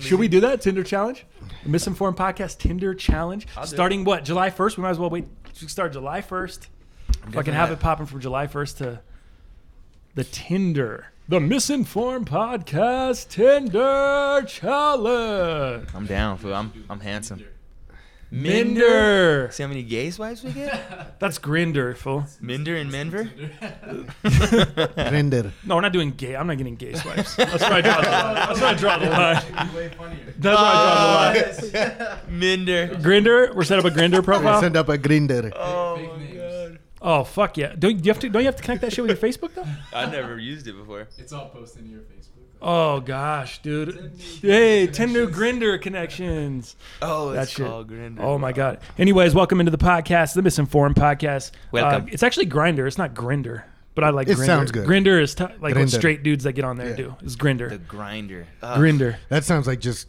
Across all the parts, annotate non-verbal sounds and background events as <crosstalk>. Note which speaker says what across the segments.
Speaker 1: Should we do that Tinder challenge? Misinformed podcast Tinder challenge starting what July first. We might as well wait. We can start July first. I can have it popping from July first to the Tinder, the misinformed podcast Tinder challenge.
Speaker 2: I'm down, fool. I'm I'm handsome.
Speaker 1: Minder.
Speaker 2: See how many gay swipes we
Speaker 1: <laughs>
Speaker 2: get?
Speaker 1: That's Grinder, fool.
Speaker 2: Minder and Menver? <laughs>
Speaker 3: Render.
Speaker 1: No, we're not doing gay. I'm not getting gay swipes. <laughs> That's where I draw the line. That's where I draw the line. That's where I draw the line.
Speaker 4: Uh,
Speaker 2: Minder.
Speaker 1: Grinder. We're set up a Grinder
Speaker 3: I
Speaker 1: profile.
Speaker 3: send up a grinder.
Speaker 1: Oh fuck yeah! Don't you have to? Don't you have to connect that shit with your Facebook though?
Speaker 2: I never used it before.
Speaker 4: It's all posted to your Facebook.
Speaker 1: Oh gosh, dude. Hey, ten new Grinder connections.
Speaker 2: Oh,
Speaker 1: That
Speaker 2: it's
Speaker 1: shit.
Speaker 2: called Grinder.
Speaker 1: Oh my god. Anyways, welcome into the podcast, the Misinformed Podcast. Uh,
Speaker 2: Welcome.
Speaker 1: it's actually Grinder. It's not Grinder, but I like.
Speaker 3: It
Speaker 1: Grindr.
Speaker 3: sounds good.
Speaker 1: Grinder is t- like what
Speaker 3: Grindr.
Speaker 1: straight dudes that get on there
Speaker 3: Yeah.
Speaker 1: do. Is
Speaker 2: The uh,
Speaker 1: Grinder.
Speaker 2: grinder. Ugh.
Speaker 1: Grinder.
Speaker 3: That sounds like just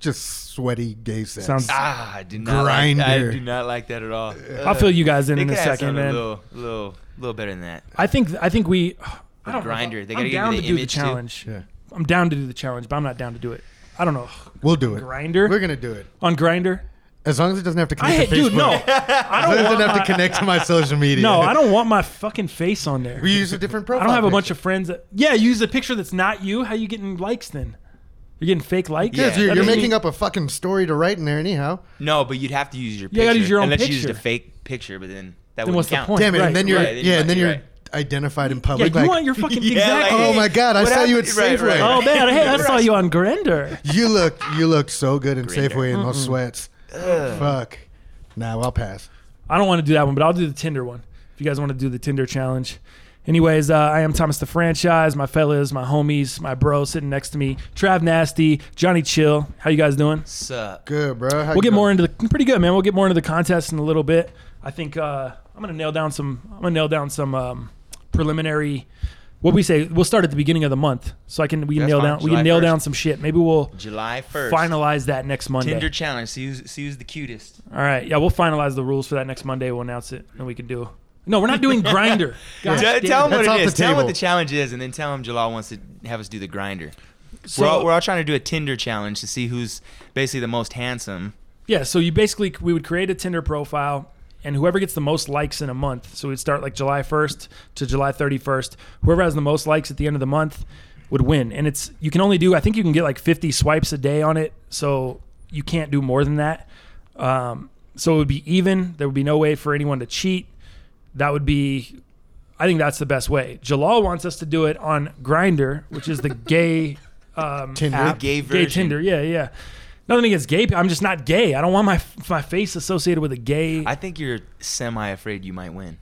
Speaker 3: just sweaty gay sex.
Speaker 1: Sounds-
Speaker 2: Ah, I do not like that. I
Speaker 3: Grinder.
Speaker 2: do not like that at all. Uh,
Speaker 1: I'll fill you guys in in a second,
Speaker 2: A
Speaker 1: man.
Speaker 2: little, little, little better than that.
Speaker 1: I think I think we. <sighs> I don't know.
Speaker 2: Grinder. They
Speaker 1: I'm
Speaker 2: gotta give
Speaker 1: down
Speaker 2: you
Speaker 1: to
Speaker 2: the
Speaker 1: do the
Speaker 2: image too.
Speaker 1: challenge.
Speaker 3: Yeah.
Speaker 1: I'm down to do the challenge, but I'm not down to do it. I don't know.
Speaker 3: We'll do it.
Speaker 1: Grindr?
Speaker 3: We're gonna do it.
Speaker 1: On Grinder,
Speaker 3: As long as it doesn't have to
Speaker 1: I
Speaker 3: connect
Speaker 1: hate,
Speaker 3: to
Speaker 1: dude.
Speaker 3: Facebook.
Speaker 1: No, <laughs> I
Speaker 3: As long as
Speaker 1: don't
Speaker 3: it
Speaker 1: want
Speaker 3: doesn't have to
Speaker 1: my,
Speaker 3: connect to my social media.
Speaker 1: No, I don't want my fucking face on there.
Speaker 3: We use a different
Speaker 1: I
Speaker 3: profile.
Speaker 1: don't have a bunch
Speaker 3: picture.
Speaker 1: of friends. That, yeah, use a picture that's not you. How you getting likes then? You're getting fake likes.
Speaker 2: Yeah,
Speaker 3: Yes, you're,
Speaker 1: That
Speaker 3: you're
Speaker 1: doesn't
Speaker 3: making
Speaker 1: mean-
Speaker 3: up a fucking story to write in there anyhow.
Speaker 2: No, but you'd have to use your picture.
Speaker 1: You gotta use your own
Speaker 2: unless you used
Speaker 1: picture.
Speaker 2: a fake picture, but then that
Speaker 1: Then
Speaker 2: wouldn't
Speaker 1: what's the
Speaker 2: count.
Speaker 1: point?
Speaker 3: Damn it!
Speaker 1: Right,
Speaker 3: and then you're
Speaker 2: right, then you
Speaker 3: yeah,
Speaker 2: might
Speaker 3: and then
Speaker 2: be
Speaker 3: you're
Speaker 2: right.
Speaker 3: identified in
Speaker 1: Yeah,
Speaker 3: public.
Speaker 1: you
Speaker 3: like,
Speaker 1: want your
Speaker 3: <laughs>
Speaker 1: fucking
Speaker 2: Yeah, like-
Speaker 1: exactly.
Speaker 3: oh my god, I
Speaker 2: What
Speaker 3: saw you at
Speaker 2: happened- right,
Speaker 3: Safeway.
Speaker 1: <laughs>
Speaker 2: right,
Speaker 3: <laughs>
Speaker 1: oh man, hey, I saw you on Grinder.
Speaker 3: You look you look so good in
Speaker 2: Grindr.
Speaker 3: Safeway in those sweats. Fuck. Nah, I'll pass.
Speaker 1: I don't want to do that one, but I'll do the Tinder one. If you guys want to do the Tinder challenge. Anyways, uh, I am Thomas the Franchise, my fellas, my homies, my bro sitting next to me, Trav Nasty, Johnny Chill. How you guys doing?
Speaker 2: Sup?
Speaker 3: Good, bro. How
Speaker 1: We'll
Speaker 3: you
Speaker 1: get
Speaker 3: doing?
Speaker 1: more into the pretty good, man. We'll get more into the contest in a little bit. I think uh, I'm gonna nail down some. I'm gonna nail down some um, preliminary. What we say? We'll start at the beginning of the month, so I can we can
Speaker 2: That's
Speaker 1: nail
Speaker 2: fine.
Speaker 1: down we
Speaker 2: July
Speaker 1: can nail
Speaker 2: 1st.
Speaker 1: down some shit. Maybe we'll
Speaker 2: July 1st.
Speaker 1: finalize that next Monday.
Speaker 2: Tinder challenge. See who's, see who's the cutest.
Speaker 1: All right, yeah, we'll finalize the rules for that next Monday. We'll announce it, and we can do. No, we're not doing
Speaker 2: <laughs>
Speaker 1: grinder.
Speaker 2: Tell, tell him
Speaker 3: That's
Speaker 2: what
Speaker 3: off
Speaker 2: it
Speaker 3: the
Speaker 2: is. Tell him what
Speaker 3: table.
Speaker 2: the challenge is, and then tell him Jalal wants to have us do the grinder.
Speaker 1: So,
Speaker 2: we're, all, we're all trying to do a Tinder challenge to see who's basically the most handsome.
Speaker 1: yeah, so you basically we would create a Tinder profile, and whoever gets the most likes in a month. So we'd start like July 1st to July 31st. Whoever has the most likes at the end of the month would win. And it's you can only do I think you can get like 50 swipes a day on it, so you can't do more than that. Um, so it would be even. There would be no way for anyone to cheat. That would be I think that's the best way. Jalal wants us to do it on Grinder, which is the gay <laughs> um,
Speaker 3: Tinder.
Speaker 1: app.
Speaker 2: Gay
Speaker 1: gay
Speaker 2: version.
Speaker 1: Tinder. Yeah, yeah. Nothing against gay. pe- I'm just not gay. I don't want my my face associated with a gay.
Speaker 2: I think you're semi afraid you might win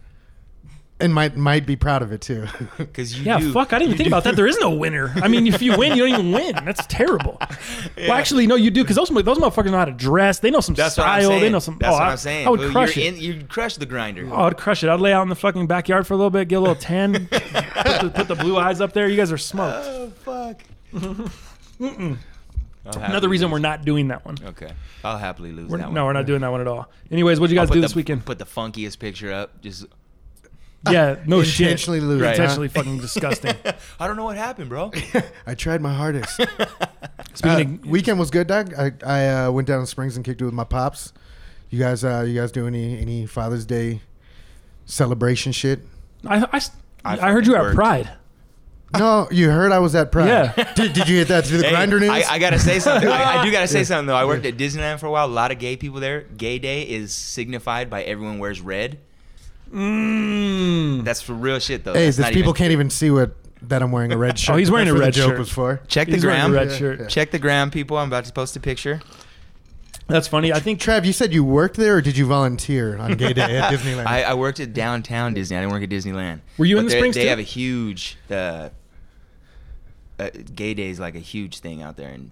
Speaker 3: and might might be proud of it too. <laughs>
Speaker 2: because you
Speaker 1: yeah,
Speaker 2: do-
Speaker 1: fuck. I didn't even
Speaker 2: you
Speaker 1: think
Speaker 2: do-
Speaker 1: about that. There is no winner. I mean, if you win, you don't even win. That's
Speaker 2: <laughs>
Speaker 1: terrible. Well, actually, no, you do because those mo- those motherfuckers know how to dress. They know some
Speaker 2: That's what I'm
Speaker 1: style.
Speaker 2: saying.
Speaker 1: They know some.
Speaker 2: That's
Speaker 1: oh,
Speaker 2: what
Speaker 1: I,
Speaker 2: I'm saying.
Speaker 1: I would
Speaker 2: Well,
Speaker 1: crush
Speaker 2: you're
Speaker 1: it.
Speaker 2: in- you'd crush the grinder.
Speaker 1: Oh, I'd crush it. I'd lay out in the fucking backyard for a little bit, get a little
Speaker 2: <laughs>
Speaker 1: tan, put, the, put the blue eyes up there. You guys are smoked.
Speaker 2: Uh, Oh, fuck.
Speaker 1: Another reason we're not doing that one.
Speaker 2: Okay, I'll happily lose
Speaker 1: We're-
Speaker 2: that one.
Speaker 1: no, we're not doing that one at all. Anyways, what'd you
Speaker 2: I'll
Speaker 1: guys
Speaker 2: put
Speaker 1: do
Speaker 2: the-
Speaker 1: this
Speaker 2: <laughs>
Speaker 1: weekend?
Speaker 2: Put the funkiest picture up. Just
Speaker 1: yeah, no shit.
Speaker 3: Intentionally lose.
Speaker 2: Right.
Speaker 3: huh?
Speaker 1: Intentionally fucking
Speaker 2: <laughs>
Speaker 1: disgusting.
Speaker 2: I don't know what happened, <laughs> bro.
Speaker 3: I tried
Speaker 2: <laughs>
Speaker 3: my hardest.
Speaker 1: Speaking
Speaker 3: Uh,
Speaker 1: of,
Speaker 3: weekend was good, Doug. I, I uh, went down to Springs and kicked it with my pops. You guys, uh, you guys do any any Father's Day celebration shit?
Speaker 1: I, I,
Speaker 2: I
Speaker 1: I heard you
Speaker 2: fucking
Speaker 1: at
Speaker 2: worked.
Speaker 1: Pride.
Speaker 3: No, you heard I was at Pride.
Speaker 1: Yeah.
Speaker 3: <laughs> Did, did you get that through the
Speaker 2: Ah. Hey,
Speaker 3: grinder news?
Speaker 2: I, I gotta say something. I, I do <laughs> gotta say something though. I worked at Disneyland for a while. A lot of gay people there. Gay day is signified by everyone wears red.
Speaker 1: Mm.
Speaker 2: That's for real shit though.
Speaker 3: hey,
Speaker 2: That's
Speaker 3: these
Speaker 2: not even-
Speaker 3: people
Speaker 2: Oh,
Speaker 3: can't even see what that I'm wearing
Speaker 2: <laughs>
Speaker 3: a red shirt.
Speaker 1: he's wearing
Speaker 3: That's
Speaker 1: a
Speaker 3: what the
Speaker 1: red
Speaker 3: joke
Speaker 1: shirt.
Speaker 3: Was for.
Speaker 2: check the
Speaker 1: He's wearing a
Speaker 2: gram.
Speaker 1: red
Speaker 3: Yeah, yeah.
Speaker 1: shirt.
Speaker 2: Check the gram, people. I'm about to post a picture.
Speaker 1: That's funny. I think
Speaker 3: Trav, you said you worked there, or did you volunteer on Gay Day at Disneyland?
Speaker 2: <laughs> I, I worked at downtown Disney. I didn't work at Disneyland.
Speaker 1: Were you in
Speaker 2: But
Speaker 1: the
Speaker 2: they-
Speaker 1: Springs
Speaker 2: They
Speaker 1: too?
Speaker 2: have a huge uh, uh, gay day is like a huge thing out there, and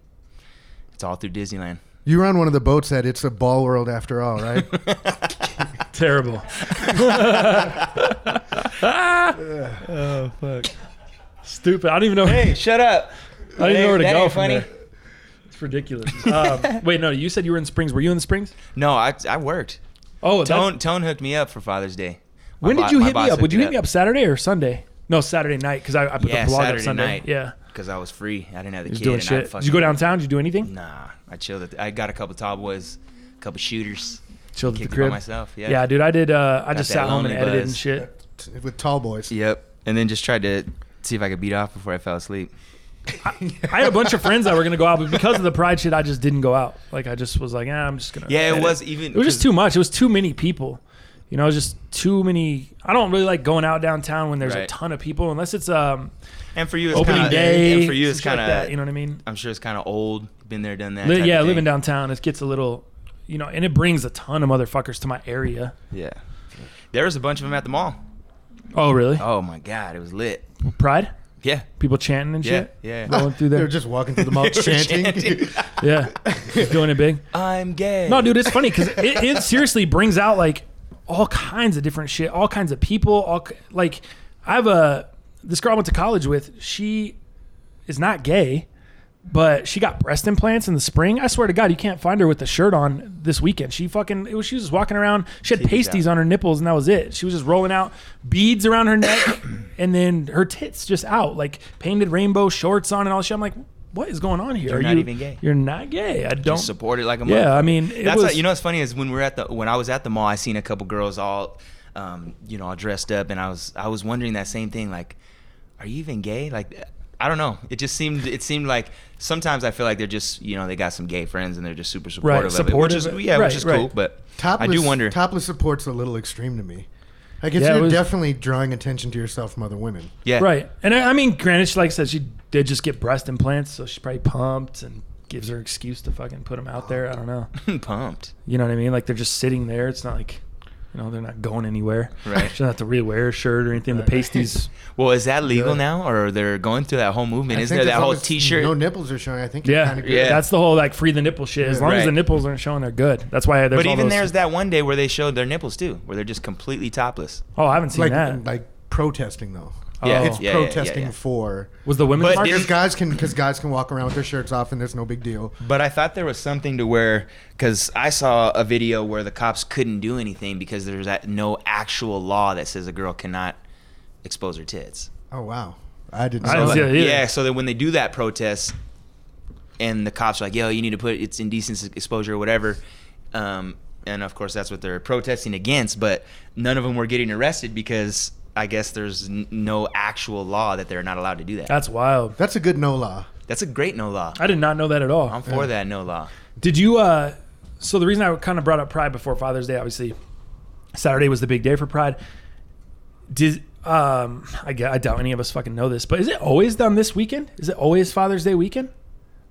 Speaker 2: it's all through Disneyland. <laughs>
Speaker 1: <laughs>
Speaker 3: you were on one of the boats that it's a ball world after all, right?
Speaker 2: <laughs>
Speaker 1: terrible. Ah! oh fuck. Stupid. I don't even know.
Speaker 2: shut up!
Speaker 1: I don't even
Speaker 2: hey,
Speaker 1: know where to
Speaker 2: that
Speaker 1: go.
Speaker 2: ain't
Speaker 1: From
Speaker 2: funny.
Speaker 1: there. It's ridiculous. um, <laughs> wait, no. You said you were in Springs. Were you in the Springs?
Speaker 2: No, I, I worked.
Speaker 1: Oh,
Speaker 2: Tone Tone hooked me up for Father's Day. My
Speaker 1: When
Speaker 2: bo-
Speaker 1: did you
Speaker 2: my
Speaker 1: hit
Speaker 2: boss
Speaker 1: me up?
Speaker 2: hooked
Speaker 1: Would you
Speaker 2: it
Speaker 1: hit me up Saturday or Sunday? No, Saturday night because I, I put
Speaker 2: Yeah,
Speaker 1: the blog
Speaker 2: Saturday
Speaker 1: up Sunday.
Speaker 2: night.
Speaker 1: Yeah,
Speaker 2: because I was free. I didn't have the
Speaker 1: Just
Speaker 2: kid.
Speaker 1: doing
Speaker 2: and I
Speaker 1: shit. Did
Speaker 2: fucking-
Speaker 1: you go downtown? Did you do anything?
Speaker 2: Nah, I chilled. At the, I got a couple tall boys, a couple shooters.
Speaker 1: Chilled at the
Speaker 2: kicked it
Speaker 1: crib.
Speaker 2: by myself. Yeah.
Speaker 1: Yeah, dude, I did. Uh, I
Speaker 2: Got
Speaker 1: just
Speaker 2: that
Speaker 1: sat home and
Speaker 2: lonely
Speaker 1: edited
Speaker 2: buzz.
Speaker 1: and
Speaker 2: <laughs>
Speaker 1: shit.
Speaker 3: with tall boys.
Speaker 2: Yep. And then just tried to see if I could beat off before I fell asleep.
Speaker 1: I had a bunch of friends that were gonna go out, but because of the pride shit, I just didn't go out. Like I just was like, ah, I'm just gonna.
Speaker 2: Yeah, it
Speaker 1: edit."
Speaker 2: was even.
Speaker 1: It was just
Speaker 2: 'cause-
Speaker 1: too much. It was too many people. You know, it was just too many. I don't really like going out downtown when there's a
Speaker 2: Right.
Speaker 1: ton of people, unless it's um
Speaker 2: And for you, it's
Speaker 1: opening
Speaker 2: kinda,
Speaker 1: day.
Speaker 2: And for you,
Speaker 1: some
Speaker 2: it's
Speaker 1: shit like
Speaker 2: kind of.
Speaker 1: that, you know what I mean.
Speaker 2: I'm sure it's kind of old. Been there, done that.
Speaker 1: Li-
Speaker 2: type of
Speaker 1: yeah,
Speaker 2: thing.
Speaker 1: living downtown, it gets a little, you know, and it brings a ton of motherfuckers to my area.
Speaker 2: Yeah. There was a bunch of them at the mall.
Speaker 1: Oh, really?
Speaker 2: Oh my god, it was lit.
Speaker 1: Pride?
Speaker 2: Yeah.
Speaker 1: People chanting and
Speaker 2: Yeah.
Speaker 1: shit,
Speaker 2: Yeah.
Speaker 1: rolling through
Speaker 3: <laughs> They're
Speaker 1: there.
Speaker 3: just walking through
Speaker 1: <laughs>
Speaker 2: <laughs>
Speaker 3: the mall chanting.
Speaker 1: yeah, just doing it big.
Speaker 2: I'm gay.
Speaker 1: No, dude, it's funny because it, it seriously brings out like all kinds of different shit, all kinds of people. All ki- like, I have a this girl I went to college with. She is not gay, but she got breast implants in the spring. I swear to God, you can't find her with a shirt on this weekend. She fucking it was. She was just walking around. She had
Speaker 2: Titties
Speaker 1: pasties
Speaker 2: out.
Speaker 1: on her nipples, and that was it. She was just rolling out beads around her
Speaker 2: <coughs>
Speaker 1: neck, and then her tits just out, like painted rainbow shorts on and all that shit. I'm like. What is going on here?
Speaker 2: You're
Speaker 1: Are
Speaker 2: not
Speaker 1: you-
Speaker 2: even gay.
Speaker 1: You're not gay. I don't
Speaker 2: Just support it like a
Speaker 1: Yeah,
Speaker 2: motherfucker.
Speaker 1: I mean, it
Speaker 2: that's
Speaker 1: was-
Speaker 2: how- you know what's funny is when we're at the when I was at the mall, I seen a couple girls all, um, you know, all dressed up, and I was I was wondering that same thing, like, are you even gay? Like, I don't know. It just seemed it seemed like sometimes I feel like they're just you know they got some gay friends and they're just super supportive of
Speaker 1: supportive
Speaker 2: it,
Speaker 1: of
Speaker 2: which
Speaker 1: it.
Speaker 2: is yeah,
Speaker 1: Right,
Speaker 2: which is
Speaker 1: right.
Speaker 2: cool, but
Speaker 3: <laughs> topless,
Speaker 2: I do wonder.
Speaker 3: Topless support's a little extreme to me. Like it's
Speaker 1: Yeah, it
Speaker 3: you're
Speaker 1: was-
Speaker 3: definitely drawing attention to yourself from other women.
Speaker 2: yeah,
Speaker 1: Right. And I, I mean, granted, she, like I said, she did just get breast implants, so she's probably pumped and gives her excuse to fucking put them out there. I don't
Speaker 2: <laughs>
Speaker 1: know.
Speaker 2: <laughs> Pumped.
Speaker 1: You know what I mean? Like they're just sitting there. It's not like, you know, they're not going anywhere.
Speaker 2: Right.
Speaker 1: She doesn't have to really wear a shirt or anything. The pasties.
Speaker 2: <laughs> Well, is that legal
Speaker 3: Yeah.
Speaker 2: now, or they're going through that whole movement?
Speaker 3: I
Speaker 2: Isn't
Speaker 3: think
Speaker 2: there
Speaker 3: as
Speaker 2: that
Speaker 3: long
Speaker 2: whole
Speaker 3: as
Speaker 2: T-shirt?
Speaker 3: No nipples are showing. I think you're
Speaker 1: Yeah.
Speaker 3: kind of good.
Speaker 2: Yeah.
Speaker 1: That's the whole like free the nipple shit. As
Speaker 3: Yeah.
Speaker 1: long as the
Speaker 2: Right.
Speaker 1: nipples aren't showing, they're good. That's why there's
Speaker 2: but
Speaker 1: all
Speaker 2: even
Speaker 1: those-
Speaker 2: there's that one day where they showed their nipples too, where they're just completely topless.
Speaker 1: Oh, I haven't seen
Speaker 3: like
Speaker 1: that.
Speaker 3: like protesting though.
Speaker 2: Yeah,
Speaker 1: Oh.
Speaker 3: It's
Speaker 2: yeah, yeah, yeah,
Speaker 3: protesting
Speaker 2: yeah.
Speaker 3: for
Speaker 1: was the women's
Speaker 2: But
Speaker 1: market?
Speaker 3: because
Speaker 2: Didn't-
Speaker 3: guys can because guys can walk around with their shirts off and there's no big deal.
Speaker 2: But I thought there was something to where, because I saw a video where the cops couldn't do anything because there's that no actual law that says a girl cannot expose her tits.
Speaker 3: Oh wow, I didn't.
Speaker 1: I
Speaker 3: know
Speaker 1: don't
Speaker 3: that.
Speaker 1: see it either.
Speaker 2: yeah, so then when they do that protest, and the cops are like, "Yo, you need to put it's indecent exposure or whatever," um, and of course that's what they're protesting against. But none of them were getting arrested because I guess there's n- no actual law that they're not allowed to do that.
Speaker 1: That's wild.
Speaker 3: That's a good no law.
Speaker 2: That's a great no law.
Speaker 1: I did not know that at all.
Speaker 2: I'm for that no law.
Speaker 1: Did you? uh So the reason I kind of brought up Pride before Father's Day, obviously, Saturday was the big day for Pride. Did um I, gue- I doubt any of us fucking know this, but is it always done this weekend? Is it always Father's Day weekend?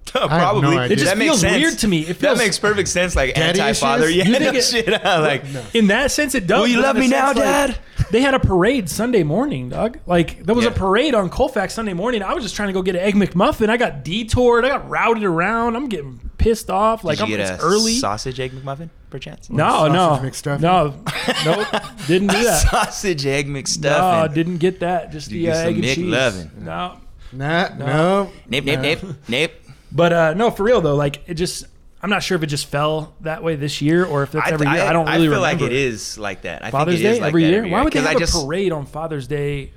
Speaker 2: Probably.
Speaker 3: idea. It
Speaker 1: just
Speaker 2: that makes
Speaker 1: feels
Speaker 2: sense.
Speaker 1: weird to me. It
Speaker 2: that
Speaker 1: feels-
Speaker 2: makes perfect sense. Like
Speaker 3: Daddy
Speaker 2: anti-father.
Speaker 3: issues?
Speaker 2: Yeah,
Speaker 1: You think
Speaker 2: no
Speaker 1: it-
Speaker 2: shit. like
Speaker 1: In that sense, it does.
Speaker 2: Will you
Speaker 1: but in
Speaker 2: love
Speaker 1: the
Speaker 2: me now,
Speaker 1: sense, like,
Speaker 2: Dad?
Speaker 1: They had a parade Sunday morning, dog. Like there was a
Speaker 2: Yeah.
Speaker 1: parade on Colfax Sunday morning. I was just trying to go get an egg McMuffin. I got detoured. I got routed around. I'm getting pissed off. Like
Speaker 2: Did you
Speaker 1: I'm
Speaker 2: get
Speaker 1: it's
Speaker 2: a
Speaker 1: early.
Speaker 2: sausage egg McMuffin, perchance?
Speaker 1: no,
Speaker 3: Sausage
Speaker 1: no,
Speaker 3: McStuffin?
Speaker 1: no, nope. Didn't
Speaker 2: <laughs>
Speaker 1: do that.
Speaker 2: sausage egg
Speaker 1: No,
Speaker 2: McStuffin.
Speaker 1: didn't get that. Just
Speaker 2: You
Speaker 1: the
Speaker 2: get
Speaker 1: uh,
Speaker 2: some
Speaker 1: egg and
Speaker 2: Mick
Speaker 1: cheese.
Speaker 2: Lovin'.
Speaker 1: No,
Speaker 3: Nah, no.
Speaker 2: Nip, nip,
Speaker 3: Nah.
Speaker 2: nip, nip.
Speaker 1: but uh, no, for real though. Like it just, I'm not sure if it just fell that way this year or if that's every year. I, don't really
Speaker 2: feel
Speaker 1: remember.
Speaker 2: like it is like that. I
Speaker 1: Father's
Speaker 2: think it
Speaker 1: Day
Speaker 2: is like
Speaker 1: every,
Speaker 2: that
Speaker 1: year?
Speaker 2: every
Speaker 1: Why would they
Speaker 2: 'Cause
Speaker 1: have
Speaker 2: I just,
Speaker 1: a parade on Father's Day?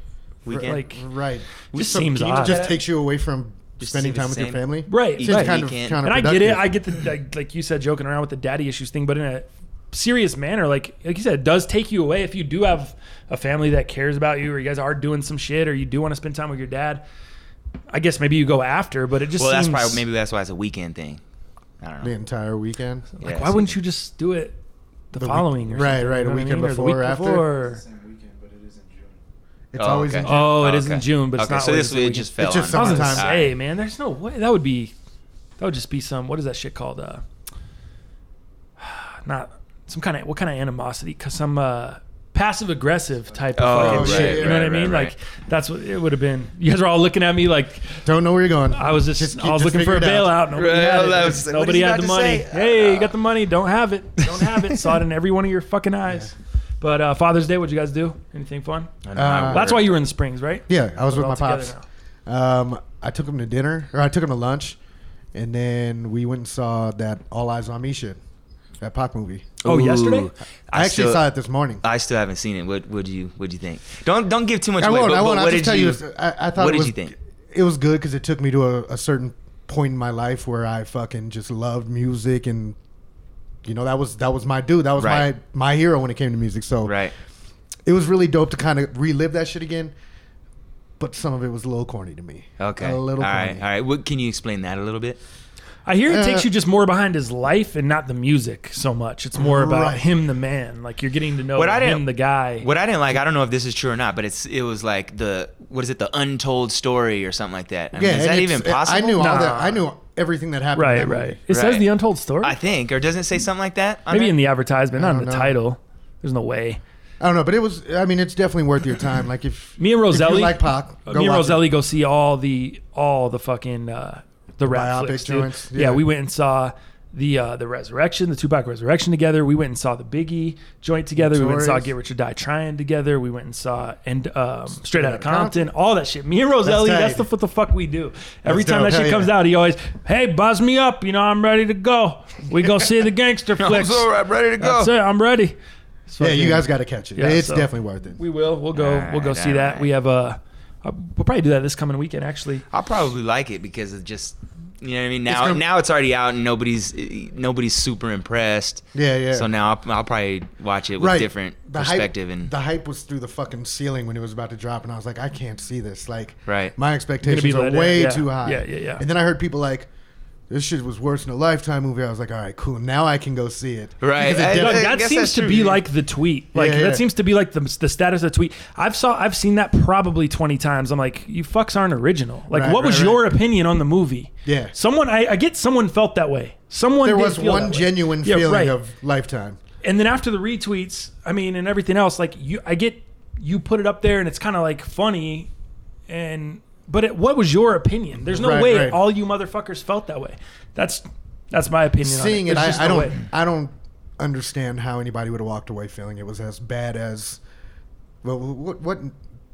Speaker 2: Weekend.
Speaker 1: Like,
Speaker 3: Right.
Speaker 1: just seems
Speaker 3: can you
Speaker 1: odd.
Speaker 3: Just takes you away from
Speaker 2: Just
Speaker 3: spending
Speaker 2: seem the
Speaker 3: time with your
Speaker 2: same.
Speaker 3: family.
Speaker 1: right?
Speaker 2: Each
Speaker 1: right.
Speaker 3: Seems kind of
Speaker 2: weekend.
Speaker 3: kind
Speaker 1: and
Speaker 3: of.
Speaker 1: I get it.
Speaker 3: productive.
Speaker 1: I get the like, like you said, joking around with the daddy issues thing, but in a serious manner, like like you said, it does take you away if you do have a family that cares about you, or you guys are doing some shit, or you do want to spend time with your dad. I guess maybe you go after, but it just
Speaker 2: well, that's
Speaker 1: seems-
Speaker 2: probably maybe that's why it's a weekend thing. I don't know.
Speaker 3: the entire weekend.
Speaker 1: Like,
Speaker 2: Yeah,
Speaker 1: why
Speaker 2: so-
Speaker 1: wouldn't you just do it the,
Speaker 3: The week-
Speaker 1: following? or
Speaker 3: right,
Speaker 1: something,
Speaker 3: right,
Speaker 1: you
Speaker 3: a
Speaker 1: know what I
Speaker 3: weekend
Speaker 1: mean? Or the week
Speaker 3: before, after?
Speaker 1: before.
Speaker 4: It's the same weekend, but it is in June.
Speaker 3: It's
Speaker 2: Oh,
Speaker 3: always in
Speaker 2: okay.
Speaker 3: June.
Speaker 1: Oh, it
Speaker 2: okay.
Speaker 1: is in June, but it's
Speaker 2: Okay,
Speaker 1: not
Speaker 2: So
Speaker 1: always
Speaker 2: this
Speaker 1: the
Speaker 2: it just fell.
Speaker 3: It's just
Speaker 1: I was
Speaker 2: on
Speaker 1: gonna
Speaker 3: Sometime.
Speaker 1: say, man, there's no way that would be that would just be some what is that shit called? Uh, <sighs> not some kind of what kind of animosity? Cause some uh, passive aggressive type of
Speaker 2: Oh,
Speaker 1: fucking
Speaker 3: right,
Speaker 1: shit. You know
Speaker 2: right,
Speaker 1: what I mean?
Speaker 2: right, right.
Speaker 1: Like that's what it would have been. You guys were all looking at me like
Speaker 3: Don't know where you're going.
Speaker 1: I was just,
Speaker 3: keep-
Speaker 1: I was looking for
Speaker 3: figure
Speaker 1: a
Speaker 3: it out.
Speaker 1: bailout. Nobody
Speaker 2: Right,
Speaker 1: had,
Speaker 2: I
Speaker 1: it.
Speaker 2: was just like, what
Speaker 1: Nobody
Speaker 2: is he
Speaker 1: had
Speaker 2: about
Speaker 1: the
Speaker 2: to
Speaker 1: money.
Speaker 2: say?
Speaker 1: Hey, you got the money. Don't have it. Uh, <laughs> Don't have it. Saw it in every one of your fucking eyes. But uh, Father's Day, what'd you guys do? Anything fun?
Speaker 2: I know, I
Speaker 3: Uh,
Speaker 1: That's
Speaker 2: work.
Speaker 1: why you were in the Springs, right?
Speaker 3: Yeah, I was
Speaker 1: We're
Speaker 3: with my
Speaker 1: all together
Speaker 3: pops. Um, I took him to dinner, or I took him to lunch, and then we went and saw that All Eyes on Me shit, that Pac movie.
Speaker 1: Oh,
Speaker 2: Ooh.
Speaker 1: yesterday?
Speaker 3: I, actually
Speaker 2: still-
Speaker 3: saw it this morning.
Speaker 2: I still haven't seen it. What would you what do you think? Don't don't give too much
Speaker 3: I
Speaker 2: away.
Speaker 3: won't.
Speaker 2: but,
Speaker 3: I
Speaker 2: but
Speaker 3: won't.
Speaker 2: What
Speaker 3: I'll just
Speaker 2: did
Speaker 3: tell
Speaker 2: you?
Speaker 3: you. uh, I, I thought
Speaker 2: what did
Speaker 3: it was,
Speaker 2: you think?
Speaker 3: it was good because it took me to a, a certain point in my life where I fucking just loved music and you know that was that was my dude that was
Speaker 2: Right.
Speaker 3: my my hero when it came to music so
Speaker 2: Right.
Speaker 3: it was really dope to kind of relive that shit again but some of it was a little corny to me
Speaker 2: Okay.
Speaker 3: a little
Speaker 2: all right.
Speaker 3: corny
Speaker 2: All right. What, can you explain that a little bit?
Speaker 1: I hear it takes
Speaker 3: Uh,
Speaker 1: you just more behind his life and not the music so much. It's more about
Speaker 3: Right.
Speaker 1: him, the man. Like you're getting to know
Speaker 2: What I didn't-
Speaker 1: him, the guy.
Speaker 2: What I didn't like, I don't know if this is true or not, but it's it was like the what is it, the untold story or something like that. I mean, is
Speaker 3: and
Speaker 2: that
Speaker 3: it's-
Speaker 2: even possible?
Speaker 3: I knew all that.
Speaker 1: Nah.
Speaker 3: I knew everything that happened.
Speaker 1: right,
Speaker 3: in that
Speaker 1: right.
Speaker 3: movie.
Speaker 1: It says
Speaker 2: Right.
Speaker 1: the untold story.
Speaker 2: I think, or doesn't it say something like that? on
Speaker 1: Maybe
Speaker 2: there?
Speaker 1: in the advertisement, not in
Speaker 3: don't
Speaker 1: the
Speaker 3: know.
Speaker 1: title. There's no way.
Speaker 3: I don't know, but it was. I mean, it's definitely worth your time. Like if
Speaker 1: Me and
Speaker 3: if you
Speaker 1: Roselli, uh,
Speaker 3: like Pac, go
Speaker 1: me and
Speaker 3: watch it.
Speaker 1: Roselli go see all the all the fucking uh, the rap
Speaker 3: Biopic
Speaker 1: flicks, dude.
Speaker 3: joints,
Speaker 1: Yeah.
Speaker 3: yeah.
Speaker 1: we went and saw the uh, the Resurrection, the Tupac Resurrection together. We went and saw the Biggie joint together. We went and saw
Speaker 3: Notorious.
Speaker 1: Get Rich or Die Trying together. We went and saw and um, Straight Outta Compton, all that shit. Me and Roselli,
Speaker 3: tight.
Speaker 1: that's, the what the fuck we do. Every
Speaker 3: That's
Speaker 1: time
Speaker 3: dope.
Speaker 1: that shit
Speaker 3: Hell
Speaker 1: comes
Speaker 3: yeah.
Speaker 1: out, he always, hey, buzz me up. You know, I'm ready to go. We go see the
Speaker 3: <laughs>
Speaker 1: gangster flicks.
Speaker 2: <laughs> I'm so- I'm ready to go.
Speaker 1: That's it. I'm ready. So,
Speaker 3: Yeah, you
Speaker 1: dude,
Speaker 3: guys got to catch it.
Speaker 1: Yeah,
Speaker 3: it's
Speaker 1: so-
Speaker 3: definitely worth it.
Speaker 1: we will. We'll go.
Speaker 2: All
Speaker 1: we'll go
Speaker 2: right,
Speaker 1: see
Speaker 2: all
Speaker 1: that.
Speaker 2: right.
Speaker 1: We have uh, uh, we'll probably do that this coming weekend. Actually,
Speaker 2: I'll probably like it because it just you know what I mean. Now
Speaker 3: gonna-
Speaker 2: now it's already out and nobody's nobody's super impressed.
Speaker 3: Yeah, yeah.
Speaker 2: So now I'll, I'll probably watch it with
Speaker 3: right.
Speaker 2: different
Speaker 3: The hype-
Speaker 2: perspective and
Speaker 3: the hype was through the fucking ceiling when it was about to drop, and I was like, I can't see this. Like,
Speaker 2: Right.
Speaker 3: My expectations are
Speaker 1: let in,
Speaker 3: way
Speaker 1: yeah.
Speaker 3: too high.
Speaker 1: Yeah, yeah, yeah.
Speaker 3: And then I heard people like. This shit was worse than a lifetime movie. I was like, all right, cool. Now I can go see it.
Speaker 2: Right. <laughs>
Speaker 3: Because it
Speaker 2: I-
Speaker 1: Doug,
Speaker 3: definitely-
Speaker 1: that
Speaker 2: guess
Speaker 1: seems
Speaker 2: that's
Speaker 1: to
Speaker 2: true,
Speaker 1: be
Speaker 2: dude.
Speaker 1: like the tweet. Like
Speaker 3: Yeah, yeah.
Speaker 1: that seems to be like the, the status of the tweet. I've saw I've seen that probably twenty times. I'm like, you fucks aren't original. Like,
Speaker 3: Right,
Speaker 1: what was
Speaker 3: right,
Speaker 1: your opinion on the movie?
Speaker 3: Yeah.
Speaker 1: Someone, I, I get someone felt that way. Someone
Speaker 3: there
Speaker 1: did
Speaker 3: was
Speaker 1: feel that
Speaker 3: one
Speaker 1: way.
Speaker 3: genuine
Speaker 1: Yeah,
Speaker 3: feeling
Speaker 1: right.
Speaker 3: of lifetime.
Speaker 1: and then after the retweets, I mean, and everything else, like you, I get you put it up there, and it's kind of like funny, and but it, what was your opinion? There's no
Speaker 3: Right,
Speaker 1: way
Speaker 3: right.
Speaker 1: all you motherfuckers felt that way. That's that's my opinion.
Speaker 3: seeing
Speaker 1: on
Speaker 3: it,
Speaker 1: There's just
Speaker 3: I, I
Speaker 1: no
Speaker 3: don't,
Speaker 1: way.
Speaker 3: I don't understand how anybody would have walked away feeling it was as bad as. Well, what, what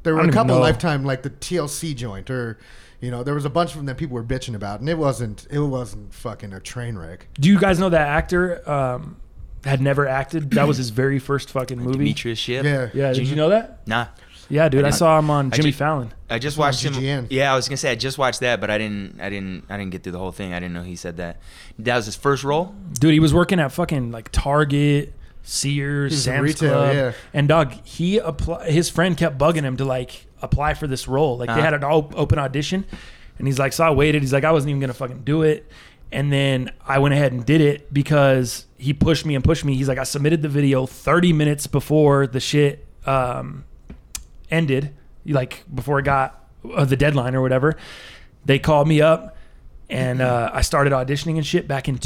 Speaker 3: there
Speaker 1: I
Speaker 3: were
Speaker 1: don't
Speaker 3: a
Speaker 1: even
Speaker 3: couple
Speaker 1: know.
Speaker 3: lifetime like the TLC joint or, you know, there was a bunch of them that people were bitching about, and it wasn't, it wasn't fucking a train wreck.
Speaker 1: Do you guys know that actor um, had never acted? That was his very first fucking movie.
Speaker 2: Demetrius Ship.
Speaker 3: Yeah,
Speaker 1: Yeah, did you know that?
Speaker 2: Nah.
Speaker 1: Yeah, dude, I,
Speaker 2: didn't-
Speaker 1: saw him on
Speaker 2: I
Speaker 1: Jimmy
Speaker 2: ju-
Speaker 1: Fallon.
Speaker 2: I just
Speaker 3: on
Speaker 2: watched him.
Speaker 3: GGN.
Speaker 2: Yeah, I was gonna say I just watched that, but I didn't. I didn't. I didn't get through the whole thing. I didn't know he said that. That was his first role.
Speaker 1: Dude, he was working at fucking like Target, Sears,
Speaker 3: was in
Speaker 1: Sam's
Speaker 3: retail,
Speaker 1: Club,
Speaker 3: yeah.
Speaker 1: and dog. He apply. His friend kept bugging him to like apply for this role. Like they
Speaker 2: Uh-huh.
Speaker 1: had an op- open audition, and he's like, so I waited. He's like, I wasn't even gonna fucking do it, and then I went ahead and did it because he pushed me and pushed me. He's like, I submitted the video 30 minutes before the shit um, ended, like before it got uh, the deadline or whatever. They called me up. And uh, I started auditioning and shit back in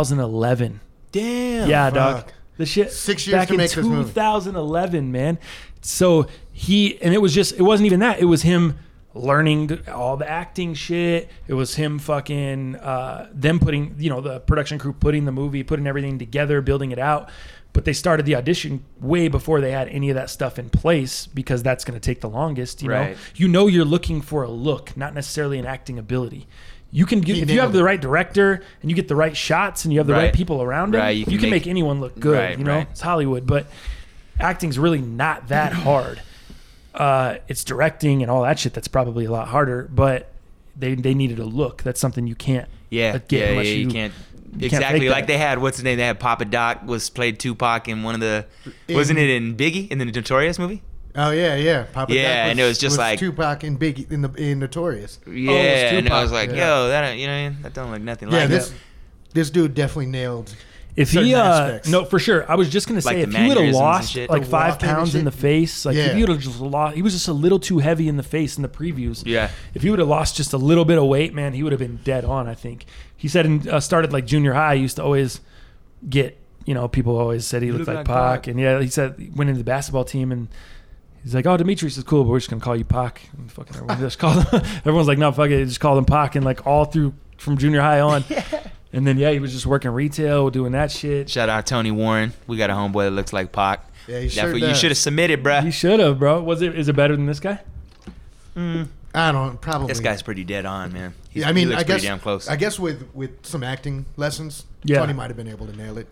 Speaker 1: 2011.
Speaker 2: Damn.
Speaker 1: Yeah, dog.
Speaker 3: fuck.
Speaker 1: The shit.
Speaker 3: Six years
Speaker 1: back
Speaker 3: to make
Speaker 1: in
Speaker 3: this movie.
Speaker 1: 2011, man. So he and it was just it wasn't even that. It was him learning th- all the acting shit. It was him fucking uh, them putting you know the production crew putting the movie, putting everything together, building it out. But they started the audition way before they had any of that stuff in place because that's going to take the longest. You know,
Speaker 2: Right.
Speaker 1: you know you're looking for a look, not necessarily an acting ability. You can get,
Speaker 3: He
Speaker 1: if you have
Speaker 3: nailed
Speaker 1: the
Speaker 3: it.
Speaker 1: right director and you get the right shots and you have the right,
Speaker 2: Right.
Speaker 1: people around them,
Speaker 2: Right,
Speaker 1: you can, make, anyone look good.
Speaker 2: Right,
Speaker 1: you know,
Speaker 2: right.
Speaker 1: it's Hollywood, but acting's really not <clears throat> that hard. Uh, it's directing and all that shit that's probably a lot harder, but they they needed a look. That's something you can't.
Speaker 2: Yeah.
Speaker 1: get
Speaker 2: Yeah. yeah,
Speaker 1: unless
Speaker 2: You,
Speaker 1: you-
Speaker 2: can't.
Speaker 1: you can't
Speaker 2: exactly
Speaker 1: fake
Speaker 2: like
Speaker 1: that.
Speaker 2: they had. What's his name? They had Papa Doc was played Tupac in one of the. wasn't it in Biggie in the Notorious movie?
Speaker 3: Oh yeah, yeah. Papa
Speaker 2: Yeah,
Speaker 3: Doc
Speaker 2: and it was just like-
Speaker 3: Tupac and Biggie in the in Notorious.
Speaker 2: Yeah. and I
Speaker 1: Oh, Tupac.
Speaker 2: was like,
Speaker 3: Yeah.
Speaker 2: yo, that don't- you know that don't look nothing
Speaker 3: Yeah,
Speaker 2: like
Speaker 3: this
Speaker 2: that.
Speaker 3: this dude definitely nailed.
Speaker 1: If
Speaker 3: certain
Speaker 1: he, uh,
Speaker 3: aspects.
Speaker 1: no, for sure. I was just gonna
Speaker 2: Like
Speaker 1: say,
Speaker 2: the
Speaker 1: if he would have
Speaker 2: mannerisms and
Speaker 1: lost
Speaker 2: shit.
Speaker 1: like
Speaker 3: The
Speaker 1: five
Speaker 3: walking and
Speaker 1: pounds in
Speaker 3: shit.
Speaker 1: the face, like if
Speaker 3: Yeah.
Speaker 1: he would have just lost, he was just a little too heavy in the face in the previews.
Speaker 2: Yeah.
Speaker 1: If he would have lost just a little bit of weight, man, he would have been dead on. I think he said in uh, started like junior high. He used to always get, you know, people always said he looked
Speaker 2: look
Speaker 1: like
Speaker 2: like
Speaker 1: Pac,
Speaker 2: Pac.
Speaker 1: and yeah, he said he went into the basketball team and. He's like, oh, Demetrius is cool, but we're just gonna call you Pac. And fucking everyone just <laughs> called him. Everyone's like, no, fuck it, just call him Pac. And like all through from junior high on, and then yeah, he was just working retail, doing that shit.
Speaker 2: Shout out Tony Warren. We got a homeboy that looks like Pac.
Speaker 3: Yeah, he
Speaker 2: That's
Speaker 3: sure
Speaker 2: what you
Speaker 3: does.
Speaker 2: should have submitted,
Speaker 1: He
Speaker 2: bruh.
Speaker 1: should have, bro. Was it? Is it better than this guy?
Speaker 3: I don't probably.
Speaker 2: This guy's pretty dead on, man. He's,
Speaker 3: yeah, I mean,
Speaker 2: he looks
Speaker 3: I guess
Speaker 2: pretty damn close.
Speaker 3: I guess with with some acting lessons,
Speaker 1: Yeah.
Speaker 3: Tony might have been able to nail it.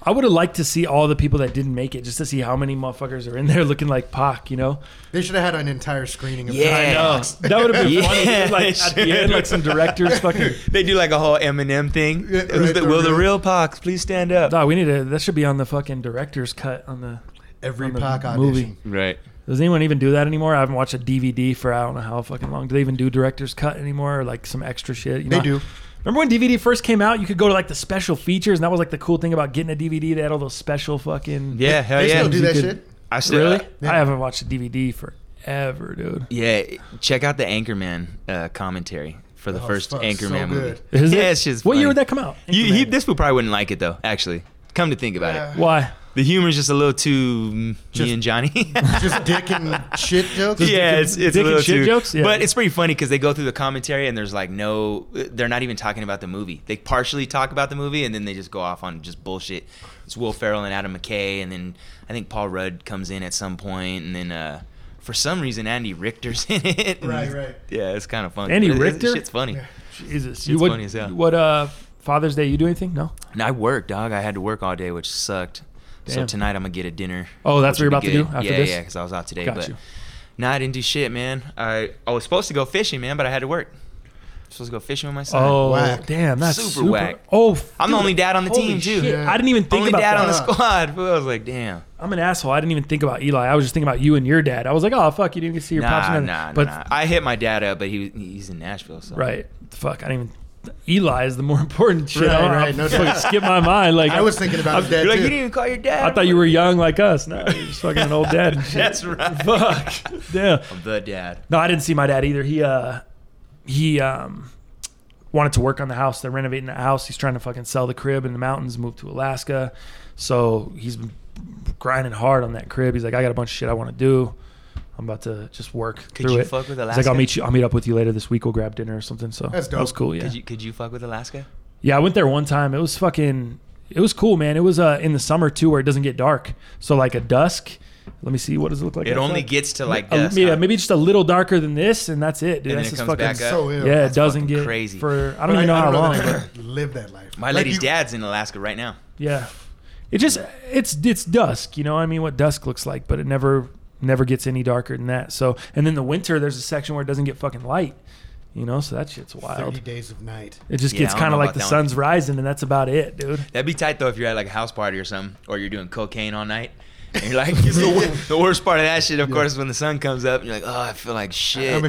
Speaker 1: I would have liked to see all the people that didn't make it, just to see how many motherfuckers are in there <laughs> looking like Pac. You know,
Speaker 3: They should have had an entire screening. Of
Speaker 2: Yeah.
Speaker 1: I know. that would
Speaker 3: <laughs>
Speaker 1: have been
Speaker 2: <laughs> Yeah,
Speaker 1: funny. Like at the end, like some
Speaker 2: <laughs>
Speaker 1: directors fucking.
Speaker 2: They do like a whole Eminem thing.
Speaker 3: Yeah,
Speaker 2: It was
Speaker 3: right,
Speaker 2: the- will the
Speaker 3: right.
Speaker 2: real Pox please stand up?
Speaker 1: Nah, we need to. That should be on the fucking director's cut on the.
Speaker 3: every
Speaker 1: on the
Speaker 3: Pac audition.
Speaker 1: movie.
Speaker 2: Right.
Speaker 1: Does anyone even do that anymore? I haven't watched a DVD for I don't know how fucking long. Do they even do director's cut anymore or like some extra shit? You
Speaker 3: They
Speaker 1: know-
Speaker 3: do.
Speaker 1: Remember when DVD first came out? You could go to like the special features, and that was like the cool thing about getting a DVD. They had all those special fucking.
Speaker 2: Yeah, hell
Speaker 3: They
Speaker 2: yeah.
Speaker 3: still do
Speaker 1: You
Speaker 3: that
Speaker 1: could-
Speaker 3: shit.
Speaker 2: I still,
Speaker 1: Really?
Speaker 3: Yeah.
Speaker 1: I haven't watched a DVD forever, dude.
Speaker 2: Yeah, check out the Anchorman uh, commentary for the
Speaker 3: Oh,
Speaker 2: first
Speaker 3: fuck, so
Speaker 2: Anchorman movie.
Speaker 3: good.
Speaker 1: Is
Speaker 2: yeah,
Speaker 1: it?
Speaker 2: it's just
Speaker 1: what
Speaker 2: funny.
Speaker 1: year would that come out?
Speaker 2: You, he,
Speaker 1: Anchorman.
Speaker 2: this fool probably wouldn't like it though. Actually, come to think about
Speaker 3: Yeah.
Speaker 2: it,
Speaker 1: Why?
Speaker 2: the humor's just a little too mm,
Speaker 3: Just-
Speaker 2: me and Johnny.
Speaker 3: <laughs> Just dick and
Speaker 2: <laughs>
Speaker 3: shit jokes.
Speaker 2: yeah, it's, it's
Speaker 1: dick
Speaker 2: a
Speaker 1: and
Speaker 2: little
Speaker 1: shit
Speaker 2: too.
Speaker 1: jokes? Yeah.
Speaker 2: But it's pretty funny because they go through the commentary and there's like no, they're not even talking about the movie. They partially talk about the movie and then they just go off on just bullshit. It's Will Ferrell and Adam McKay, and then I think Paul Rudd comes in at some point, and then uh, for some reason Andy Richter's <laughs> in it. and-
Speaker 3: Right, right.
Speaker 2: Yeah, it's kind of funny.
Speaker 1: Andy
Speaker 2: It- it-
Speaker 1: Richter?
Speaker 2: shit's funny.
Speaker 1: Jesus,
Speaker 2: Shit's
Speaker 1: what,
Speaker 2: funny as hell.
Speaker 1: What uh, Father's Day? You do anything? No.
Speaker 2: And I worked, dog. I had to work all day, which sucked. So
Speaker 1: Damn.
Speaker 2: tonight I'm gonna get a dinner.
Speaker 1: Oh, that's
Speaker 2: which
Speaker 1: what
Speaker 2: would
Speaker 1: you're
Speaker 2: be
Speaker 1: about to
Speaker 2: good.
Speaker 1: do
Speaker 2: yeah,
Speaker 1: after this?
Speaker 2: Yeah, because I was out today.
Speaker 1: Got
Speaker 2: but
Speaker 1: you.
Speaker 2: no, I didn't do shit, man. I I was supposed to go fishing, man, but I had to work. supposed to go fishing with my son.
Speaker 1: Oh
Speaker 3: Whack.
Speaker 1: damn, that's
Speaker 2: Super
Speaker 1: super,
Speaker 2: whack.
Speaker 1: Oh,
Speaker 2: I'm the
Speaker 1: dude,
Speaker 2: only dad on the
Speaker 1: holy
Speaker 2: team, too.
Speaker 1: shit,
Speaker 3: Yeah.
Speaker 1: I didn't even think
Speaker 2: Only
Speaker 1: about
Speaker 2: dad
Speaker 1: that.
Speaker 2: on the
Speaker 3: that.
Speaker 2: squad. <laughs> fool. I was like, damn.
Speaker 1: I'm an asshole. I didn't even think about Eli. I was just thinking about you and your dad. I was like, oh fuck, you didn't get to see your pops.
Speaker 2: Nah,
Speaker 1: and
Speaker 2: nah,
Speaker 1: but
Speaker 2: nah. I hit my dad up, but he he's in Nashville. So
Speaker 1: right, fuck, I didn't even. Eli is the more <laughs> important shit.
Speaker 3: Right,
Speaker 1: I,
Speaker 3: right, no
Speaker 1: I <laughs>
Speaker 3: doubt.
Speaker 1: fucking skipped my mind. Like
Speaker 3: I was thinking about his dad
Speaker 2: You're like,
Speaker 3: too.
Speaker 2: you didn't even call your dad.
Speaker 1: I thought you were young like us. No, you're just fucking an old
Speaker 2: <laughs>
Speaker 1: dad. and shit.
Speaker 2: That's right.
Speaker 1: <laughs> Fuck. Damn.
Speaker 2: I'm the dad.
Speaker 1: No, I didn't see my dad either. He uh he um wanted to work on the house. They're renovating the house. He's trying to fucking sell the crib in the mountains, move to Alaska. So he's been grinding hard on that crib. He's like, I got a bunch of shit I want to do. I'm about to just work
Speaker 2: Could
Speaker 1: through
Speaker 2: you
Speaker 1: it.
Speaker 2: fuck with
Speaker 1: He's like,
Speaker 2: Alaska?
Speaker 1: I'll meet you. I'll meet up with you later this week. We'll grab dinner or something. So
Speaker 3: That's
Speaker 1: that was
Speaker 3: dope.
Speaker 1: cool. Yeah.
Speaker 2: Could you could you fuck with Alaska?
Speaker 1: Yeah, I went there one time. It was fucking. It was cool, man. It was uh, in the summer too, where it doesn't get dark. So like a dusk. Let me see. What does it look like?
Speaker 2: It only
Speaker 1: outside?
Speaker 2: gets to like
Speaker 1: A-
Speaker 2: dusk.
Speaker 1: uh, yeah,
Speaker 2: huh?
Speaker 1: maybe just a little darker than this, and that's it, dude.
Speaker 2: And then
Speaker 1: that's
Speaker 2: it
Speaker 1: just
Speaker 2: comes
Speaker 1: fucking.
Speaker 2: back up.
Speaker 3: so ill.
Speaker 1: Yeah,
Speaker 2: That's
Speaker 1: it doesn't
Speaker 2: fucking
Speaker 1: get crazy
Speaker 2: crazy.
Speaker 1: for. I don't even know how long,
Speaker 3: they
Speaker 1: but
Speaker 3: live that life.
Speaker 2: My
Speaker 3: Like,
Speaker 2: lady's
Speaker 3: you-
Speaker 2: dad's in Alaska right now.
Speaker 1: yeah, it just it's it's dusk. You know, I mean, what dusk looks like, but it never never gets any darker than that. So, and then the winter, there's a section where it doesn't get fucking light. You know, so that shit's
Speaker 3: Thirty
Speaker 1: wild.
Speaker 3: days of night.
Speaker 1: It just
Speaker 2: Yeah, I
Speaker 1: gets
Speaker 2: don't
Speaker 1: kind
Speaker 2: know
Speaker 1: of like
Speaker 2: about
Speaker 1: the
Speaker 2: that one.
Speaker 1: sun's rising, and that's about it, dude.
Speaker 2: That'd be tight though if you're at like a house party or something, or you're doing cocaine all night. And you're like, <laughs> it's the, wor- the worst part of that shit, of course, is when the sun comes up and you're like, oh, I feel like shit.
Speaker 3: I'm a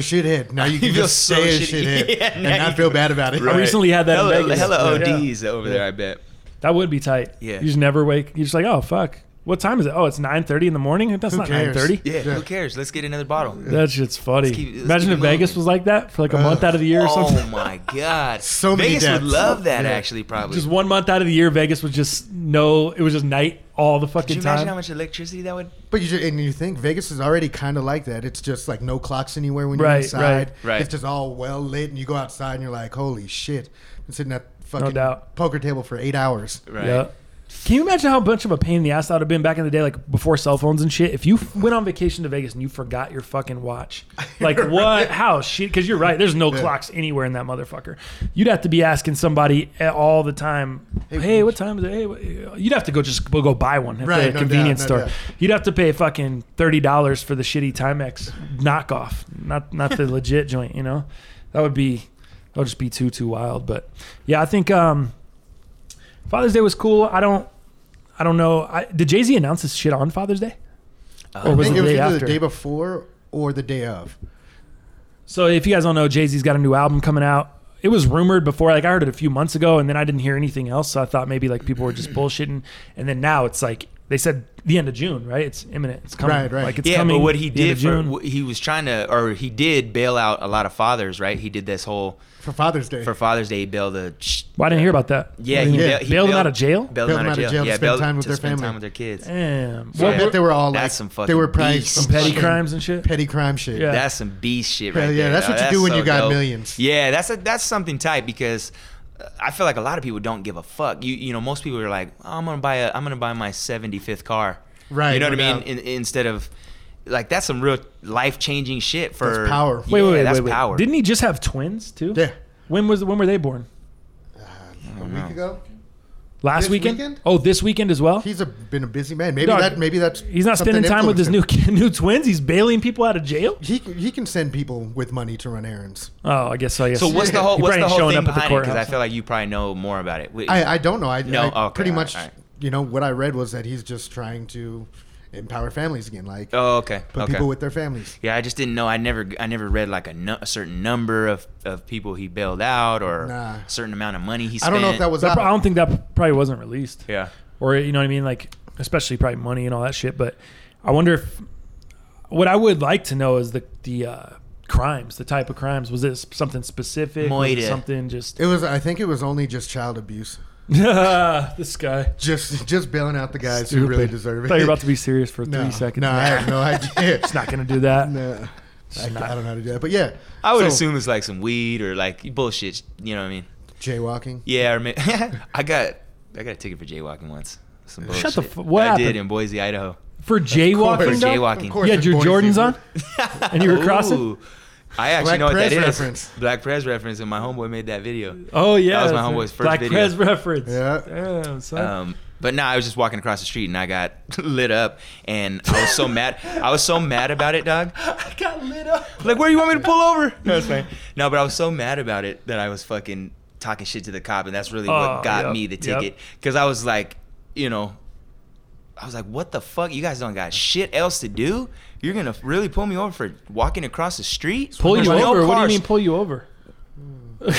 Speaker 2: <laughs>
Speaker 3: shithead. Now you
Speaker 2: You
Speaker 3: can
Speaker 2: feel
Speaker 3: just
Speaker 2: so
Speaker 3: say a
Speaker 2: shitty. <laughs>
Speaker 3: shithead
Speaker 2: Yeah,
Speaker 3: and
Speaker 2: now
Speaker 3: not
Speaker 2: you-
Speaker 3: feel bad about it.
Speaker 1: Right. recently had that in
Speaker 2: Hella,
Speaker 1: Vegas.
Speaker 2: hella
Speaker 1: Yeah.
Speaker 2: ODs over there, I bet.
Speaker 1: That would be tight.
Speaker 2: Yeah.
Speaker 1: You just never wake. You're just like, oh fuck. What time is it? Oh, it's 9:30 in the morning. That's
Speaker 3: Who
Speaker 1: not
Speaker 3: cares?
Speaker 1: 9:30.
Speaker 2: Yeah,
Speaker 3: Yeah.
Speaker 2: who cares? Let's get another bottle.
Speaker 1: That shit's funny.
Speaker 2: keep- let's
Speaker 1: Imagine
Speaker 2: keep
Speaker 1: if
Speaker 2: it
Speaker 1: Vegas
Speaker 2: moving.
Speaker 1: was like that for like a month out of the year or
Speaker 2: Oh
Speaker 1: something. <laughs>
Speaker 2: my god,
Speaker 3: <laughs> So many
Speaker 2: Vegas
Speaker 3: deaths.
Speaker 2: would love that
Speaker 3: Yeah.
Speaker 2: actually, probably.
Speaker 1: Just one month out of the year, Vegas was just no. It was just night all the
Speaker 2: Could
Speaker 1: fucking
Speaker 2: you imagine how
Speaker 1: time.
Speaker 2: much electricity that would?
Speaker 3: But you just, and you think Vegas is already kind of like that. It's just like no clocks anywhere when you're
Speaker 1: Right,
Speaker 3: inside.
Speaker 2: right, right.
Speaker 3: It's just all well lit, and you go outside and you're like, holy shit! I'm sitting at fucking
Speaker 1: doubt.
Speaker 3: poker table for eight hours.
Speaker 2: Right.
Speaker 1: Yeah. Can you imagine how much of a pain in the ass that would have been back in the day, like before cell phones and shit? If you f- went on vacation to Vegas and you forgot your fucking
Speaker 2: <laughs>
Speaker 1: watch, like what? How shit? Because you're right. There's no clocks anywhere in that motherfucker. You'd have to be asking somebody a- all the time. Hey, what time is it? Hey, what-" you'd have to go just go, go buy one at
Speaker 3: Right,
Speaker 1: the
Speaker 3: no
Speaker 1: convenience
Speaker 3: doubt, no
Speaker 1: store.
Speaker 3: doubt.
Speaker 1: You'd have to pay fucking thirty dollars for the shitty Timex knockoff, not not
Speaker 3: <laughs>
Speaker 1: the legit joint. You know, that would be that would just be too too wild. But yeah, I think um, Father's Day was cool. I don't I don't know. I, did Jay Z announce this shit on Father's Day?
Speaker 2: Uh,
Speaker 1: or
Speaker 3: I
Speaker 1: was it the
Speaker 3: think it was
Speaker 1: day
Speaker 3: either
Speaker 1: after?
Speaker 3: the day before or the day of.
Speaker 1: So if you guys don't know, Jay Z's got a new album coming out. It was rumored before, like I heard it a few months ago, and then I didn't hear anything else. So I thought maybe like people were just bullshitting, and then now it's like they said the end of June, right? It's imminent. It's coming.
Speaker 3: Right, right.
Speaker 1: Like it's
Speaker 2: yeah,
Speaker 1: coming.
Speaker 2: but what
Speaker 1: the
Speaker 2: he
Speaker 1: end
Speaker 2: did
Speaker 1: of
Speaker 2: for
Speaker 1: June.
Speaker 2: wh- he was trying to, or he did bail out a lot of fathers, right? He did this whole
Speaker 3: For Father's Day.
Speaker 2: for Father's Day, he bailed a.
Speaker 1: Well, I didn't hear about that.
Speaker 2: Yeah,
Speaker 1: What do
Speaker 2: he,
Speaker 1: you mean?
Speaker 2: bail-
Speaker 1: bailed,
Speaker 2: he
Speaker 1: him out of jail.
Speaker 2: Bailed him out of jail.
Speaker 3: to
Speaker 2: yeah,
Speaker 3: spend
Speaker 2: bailed-
Speaker 3: time with
Speaker 2: to
Speaker 3: their
Speaker 2: spend
Speaker 3: family.
Speaker 2: time with their kids.
Speaker 1: Damn.
Speaker 3: so I
Speaker 2: Yeah.
Speaker 3: bet they were all like
Speaker 2: That's some fucking
Speaker 3: they were probably
Speaker 2: beast.
Speaker 3: some
Speaker 1: Some petty
Speaker 3: fucking
Speaker 1: crimes and shit.
Speaker 3: petty crime shit.
Speaker 1: Yeah.
Speaker 2: That's some beast shit
Speaker 3: Hell
Speaker 2: right
Speaker 3: yeah,
Speaker 2: there.
Speaker 3: that's
Speaker 2: though.
Speaker 3: what you do when you got
Speaker 2: dope.
Speaker 3: millions.
Speaker 2: Yeah, that's a, that's something tight because uh, I feel like a lot of people don't give a fuck. You you know, most people are like, oh, I'm gonna buy a I'm gonna buy my 75th car.
Speaker 3: Right,
Speaker 2: You know
Speaker 3: no
Speaker 2: what I mean?
Speaker 3: doubt.
Speaker 2: In, instead of like that's some real life changing shit for
Speaker 3: That's power.
Speaker 2: Yeah,
Speaker 1: Wait, wait, wait,
Speaker 2: that's
Speaker 1: wait, wait.
Speaker 2: power.
Speaker 1: Didn't he just have twins too?
Speaker 3: Yeah.
Speaker 1: When was when were they born?
Speaker 3: A week ago.
Speaker 1: Last
Speaker 3: This
Speaker 1: weekend?
Speaker 3: weekend?
Speaker 1: Oh, this weekend as well.
Speaker 3: He's a, been a busy man. Maybe
Speaker 1: Dog,
Speaker 3: that. Maybe that's.
Speaker 1: He's not
Speaker 3: something
Speaker 1: spending time with his new
Speaker 3: influenced
Speaker 1: new <laughs> twins. He's bailing people out of jail.
Speaker 3: him. He can- he can send people with money to run errands.
Speaker 1: Oh, I guess so. Yes.
Speaker 2: So what's the whole
Speaker 1: He
Speaker 2: what's
Speaker 1: probably
Speaker 2: the
Speaker 1: ain't
Speaker 2: whole
Speaker 1: showing
Speaker 2: thing
Speaker 1: up at the
Speaker 2: behind it? Because I
Speaker 1: courthouse.
Speaker 2: feel like you probably know more about it. Wait,
Speaker 3: I, I don't know. I,
Speaker 2: No,
Speaker 3: I
Speaker 2: okay,
Speaker 3: pretty
Speaker 2: all right,
Speaker 3: much,
Speaker 2: all right.
Speaker 3: you know, what I read was that he's just trying to empower families again, like
Speaker 2: oh, okay.
Speaker 3: put
Speaker 2: okay.
Speaker 3: people with their families.
Speaker 2: yeah, I just didn't know. I never I never read like a, nu- a certain number of, of people he bailed out or
Speaker 3: Nah.
Speaker 2: a certain amount of money he
Speaker 3: I
Speaker 2: spent.
Speaker 3: don't know if that was
Speaker 1: That
Speaker 3: out.
Speaker 1: pro- I don't think that probably wasn't released.
Speaker 2: Yeah.
Speaker 1: Or you know what I mean? Like especially probably money and all that shit. But I wonder if what I would like to know is the the uh, crimes, the type of crimes. Was it s- something specific? Was it
Speaker 2: Moira.
Speaker 1: something just
Speaker 3: it was. I think it was only just child abuse.
Speaker 1: <laughs> this guy.
Speaker 3: Just just bailing out the guys who
Speaker 1: Stupid.
Speaker 3: really deserve it.
Speaker 1: Thought you were about to
Speaker 3: <laughs>
Speaker 1: be serious for
Speaker 3: no,
Speaker 1: three seconds.
Speaker 3: No, I
Speaker 1: <laughs>
Speaker 3: have no idea.
Speaker 1: it's not gonna do that.
Speaker 3: No, I,
Speaker 1: not.
Speaker 3: I don't know how to do that. But yeah,
Speaker 2: I would
Speaker 3: So,
Speaker 2: assume it's like some weed or like bullshit. You know what I mean?
Speaker 3: jaywalking.
Speaker 2: Yeah. Or may- <laughs> I got I got a ticket for jaywalking once. Some bullshit.
Speaker 1: Shut the f- what
Speaker 2: I did
Speaker 1: happened?
Speaker 2: in Boise, Idaho.
Speaker 1: For
Speaker 3: Of
Speaker 1: jaywalking.
Speaker 3: course,
Speaker 2: For
Speaker 1: though?
Speaker 2: jaywalking.
Speaker 3: of course
Speaker 1: You had
Speaker 3: it's
Speaker 1: your
Speaker 3: Boise.
Speaker 1: Jordans on? And you were crossing?
Speaker 2: <laughs> Ooh. I actually
Speaker 3: Black
Speaker 2: know what that
Speaker 3: Prez
Speaker 2: is.
Speaker 3: reference.
Speaker 2: Black Prez reference, and my homeboy made that video.
Speaker 1: Oh yeah,
Speaker 2: That was my
Speaker 1: that's
Speaker 2: homeboy's
Speaker 1: right.
Speaker 2: first
Speaker 1: Black
Speaker 2: video.
Speaker 1: Prez reference.
Speaker 3: Yeah.
Speaker 1: Damn, son.
Speaker 2: Um, but nah, I was just walking across the street and I got <laughs> lit up, and I was so mad. I was so mad about it, dog.
Speaker 1: I got lit up.
Speaker 2: Like, where do you want me to pull over? No, it's fine. No, but I was so mad about it that I was fucking talking shit to the cop, and that's really
Speaker 1: Oh,
Speaker 2: what got
Speaker 1: yep,
Speaker 2: me the
Speaker 1: yep.
Speaker 2: ticket because I was like, you know, I was like, what the fuck? You guys don't got shit else to do. You're gonna really pull me over for walking across the street?
Speaker 1: Pull
Speaker 2: There's
Speaker 1: you
Speaker 2: no
Speaker 1: over? What do you
Speaker 2: cars.
Speaker 1: mean pull you over?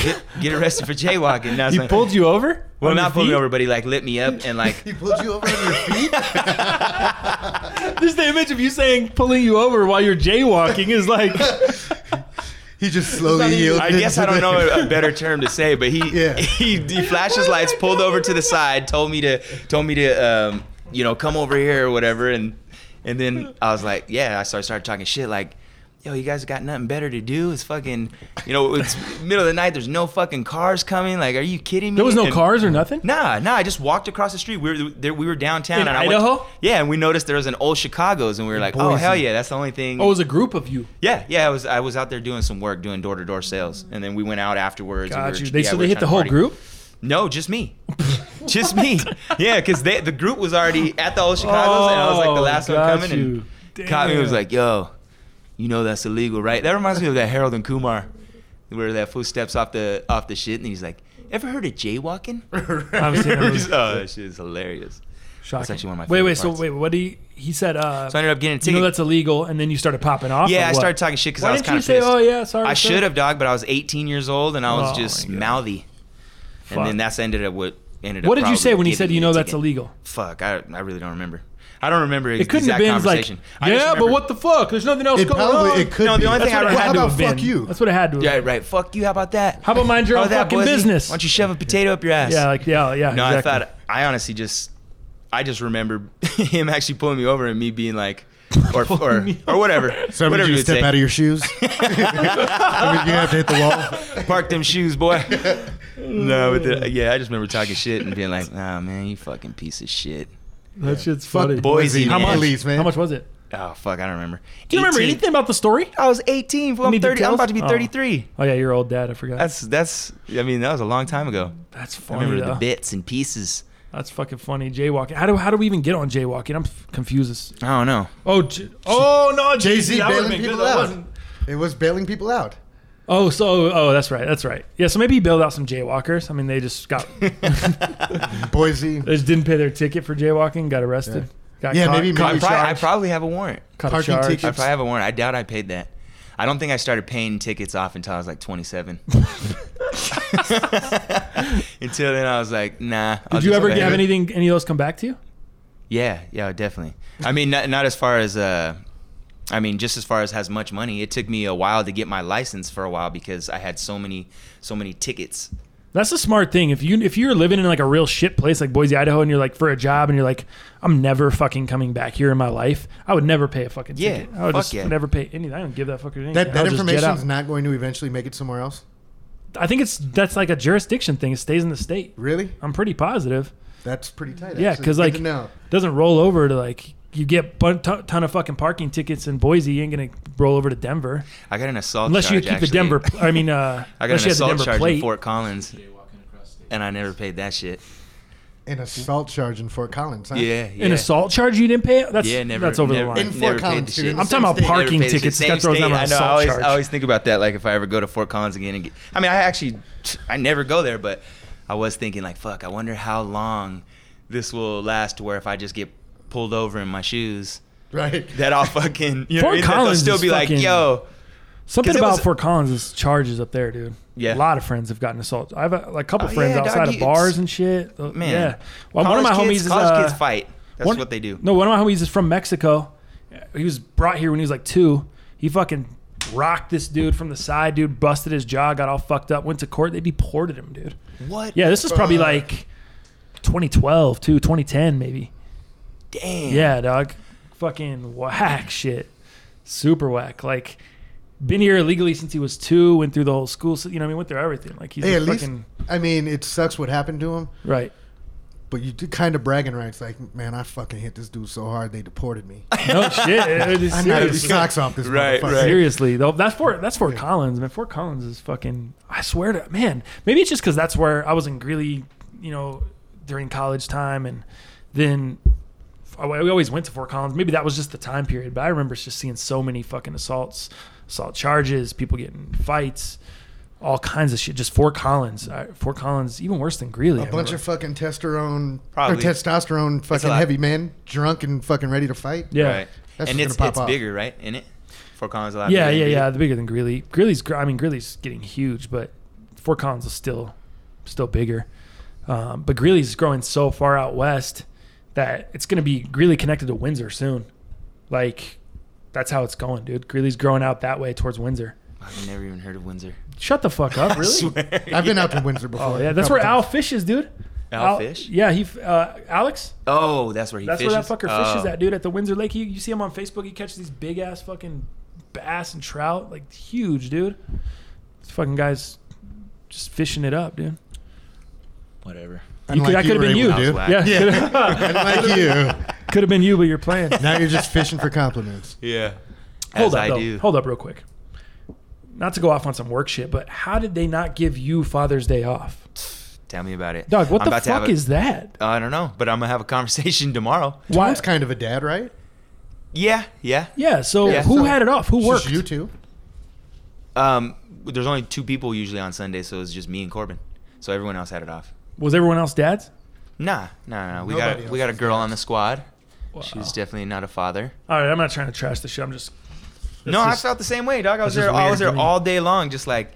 Speaker 2: Get, get arrested for jaywalking. No,
Speaker 1: <laughs>
Speaker 2: it's
Speaker 1: He
Speaker 2: fine.
Speaker 1: pulled <laughs> you over?
Speaker 2: Well,
Speaker 1: On your
Speaker 2: not pulled me
Speaker 1: feet?
Speaker 2: over, but he like lit me up
Speaker 1: <laughs>
Speaker 2: and like.
Speaker 3: He pulled you over on
Speaker 2: <laughs>
Speaker 3: your feet. <laughs>
Speaker 1: Just the image of you saying pulling you over while you're jaywalking is
Speaker 2: <laughs>
Speaker 1: like
Speaker 3: He just slowly
Speaker 1: even-
Speaker 3: yielded.
Speaker 2: I guess I don't
Speaker 3: to the-
Speaker 1: <laughs>
Speaker 2: know a better
Speaker 3: <laughs>
Speaker 2: term to say, but he
Speaker 3: Yeah. Oh
Speaker 2: he, he flashed his lights, pulled over to the side, told me to told me to um, you know come over here or whatever, and and then I was like, yeah, I started started talking shit like. Yo, you guys got nothing better to do? It's fucking, you know, it's middle of the night. There's no fucking cars coming. Like, are you kidding me?
Speaker 1: there was no
Speaker 2: And-
Speaker 1: cars or nothing.
Speaker 2: Nah, nah. I just walked across the street. We were there, we were downtown
Speaker 1: In
Speaker 2: and I went-
Speaker 1: Idaho?
Speaker 2: yeah, and we noticed there was an old Chicago's, and we were like, oh
Speaker 3: Boise.
Speaker 2: hell yeah, that's the only thing.
Speaker 1: Oh, it was a group of you.
Speaker 2: Yeah, yeah, I was I was out there doing some work, doing door to door sales, and then we went out afterwards. and we
Speaker 1: Got
Speaker 2: were-
Speaker 1: you. They
Speaker 2: yeah,
Speaker 1: so
Speaker 2: we were
Speaker 1: they hit
Speaker 2: trying
Speaker 1: the
Speaker 2: to
Speaker 1: whole
Speaker 2: party.
Speaker 1: group.
Speaker 2: No, just me, <laughs>
Speaker 1: <laughs>
Speaker 2: just me. Yeah, because the group was already at the old Chicago's, and I was like the
Speaker 1: Oh,
Speaker 2: last one
Speaker 1: got
Speaker 2: coming,
Speaker 1: you.
Speaker 2: and caught me and was
Speaker 1: Damn.
Speaker 2: like, "Yo, you know that's illegal, right?" That reminds me of that Harold and Kumar, where that fool steps off the off the shit, and he's like, "Ever heard of jaywalking?"
Speaker 1: I've seen that movie.
Speaker 2: <laughs> oh, that shit is hilarious.
Speaker 1: Shocking.
Speaker 2: actually one of my
Speaker 1: Wait, wait.
Speaker 2: favorite
Speaker 1: So
Speaker 2: parts.
Speaker 1: wait, what do you, he said? Uh,
Speaker 2: So I ended up getting a
Speaker 1: you know
Speaker 2: ticket.
Speaker 1: that's illegal, and then you started popping off. or
Speaker 2: Yeah, I
Speaker 1: what?
Speaker 2: started talking shit because
Speaker 1: Why
Speaker 2: I was
Speaker 1: didn't
Speaker 2: kind
Speaker 1: you
Speaker 2: of
Speaker 1: say,
Speaker 2: pissed.
Speaker 1: "Oh, yeah, sorry,
Speaker 2: I
Speaker 1: sir"?
Speaker 2: should have, dog, but I was 18 years old and I was
Speaker 1: Oh,
Speaker 2: just
Speaker 1: my God.
Speaker 2: mouthy,
Speaker 1: Fuck.
Speaker 2: and then that's ended up what ended up.
Speaker 1: What did you say
Speaker 2: probably
Speaker 1: when he
Speaker 2: giving
Speaker 1: said,
Speaker 2: me
Speaker 1: "You
Speaker 2: the
Speaker 1: know that's
Speaker 2: ticket.
Speaker 1: illegal"?
Speaker 2: Fuck, I, I really don't remember. I don't remember.
Speaker 1: It couldn't have been like,
Speaker 2: conversation. I just
Speaker 1: "Yeah, but
Speaker 2: remember-
Speaker 1: what the fuck? There's nothing else
Speaker 3: It
Speaker 1: going on."
Speaker 3: probably it could
Speaker 2: No,
Speaker 3: be.
Speaker 2: the only
Speaker 1: That's
Speaker 2: thing
Speaker 1: what
Speaker 2: I
Speaker 1: it had
Speaker 3: How
Speaker 1: to
Speaker 3: about
Speaker 1: have been. Oh,
Speaker 3: fuck you? <laughs>
Speaker 1: That's what it had to.
Speaker 2: Yeah,
Speaker 1: Have.
Speaker 2: right. Fuck you. How about that?
Speaker 1: How about mind your
Speaker 2: How
Speaker 1: own
Speaker 2: about that,
Speaker 1: fucking
Speaker 2: Boise?
Speaker 1: business?
Speaker 2: Why don't you shove a potato up your ass?
Speaker 1: Yeah, like yeah, yeah.
Speaker 2: No,
Speaker 1: exactly.
Speaker 2: I thought I honestly just I just remember <laughs> him actually pulling me over and me being like,
Speaker 1: <laughs>
Speaker 2: or or,
Speaker 1: me
Speaker 2: or whatever.
Speaker 3: So
Speaker 2: whatever you
Speaker 3: did you
Speaker 2: would
Speaker 3: step
Speaker 2: say.
Speaker 3: out of
Speaker 2: <laughs>
Speaker 3: your shoes? I mean, you have to hit the wall.
Speaker 2: Park them shoes,
Speaker 3: <laughs>
Speaker 2: boy. <laughs> no, but the, yeah, I just remember talking shit and being like, "Nah, man, you fucking piece of shit."
Speaker 1: that shit's
Speaker 3: Fuck
Speaker 1: funny.
Speaker 2: Boise,
Speaker 1: How
Speaker 2: man.
Speaker 1: much?
Speaker 3: Police, man.
Speaker 1: How much was it?
Speaker 2: Oh fuck, I don't remember.
Speaker 1: Do you remember
Speaker 2: 18.
Speaker 1: anything about the story?
Speaker 2: I was 18. Well,
Speaker 1: Any
Speaker 2: I'm 30. I'm
Speaker 1: details?
Speaker 2: about to be
Speaker 1: Oh.
Speaker 2: 33.
Speaker 1: Oh yeah, your old dad. I forgot.
Speaker 2: That's that's. I mean, that was a long time ago.
Speaker 1: That's
Speaker 2: I
Speaker 1: funny.
Speaker 2: remember the
Speaker 1: though.
Speaker 2: bits and pieces.
Speaker 1: That's fucking funny. Jaywalking. How do how do we even get on jaywalking? I'm f- confused. As,
Speaker 2: I don't <laughs> know.
Speaker 1: oh, j- oh no, Jay
Speaker 3: Jay-Z bailing people out. It was bailing people out.
Speaker 1: Oh, so oh, that's right, that's right. Yeah, so maybe he bailed out some jaywalkers. I mean, they just <laughs> got they
Speaker 3: Boise.
Speaker 1: just didn't pay their ticket for jaywalking, got arrested, got
Speaker 3: Yeah,
Speaker 1: caught,
Speaker 3: maybe-
Speaker 1: caught,
Speaker 2: I probably, I
Speaker 3: charged?
Speaker 2: probably have a warrant.
Speaker 1: caught a
Speaker 3: parking
Speaker 1: charge.
Speaker 2: I
Speaker 3: ticket.
Speaker 2: probably have a warrant. I doubt I paid that. I don't think I started paying tickets off until I was like 27. <laughs> until then, I was like, nah. I'll
Speaker 1: Did you
Speaker 2: just
Speaker 1: ever
Speaker 2: pay
Speaker 1: have
Speaker 2: it.
Speaker 1: anything? Any of those come back to you?
Speaker 2: Yeah, yeah, definitely. I mean, not, not as far as, uh, I mean, just as far as has much money. It took me a while to get my license for a while because I had so many, so many tickets.
Speaker 1: That's a smart thing. If you if you're living in like a real shit place like Boise, Idaho, and you're like for a job, and you're like, I'm never fucking coming back here in my life. I would never pay a fucking
Speaker 2: Yeah,
Speaker 1: ticket. I would
Speaker 2: fuck
Speaker 1: just
Speaker 2: yeah.
Speaker 1: never pay anything. I don't give that fucker anything.
Speaker 3: That,
Speaker 1: I'll
Speaker 3: that
Speaker 1: just jet out.
Speaker 3: information's not going to eventually make it somewhere else.
Speaker 1: I think it's that's like a jurisdiction thing. It stays in the state.
Speaker 3: Really?
Speaker 1: I'm pretty positive.
Speaker 3: That's pretty tight.
Speaker 1: Yeah,
Speaker 3: actually.
Speaker 1: because
Speaker 3: Good
Speaker 1: like
Speaker 3: to know.
Speaker 1: doesn't roll over to like you get a ton of fucking parking tickets in Boise. You ain't gonna roll over to Denver
Speaker 2: I got an assault
Speaker 1: unless you
Speaker 2: charge,
Speaker 1: keep
Speaker 2: actually.
Speaker 1: the Denver. I mean, uh,
Speaker 2: <laughs> I
Speaker 1: unless you have
Speaker 2: got an
Speaker 1: the
Speaker 2: assault
Speaker 1: Denver
Speaker 2: charge in
Speaker 1: plate.
Speaker 2: Fort Collins, and I never paid that shit.
Speaker 3: an assault charge in Fort Collins. Huh?
Speaker 2: Yeah, yeah.
Speaker 1: An assault charge you didn't pay? That's
Speaker 2: Yeah, never.
Speaker 1: that's over
Speaker 2: never,
Speaker 1: the line.
Speaker 3: In
Speaker 2: never
Speaker 3: Fort
Speaker 2: paid the
Speaker 3: Collins,
Speaker 2: shit.
Speaker 3: dude.
Speaker 1: I'm talking about
Speaker 2: Never
Speaker 1: parking
Speaker 2: paid the shit.
Speaker 1: tickets. This
Speaker 2: Same
Speaker 1: guy throws
Speaker 2: state.
Speaker 1: down on
Speaker 2: I know. I
Speaker 1: assault
Speaker 2: always,
Speaker 1: charge.
Speaker 2: I always think about that. Like if I ever go to Fort Collins again, and get, I mean, I actually, I never go there, but I was thinking like, fuck. I wonder how long this will last. To where if I just get pulled over in my shoes,
Speaker 3: Right.
Speaker 2: that
Speaker 1: <laughs>
Speaker 2: I'll fucking you know,
Speaker 1: Fort
Speaker 2: what I mean? That they'll
Speaker 1: Collins
Speaker 2: still
Speaker 1: is
Speaker 2: be like,
Speaker 1: fucking-
Speaker 2: yo,
Speaker 1: Something
Speaker 2: 'Cause it
Speaker 1: about
Speaker 2: was-
Speaker 1: Fort Collins is charges up there, dude.
Speaker 2: Yeah.
Speaker 1: a lot of friends have gotten assault. I have a, like, a couple
Speaker 2: Oh,
Speaker 1: friends
Speaker 2: yeah, dog,
Speaker 1: outside
Speaker 2: you-
Speaker 1: of bars
Speaker 2: it's-
Speaker 1: and shit. Uh,
Speaker 2: man.
Speaker 1: yeah. Well, one of
Speaker 2: college
Speaker 1: my homies
Speaker 2: kids,
Speaker 1: is
Speaker 2: college
Speaker 1: uh,
Speaker 2: kids fight. That's
Speaker 1: one-
Speaker 2: what they do.
Speaker 1: No, one of my homies is from Mexico. He was brought here when he was like two. He fucking rocked this dude from the side, dude. Busted his jaw, got all fucked up. Went to court. They deported him, dude.
Speaker 2: What?
Speaker 1: Yeah, this is probably
Speaker 3: Fuck.
Speaker 1: like 2012, too, 2010 maybe.
Speaker 2: Damn.
Speaker 1: Yeah, dog. Fucking whack shit. Super whack. Like, been here illegally since he was two. Went through the whole school. sy- You know, what I mean, went through everything. Like he's
Speaker 3: Hey,
Speaker 1: a
Speaker 3: at least
Speaker 1: fucking
Speaker 3: I mean, it sucks what happened to him,
Speaker 1: right.
Speaker 3: but you do kind of bragging rights. Like, man, I fucking hit this dude so hard they deported
Speaker 2: <laughs>
Speaker 3: me.
Speaker 1: No shit. It is
Speaker 3: I knocked his
Speaker 1: serious.
Speaker 3: socks off this
Speaker 2: Right,
Speaker 3: motherfucker.
Speaker 2: right.
Speaker 1: Seriously though, that's Fort that's Fort Collins, man. Fort Collins is fucking. I swear to man, maybe it's just because that's where I was in Greeley, you know, during college time, and then I- we always went to Fort Collins. Maybe that was just the time period, but I remember just seeing so many fucking assaults, assault charges, people getting fights, all kinds of shit. Just Fort Collins, I, Fort Collins, even worse than Greeley.
Speaker 3: A
Speaker 1: I
Speaker 3: bunch
Speaker 1: remember.
Speaker 3: of fucking testosterone or
Speaker 2: Probably.
Speaker 3: testosterone fucking
Speaker 2: lot.
Speaker 3: heavy men, drunk and fucking ready to fight.
Speaker 1: yeah.
Speaker 2: Right.
Speaker 3: That's
Speaker 2: and
Speaker 3: just
Speaker 2: it's
Speaker 3: gonna pop
Speaker 2: it's
Speaker 3: off.
Speaker 2: bigger, right? In it. Fort Collins a lot.
Speaker 1: Yeah, yeah,
Speaker 2: bigger than
Speaker 1: yeah.
Speaker 2: Greeley.
Speaker 1: The bigger than Greeley. Greeley's, gr- I mean, Greeley's getting huge, but Fort Collins is still, still bigger. Um, but Greeley's growing so far out west that it's going to be Greeley connected to Windsor soon. Like, that's how it's going, dude. Greeley's growing out that way towards Windsor.
Speaker 2: I've never even heard of Windsor.
Speaker 1: Shut the fuck up,
Speaker 2: <laughs> I
Speaker 1: really?
Speaker 2: swear.
Speaker 3: <laughs> I've been out to Windsor before.
Speaker 1: oh yeah, that's
Speaker 3: a couple
Speaker 1: where Al
Speaker 3: times.
Speaker 1: Fish is, dude.
Speaker 2: Al Fish?
Speaker 1: Yeah, he. f- Uh, Alex.
Speaker 2: Oh, that's where he
Speaker 1: That's
Speaker 2: fishes.
Speaker 1: where that fucker
Speaker 2: oh.
Speaker 1: fishes that dude at the Windsor Lake. He, you see him on Facebook. He catches these big ass fucking bass and trout, like huge, dude. This fucking guy's just fishing it up, dude.
Speaker 2: Whatever.
Speaker 1: You could,
Speaker 3: Unlike
Speaker 1: I could have
Speaker 3: were
Speaker 1: been you.
Speaker 3: able to
Speaker 2: dude.
Speaker 3: do.
Speaker 1: Yeah, <laughs>
Speaker 3: <laughs> Unlike you.
Speaker 1: could have been you, but you're playing.
Speaker 3: Now you're just fishing for compliments.
Speaker 2: Yeah.
Speaker 1: Hold
Speaker 2: As
Speaker 1: up,
Speaker 2: I
Speaker 1: though.
Speaker 2: do.
Speaker 1: Hold up, real quick. Not to go off on some work shit, but how did they not give you Father's Day off,
Speaker 2: Tell me about it.
Speaker 1: Doug? What
Speaker 2: I'm
Speaker 1: the
Speaker 2: about to have
Speaker 1: fuck
Speaker 2: a- Oh.
Speaker 1: is that?
Speaker 2: I don't know, but I'm gonna have a <laughs> conversation tomorrow.
Speaker 1: Why?
Speaker 3: Tom's kind of a dad, right?
Speaker 2: Yeah, yeah.
Speaker 1: yeah. So
Speaker 2: Yeah,
Speaker 1: Oh, who
Speaker 3: so-
Speaker 1: had it off? Who
Speaker 3: It's
Speaker 1: worked?
Speaker 3: just you two.
Speaker 2: Um, there's only two people usually on Sunday, so it's just me and Corbin. So everyone else had it off.
Speaker 1: Was everyone else dads?
Speaker 2: Nah, nah, nah. We
Speaker 3: Nobody
Speaker 2: got we
Speaker 3: else
Speaker 2: got a
Speaker 3: is
Speaker 2: girl on the squad.
Speaker 1: Wow.
Speaker 2: She's definitely not a father.
Speaker 1: All right, I'm not trying to trash the shit. I'm just
Speaker 2: no,
Speaker 1: just-
Speaker 2: I felt the same way, dog. I was
Speaker 1: that's
Speaker 2: there.
Speaker 1: just
Speaker 2: I was
Speaker 1: weird
Speaker 2: there
Speaker 1: to me.
Speaker 2: all day long, just like,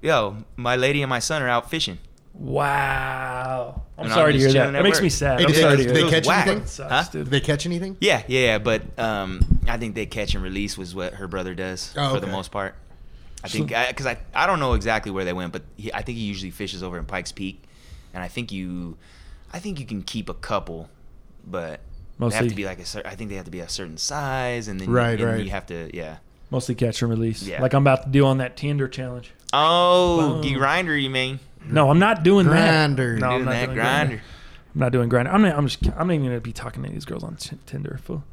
Speaker 2: yo, my lady and my son are out fishing.
Speaker 1: wow. I'm
Speaker 2: And I'm
Speaker 1: sorry to
Speaker 2: just
Speaker 1: hear that.
Speaker 2: chilling
Speaker 1: It
Speaker 2: at
Speaker 1: makes me
Speaker 2: work.
Speaker 1: sad.
Speaker 3: Hey,
Speaker 1: I'm
Speaker 3: did
Speaker 1: sorry
Speaker 3: they-
Speaker 1: to hear
Speaker 3: did
Speaker 1: that.
Speaker 3: they
Speaker 2: It was
Speaker 3: catch
Speaker 2: whack.
Speaker 3: anything?
Speaker 1: Sucks,
Speaker 2: Huh?
Speaker 1: dude.
Speaker 3: Did they catch anything?
Speaker 2: Yeah, yeah, yeah. But um, I think they catch and release was what her brother does
Speaker 3: Oh,
Speaker 2: for the
Speaker 3: okay.
Speaker 2: most part. I think because I, I don't know exactly where they went, but he, I think he usually fishes over in Pikes Peak, and I think you, I think you can keep a couple, but they
Speaker 1: Mostly-
Speaker 2: have to be like a cer- I think they have to be a certain size, and then
Speaker 3: Right,
Speaker 2: you, and
Speaker 3: right.
Speaker 2: you have to yeah.
Speaker 1: Mostly catch and release.
Speaker 2: Yeah.
Speaker 1: Like I'm about to do on that Tinder challenge.
Speaker 2: Oh,
Speaker 1: Boom.
Speaker 2: grinder, you mean?
Speaker 1: No, I'm not doing
Speaker 3: Grinder.
Speaker 1: that. No,
Speaker 2: Doing
Speaker 1: I'm not
Speaker 2: that
Speaker 1: doing
Speaker 2: grinder.
Speaker 1: grinder. I'm not doing grinder. I'm not, I'm just I'm not even gonna be talking to these girls on t- Tinder. Fool.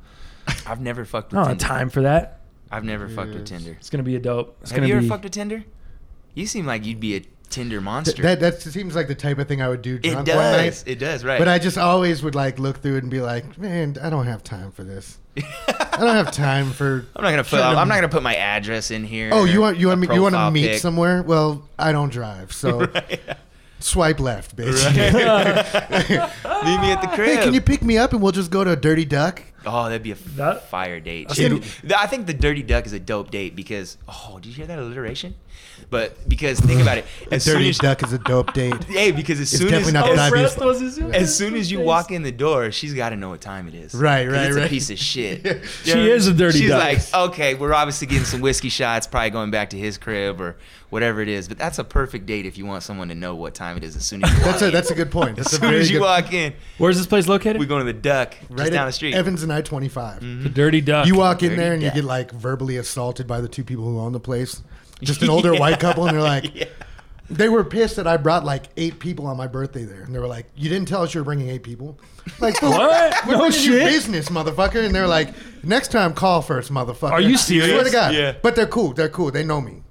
Speaker 2: I've never fucked
Speaker 1: I
Speaker 2: with
Speaker 3: Oh,
Speaker 1: don't have
Speaker 2: Tinder.
Speaker 1: time for that.
Speaker 2: I've never fucked with
Speaker 3: Yes.
Speaker 2: Tinder.
Speaker 1: It's gonna be a dope. It's
Speaker 2: Have
Speaker 1: gonna
Speaker 2: you ever
Speaker 1: be,
Speaker 2: fucked with Tinder? You seem like you'd be a Tinder monster.
Speaker 3: Th- that that seems like the type of thing I would do drunk
Speaker 2: it
Speaker 3: one
Speaker 2: does.
Speaker 3: night.
Speaker 2: It does. Right.
Speaker 3: But
Speaker 2: <laughs>
Speaker 3: I just always would like look through it and be like, man, I don't have time for this. I don't have time for.
Speaker 2: I'm not gonna put.
Speaker 3: Trying to-
Speaker 2: I'm not gonna put my address in here.
Speaker 3: Oh, you want you want
Speaker 2: a
Speaker 3: me, you want to
Speaker 2: profile
Speaker 3: meet
Speaker 2: pic. <laughs>
Speaker 3: somewhere? Well, I don't drive, so <laughs>
Speaker 2: Right.
Speaker 3: swipe left, bitch.
Speaker 2: <laughs> Meet me at the crib.
Speaker 3: hey, can you pick me up and we'll just go to a Dirty Duck?
Speaker 2: oh, that'd be a f-
Speaker 1: That-
Speaker 2: fire date.
Speaker 1: That's
Speaker 2: Dude,
Speaker 1: gonna-
Speaker 2: th- I think the Dirty Duck is a dope date because. Oh, did you hear that alliteration? But because think about
Speaker 3: <laughs>
Speaker 2: it.
Speaker 3: A
Speaker 2: As soon
Speaker 3: Dirty
Speaker 2: as,
Speaker 3: Duck is a dope date.
Speaker 2: Hey, because <laughs> as Oh, soon as
Speaker 3: definitely
Speaker 1: Oh,
Speaker 3: not
Speaker 2: as,
Speaker 3: that obvious.
Speaker 1: Rest was his-
Speaker 2: as soon as you walk in the door, she's got to know what time it is.
Speaker 3: Right,
Speaker 2: 'Cause
Speaker 3: right,
Speaker 2: It's a
Speaker 3: right.
Speaker 2: piece of
Speaker 3: <laughs>
Speaker 2: shit.
Speaker 3: Yeah.
Speaker 2: You
Speaker 1: She
Speaker 2: know what I
Speaker 1: is
Speaker 2: mean?
Speaker 1: a dirty
Speaker 2: She's
Speaker 1: duck.
Speaker 2: like, okay, we're obviously getting some whiskey shots, probably going back to his crib or whatever it is. But that's a perfect date if you want someone to know what time it is as soon as you walk
Speaker 3: That's a
Speaker 2: in.
Speaker 3: that's a good point.
Speaker 2: As
Speaker 3: That's a
Speaker 2: soon
Speaker 3: very
Speaker 2: as you
Speaker 3: good.
Speaker 2: walk in,
Speaker 1: Where's this place located?
Speaker 2: we go to the duck just
Speaker 3: right
Speaker 2: down
Speaker 3: at
Speaker 2: the street. Mm-hmm.
Speaker 3: Evans and I twenty five.
Speaker 1: the Dirty Duck.
Speaker 3: You walk in
Speaker 2: Dirty
Speaker 3: there and you
Speaker 2: Duck.
Speaker 3: get like verbally assaulted by the two people who own the place.
Speaker 2: <laughs>
Speaker 3: Just an older white couple, and they're like,
Speaker 2: Yeah.
Speaker 3: they were pissed that I brought like eight people on my birthday there, and they were like, "You didn't tell us you were bringing eight people." Like,
Speaker 1: <laughs> What?
Speaker 3: We're
Speaker 1: No
Speaker 3: no
Speaker 1: shit.
Speaker 3: business, motherfucker. And they're like, "Next time, call first, motherfucker."
Speaker 1: Are you
Speaker 3: Swear to
Speaker 1: serious?
Speaker 3: God.
Speaker 2: Yeah.
Speaker 3: But they're cool. They're cool. They know me.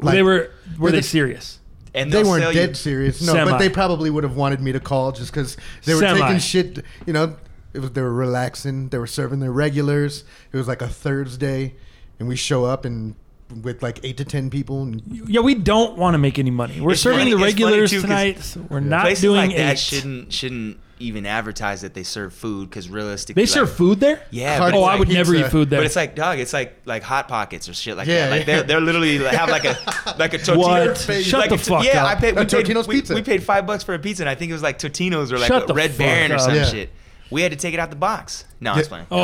Speaker 1: they
Speaker 3: like-
Speaker 1: were were
Speaker 3: Were
Speaker 1: they
Speaker 3: they-
Speaker 1: serious?
Speaker 2: And
Speaker 3: they
Speaker 2: they'll
Speaker 3: weren't
Speaker 2: sell
Speaker 3: dead
Speaker 2: you-
Speaker 3: serious, no.
Speaker 1: Semi.
Speaker 3: But they probably would have wanted me to call just because they were
Speaker 1: Semi.
Speaker 3: taking shit. You know, it was they were relaxing. They were serving their regulars. It was like a Thursday, and we show up and with like eight to ten people. And
Speaker 1: Yeah, we don't want to make any money. We're
Speaker 2: It's
Speaker 1: serving
Speaker 2: funny-
Speaker 1: the
Speaker 2: it's funny,
Speaker 1: regulars
Speaker 2: too, 'cause
Speaker 1: tonight. We're not
Speaker 2: Places
Speaker 1: doing
Speaker 2: like
Speaker 1: it.
Speaker 2: that shouldn't shouldn't even advertise that they serve food because realistically,
Speaker 1: They
Speaker 2: like-
Speaker 1: serve food there?
Speaker 2: Yeah,
Speaker 3: Hard
Speaker 2: but
Speaker 1: Oh,
Speaker 2: it's
Speaker 1: I
Speaker 2: like-
Speaker 1: would never
Speaker 3: pizza.
Speaker 1: eat food there.
Speaker 2: But it's like dog. It's like like hot pockets or shit like
Speaker 3: Yeah,
Speaker 2: that. Like
Speaker 3: yeah.
Speaker 2: they're they're literally like, have
Speaker 3: <laughs>
Speaker 2: like a like a tortilla.
Speaker 1: What?
Speaker 3: face.
Speaker 1: Shut
Speaker 2: like
Speaker 1: the
Speaker 2: a t-
Speaker 1: fuck
Speaker 2: yeah,
Speaker 1: up.
Speaker 2: I paid. We
Speaker 3: A
Speaker 2: paid,
Speaker 3: Totino's
Speaker 2: we,
Speaker 3: pizza.
Speaker 2: we paid five bucks for a pizza, and I think it was like Totino's or like
Speaker 1: Shut
Speaker 2: a
Speaker 1: the
Speaker 2: Red
Speaker 1: fuck
Speaker 2: Baron or
Speaker 1: up.
Speaker 2: some
Speaker 3: Yeah.
Speaker 2: shit. We had to take it out the box. <laughs> No, it's
Speaker 3: Yeah.
Speaker 2: fine.
Speaker 1: Oh.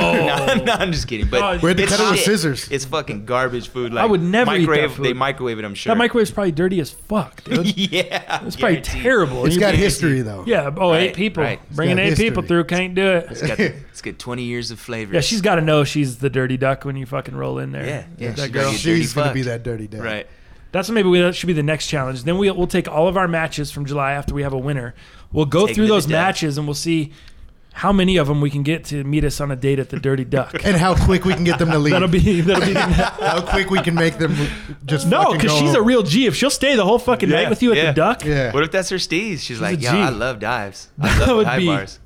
Speaker 2: no, no, I'm just kidding.
Speaker 1: Oh,
Speaker 2: But
Speaker 1: We had
Speaker 3: to
Speaker 2: it's
Speaker 3: cut it with
Speaker 2: shit.
Speaker 3: scissors.
Speaker 2: It's fucking garbage food. Like
Speaker 1: I would never eat that
Speaker 2: microwave. They
Speaker 1: food.
Speaker 2: microwave it. I'm sure.
Speaker 1: that microwave's probably dirty as fuck, dude.
Speaker 2: <laughs>
Speaker 3: <laughs>
Speaker 2: yeah,
Speaker 1: It's probably
Speaker 2: guaranteed.
Speaker 1: terrible.
Speaker 3: it's
Speaker 1: You-
Speaker 3: got history though.
Speaker 1: Yeah, oh, eight
Speaker 2: Right,
Speaker 1: people.
Speaker 2: right.
Speaker 1: Bringing
Speaker 3: got
Speaker 1: eight
Speaker 3: history.
Speaker 1: people through can't do it.
Speaker 2: It's
Speaker 3: <laughs>
Speaker 2: got, it's got 20 years of
Speaker 1: <laughs>
Speaker 2: flavor.
Speaker 1: Yeah, she's got to know she's the dirty duck when you fucking roll in there.
Speaker 2: Yeah, yeah,
Speaker 1: That
Speaker 2: she's
Speaker 1: girl.
Speaker 2: gotta get
Speaker 3: she's
Speaker 2: dirty
Speaker 3: gonna be
Speaker 2: fuck.
Speaker 3: that dirty dad.
Speaker 2: right.
Speaker 1: That's what maybe we, that should be the next challenge. Then we'll, we'll take all of our matches from July after we have a winner. We'll go
Speaker 2: Take
Speaker 1: through
Speaker 2: it to
Speaker 1: those
Speaker 2: the death.
Speaker 1: matches and we'll see how many of them we can get to meet us on a date at the Dirty Duck.
Speaker 3: <laughs> And how quick we can
Speaker 1: <laughs>
Speaker 3: get them to leave.
Speaker 1: that'll be that'll be the,
Speaker 3: <laughs> how quick we can make them just
Speaker 1: no,
Speaker 3: fucking
Speaker 1: because
Speaker 3: go
Speaker 1: she's a
Speaker 3: home.
Speaker 1: real G. If she'll stay the whole fucking
Speaker 2: Yeah,
Speaker 1: night with you at
Speaker 2: yeah.
Speaker 1: the Duck,
Speaker 3: yeah.
Speaker 2: What if that's her steez? She's, like,
Speaker 1: a
Speaker 2: yo,
Speaker 1: G.
Speaker 2: I
Speaker 1: <laughs>
Speaker 2: love dives. I love
Speaker 1: would
Speaker 2: dive
Speaker 1: be-
Speaker 2: bars.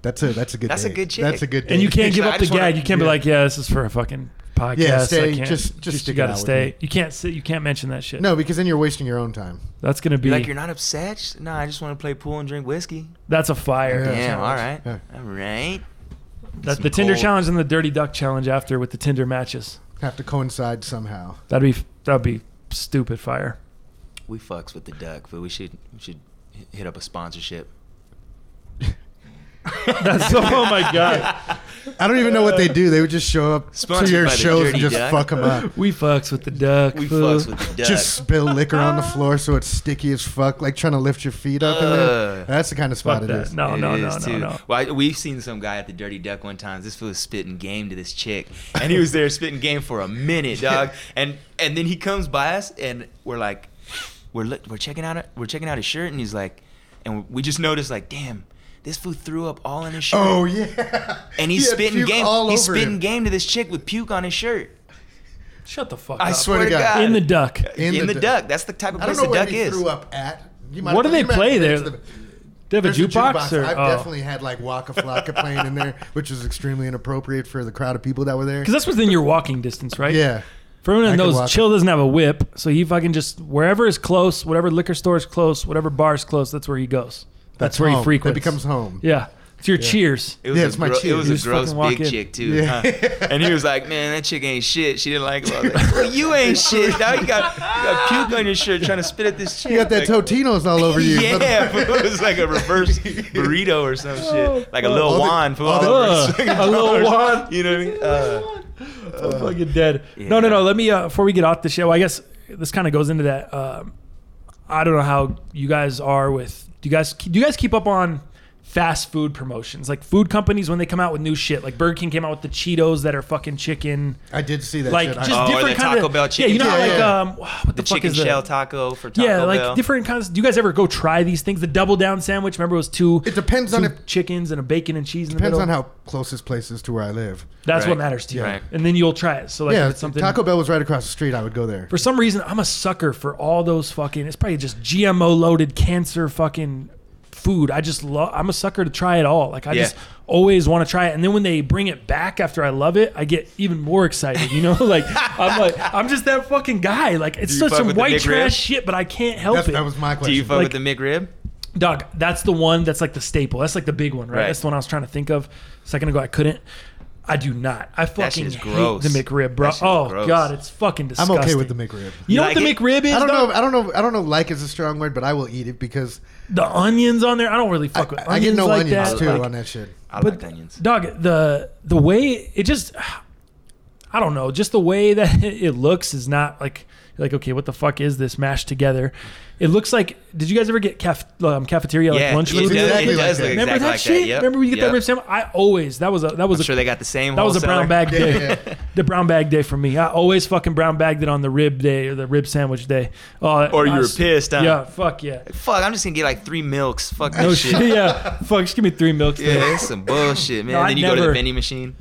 Speaker 3: That's a that's a good.
Speaker 2: That's a
Speaker 3: date.
Speaker 2: good chick.
Speaker 3: That's a good.
Speaker 1: and you
Speaker 3: date.
Speaker 1: can't
Speaker 2: She's
Speaker 1: give up
Speaker 2: like, "I
Speaker 1: the
Speaker 2: just wanna-
Speaker 1: gag. You can't be
Speaker 3: yeah.
Speaker 1: like, yeah, this is for a fucking podcast.
Speaker 3: stay-
Speaker 1: I can't,
Speaker 3: just- just stick
Speaker 1: you
Speaker 3: it
Speaker 1: gotta
Speaker 3: out with
Speaker 1: stay.
Speaker 3: me.
Speaker 1: You can't sit. You can't mention that shit.
Speaker 3: No, because then you're wasting your own time.
Speaker 1: that's gonna be
Speaker 2: You're like, you're not upset? She's, No, I just want to play pool and drink whiskey.
Speaker 1: that's a fire.
Speaker 3: Yeah.
Speaker 2: Damn, all right.
Speaker 3: Yeah.
Speaker 2: All right.
Speaker 1: That's
Speaker 2: Some
Speaker 1: the Tinder
Speaker 2: cold-
Speaker 1: challenge and the Dirty Duck challenge after with the Tinder matches.
Speaker 3: Have to coincide somehow.
Speaker 1: That'd be that'd be stupid fire.
Speaker 2: We fucks with the duck, but we should we should hi- hit up a sponsorship.
Speaker 1: <laughs> That's oh my god.
Speaker 3: <laughs>
Speaker 2: <laughs>
Speaker 3: I don't even know what they do. They would just show up
Speaker 2: Sponsored
Speaker 3: to your
Speaker 2: by the
Speaker 3: shows and
Speaker 2: Dirty
Speaker 3: just
Speaker 2: Duck.
Speaker 3: fuck 'em fuck them
Speaker 1: <laughs>
Speaker 3: up.
Speaker 1: We fucks with the duck.
Speaker 2: We
Speaker 1: fool.
Speaker 2: fucks with the duck.
Speaker 3: Just spill liquor on the floor so it's sticky as fuck. Like trying to lift your feet up. in there.
Speaker 2: Ugh.
Speaker 3: That's the kind of spot
Speaker 1: Fuck
Speaker 3: it
Speaker 1: that.
Speaker 3: is.
Speaker 1: No,
Speaker 2: It
Speaker 1: no, no,
Speaker 2: is,
Speaker 1: no,
Speaker 2: too.
Speaker 1: no.
Speaker 2: Well, I- we've seen some guy at the Dirty Duck one time. This fool was spitting game to this chick, and he was there spitting game for a minute, dog. And and then he comes by us, and we're like, we're look, we're checking out, a- we're checking out his shirt, and he's like, and we just noticed like, damn, this fool threw up all in his shirt.
Speaker 3: Oh <laughs> yeah.
Speaker 2: and he's
Speaker 3: He had
Speaker 2: spitting
Speaker 3: puke
Speaker 2: game.
Speaker 3: all
Speaker 2: he's
Speaker 3: over him.
Speaker 2: spitting game to this chick with puke on his shirt.
Speaker 1: Shut the fuck
Speaker 2: I
Speaker 1: up.
Speaker 2: swear to God.
Speaker 1: In the duck.
Speaker 2: In, the, duck. That's the type of
Speaker 3: I don't
Speaker 2: place
Speaker 3: know
Speaker 2: the
Speaker 3: where
Speaker 2: duck
Speaker 3: he
Speaker 2: is.
Speaker 3: threw up at. You might
Speaker 1: What do
Speaker 3: have-
Speaker 1: they
Speaker 3: you might
Speaker 1: play
Speaker 3: have-
Speaker 1: there?
Speaker 3: there's the-
Speaker 1: They have a
Speaker 3: there's the
Speaker 1: jukebox, or
Speaker 3: I've
Speaker 1: oh.
Speaker 3: definitely had like Waka
Speaker 1: <laughs>
Speaker 3: Flocka playing in there, which was extremely inappropriate for the crowd of people that were there.
Speaker 1: Because that's within your walking distance, right?
Speaker 3: Yeah.
Speaker 1: For everyone
Speaker 3: I
Speaker 1: that
Speaker 3: could
Speaker 1: knows,
Speaker 3: walk.
Speaker 1: Chill doesn't have a whip, so he fucking just wherever is close, whatever liquor store is close, whatever bar is close, that's where he goes. That's, where
Speaker 3: home.
Speaker 1: he frequents.
Speaker 3: It becomes home.
Speaker 1: Yeah, it's your Cheers.
Speaker 2: It was,
Speaker 3: Yeah,
Speaker 2: a,
Speaker 3: it's my
Speaker 2: gro-
Speaker 3: chick.
Speaker 2: it was
Speaker 1: You
Speaker 2: a
Speaker 1: just
Speaker 2: gross
Speaker 1: fucking walk
Speaker 2: big
Speaker 1: in.
Speaker 2: chick too,
Speaker 3: Yeah.
Speaker 2: huh? and he was like, "Man, that chick ain't shit. She didn't like it." I was like, well, you ain't shit. Now you got, you got puke on your shirt trying to spit at this chick.
Speaker 3: You got that
Speaker 2: like,
Speaker 3: Totino's all over
Speaker 2: <laughs>
Speaker 3: you. <laughs>
Speaker 2: Yeah, fool, it was like a reverse burrito or some shit, like a
Speaker 3: Oh, all
Speaker 2: little
Speaker 3: the-
Speaker 2: wand. fool,
Speaker 3: all
Speaker 2: all
Speaker 3: the-
Speaker 2: over
Speaker 1: Uh, <laughs>
Speaker 2: his-
Speaker 1: a little one.
Speaker 2: <laughs> You know what I mean? Uh,
Speaker 1: I'm fucking dead. No, no,
Speaker 2: yeah.
Speaker 1: no. Let me uh, before we get off the show. I guess this kind of goes into that. Um, I don't know how you guys are with. Do you guys do you guys keep up on fast food promotions? Like food companies when they come out with new shit. Like Burger King came out with the Cheetos that are fucking chicken.
Speaker 3: I did see that.
Speaker 1: Like
Speaker 3: shit.
Speaker 1: just
Speaker 2: Oh, or
Speaker 1: different
Speaker 2: the
Speaker 1: kind
Speaker 2: Taco
Speaker 1: of
Speaker 2: Bell
Speaker 1: yeah, you
Speaker 2: chicken
Speaker 1: know, how,
Speaker 3: taco.
Speaker 1: like
Speaker 3: Yeah,
Speaker 1: um, what the,
Speaker 2: the
Speaker 1: fuck
Speaker 2: chicken
Speaker 1: is the-
Speaker 2: shell taco for Taco
Speaker 1: Yeah, like
Speaker 2: Bell.
Speaker 1: different kinds. Do you guys ever go try these things? The double down sandwich. Remember, it was two.
Speaker 3: It depends on
Speaker 1: two
Speaker 3: if-
Speaker 1: chickens and a bacon and cheese. In
Speaker 3: depends
Speaker 1: the middle.
Speaker 3: on how close this place is to where I live.
Speaker 1: That's what
Speaker 2: Right.
Speaker 1: matters to you.
Speaker 2: Right.
Speaker 1: And then you'll try it. So like,
Speaker 3: yeah,
Speaker 1: if it's something.
Speaker 3: Taco Bell was right across the street. I would go there.
Speaker 1: for some reason, I'm a sucker for all those fucking. It's probably just GMO loaded cancer fucking food. I just love. I'm a sucker to try it all. Like I
Speaker 2: Yeah.
Speaker 1: just always want to try it. And then when they bring it back after I love it, I get even more excited. You know, <laughs> like I'm like I'm just that fucking guy. Like it's
Speaker 2: you
Speaker 1: such
Speaker 2: fuck
Speaker 1: some
Speaker 2: with the
Speaker 1: white
Speaker 2: McRib?
Speaker 1: trash shit, but I can't help
Speaker 3: That's,
Speaker 1: it.
Speaker 3: that was my
Speaker 2: Do
Speaker 3: question.
Speaker 2: you fuck
Speaker 1: Like-
Speaker 2: with the McRib?
Speaker 1: Dog, that's the one that's like the staple. That's like the big one, right?
Speaker 2: Right.
Speaker 1: That's the one I was trying to think of a second ago. I couldn't. I do not. I fucking
Speaker 2: shit is
Speaker 1: hate
Speaker 2: gross.
Speaker 1: the McRib, bro.
Speaker 2: That shit is
Speaker 1: Oh
Speaker 2: gross.
Speaker 1: god, it's fucking
Speaker 3: I'm
Speaker 1: disgusting.
Speaker 3: okay with the McRib.
Speaker 1: You, know
Speaker 2: You
Speaker 1: what the
Speaker 2: like it?
Speaker 1: McRib is?
Speaker 3: I don't
Speaker 1: dog?
Speaker 3: know. I don't know. I don't know. Like is a strong word, but I will eat it because
Speaker 1: The onions on there. I don't really fuck with
Speaker 3: I,
Speaker 1: onions
Speaker 3: I get no
Speaker 1: like
Speaker 3: onions
Speaker 1: that.
Speaker 3: too
Speaker 2: Like-
Speaker 3: on that shit.
Speaker 2: I
Speaker 1: But-
Speaker 2: like onions.
Speaker 1: Dog, the the way it just <sighs> I don't know, just the way that <laughs> it looks is not like you're like okay, what the fuck is this mashed together? It looks like did you guys ever get caf- um, cafeteria like
Speaker 2: yeah,
Speaker 1: lunch
Speaker 2: it
Speaker 1: food?
Speaker 2: does,
Speaker 3: Exactly
Speaker 2: it
Speaker 3: like
Speaker 2: does
Speaker 3: that.
Speaker 2: look
Speaker 1: Remember
Speaker 2: exactly
Speaker 1: that
Speaker 2: like
Speaker 1: shit?
Speaker 2: that. Yep,
Speaker 1: Remember when you get
Speaker 2: yep.
Speaker 1: that rib sandwich? I always that was a that was
Speaker 2: I'm
Speaker 1: a
Speaker 2: sure they got the same.
Speaker 1: That was a brown bag
Speaker 2: wholesaler.
Speaker 1: day. The brown bag day for me. I always fucking brown bagged it on the rib day or the rib sandwich day. Oh,
Speaker 2: Or you
Speaker 1: I
Speaker 2: were
Speaker 1: s-
Speaker 2: pissed, huh?
Speaker 1: Yeah, fuck yeah.
Speaker 2: <laughs> Fuck, I'm just gonna get like three milks. Fuck that
Speaker 1: No
Speaker 2: <laughs> shit.
Speaker 1: shit. Yeah, fuck. Just give me three milks.
Speaker 2: Yeah,
Speaker 1: Yeah.
Speaker 2: that's some bullshit, man.
Speaker 1: No, I
Speaker 2: then you go to
Speaker 1: never-
Speaker 2: the vending machine.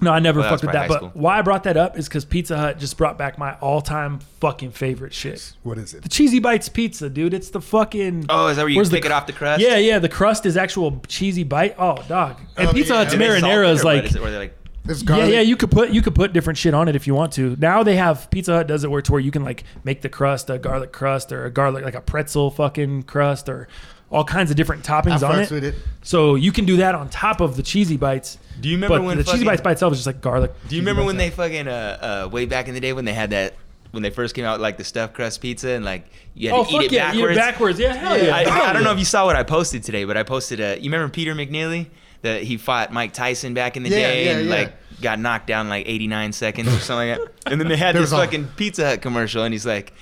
Speaker 1: No, I never
Speaker 2: Well, that
Speaker 1: fucked
Speaker 2: was
Speaker 1: with that.
Speaker 2: probably
Speaker 1: But
Speaker 2: high school.
Speaker 1: why I brought that up is because Pizza Hut just brought back my all-time fucking favorite shit.
Speaker 3: What is
Speaker 1: The
Speaker 3: it?
Speaker 1: cheesy bites pizza, dude. It's the fucking.
Speaker 2: Oh, is that where you
Speaker 1: Where's the
Speaker 2: pick
Speaker 1: cr-
Speaker 2: it off the crust?
Speaker 1: Yeah, yeah. The crust is actual cheesy bite. Oh, dog. And
Speaker 3: Oh,
Speaker 1: Pizza
Speaker 3: yeah.
Speaker 1: Hut's
Speaker 2: Do they salt
Speaker 1: marinara
Speaker 2: it,
Speaker 1: is
Speaker 2: or what?
Speaker 1: like.
Speaker 2: Is it where they're like
Speaker 3: It's
Speaker 1: Yeah,
Speaker 3: garlic.
Speaker 1: yeah. You could put you could put different shit on it if you want to. Now they have Pizza Hut does it where to where you can like make the crust a garlic crust or a garlic like a pretzel fucking crust or all kinds of different toppings on
Speaker 3: fucks
Speaker 1: it.
Speaker 3: with it.
Speaker 1: So you can do that on top of the cheesy bites.
Speaker 2: Do you remember
Speaker 1: but
Speaker 2: when
Speaker 1: the cheesy
Speaker 2: fucking-
Speaker 1: bites by itself is just like garlic?
Speaker 2: Do you remember when they fucking uh, uh way back in the day when they had that when they first came out like the stuffed crust pizza and like you had
Speaker 1: Oh
Speaker 2: to
Speaker 1: fuck
Speaker 2: eat it
Speaker 1: yeah!
Speaker 2: backwards?
Speaker 1: Eat it backwards. Yeah,
Speaker 3: <laughs>
Speaker 1: hell yeah. Hell
Speaker 2: I, I don't know
Speaker 1: yeah.
Speaker 2: if you saw what I posted today, but I posted a. You remember Peter McNeely? That he fought Mike Tyson back in the
Speaker 3: Yeah,
Speaker 2: day
Speaker 3: yeah,
Speaker 2: and
Speaker 3: yeah.
Speaker 2: like got knocked down in, like 89 seconds or something like that. And then they had
Speaker 3: There
Speaker 2: this
Speaker 3: was all-
Speaker 2: fucking Pizza Hut commercial, and he's like.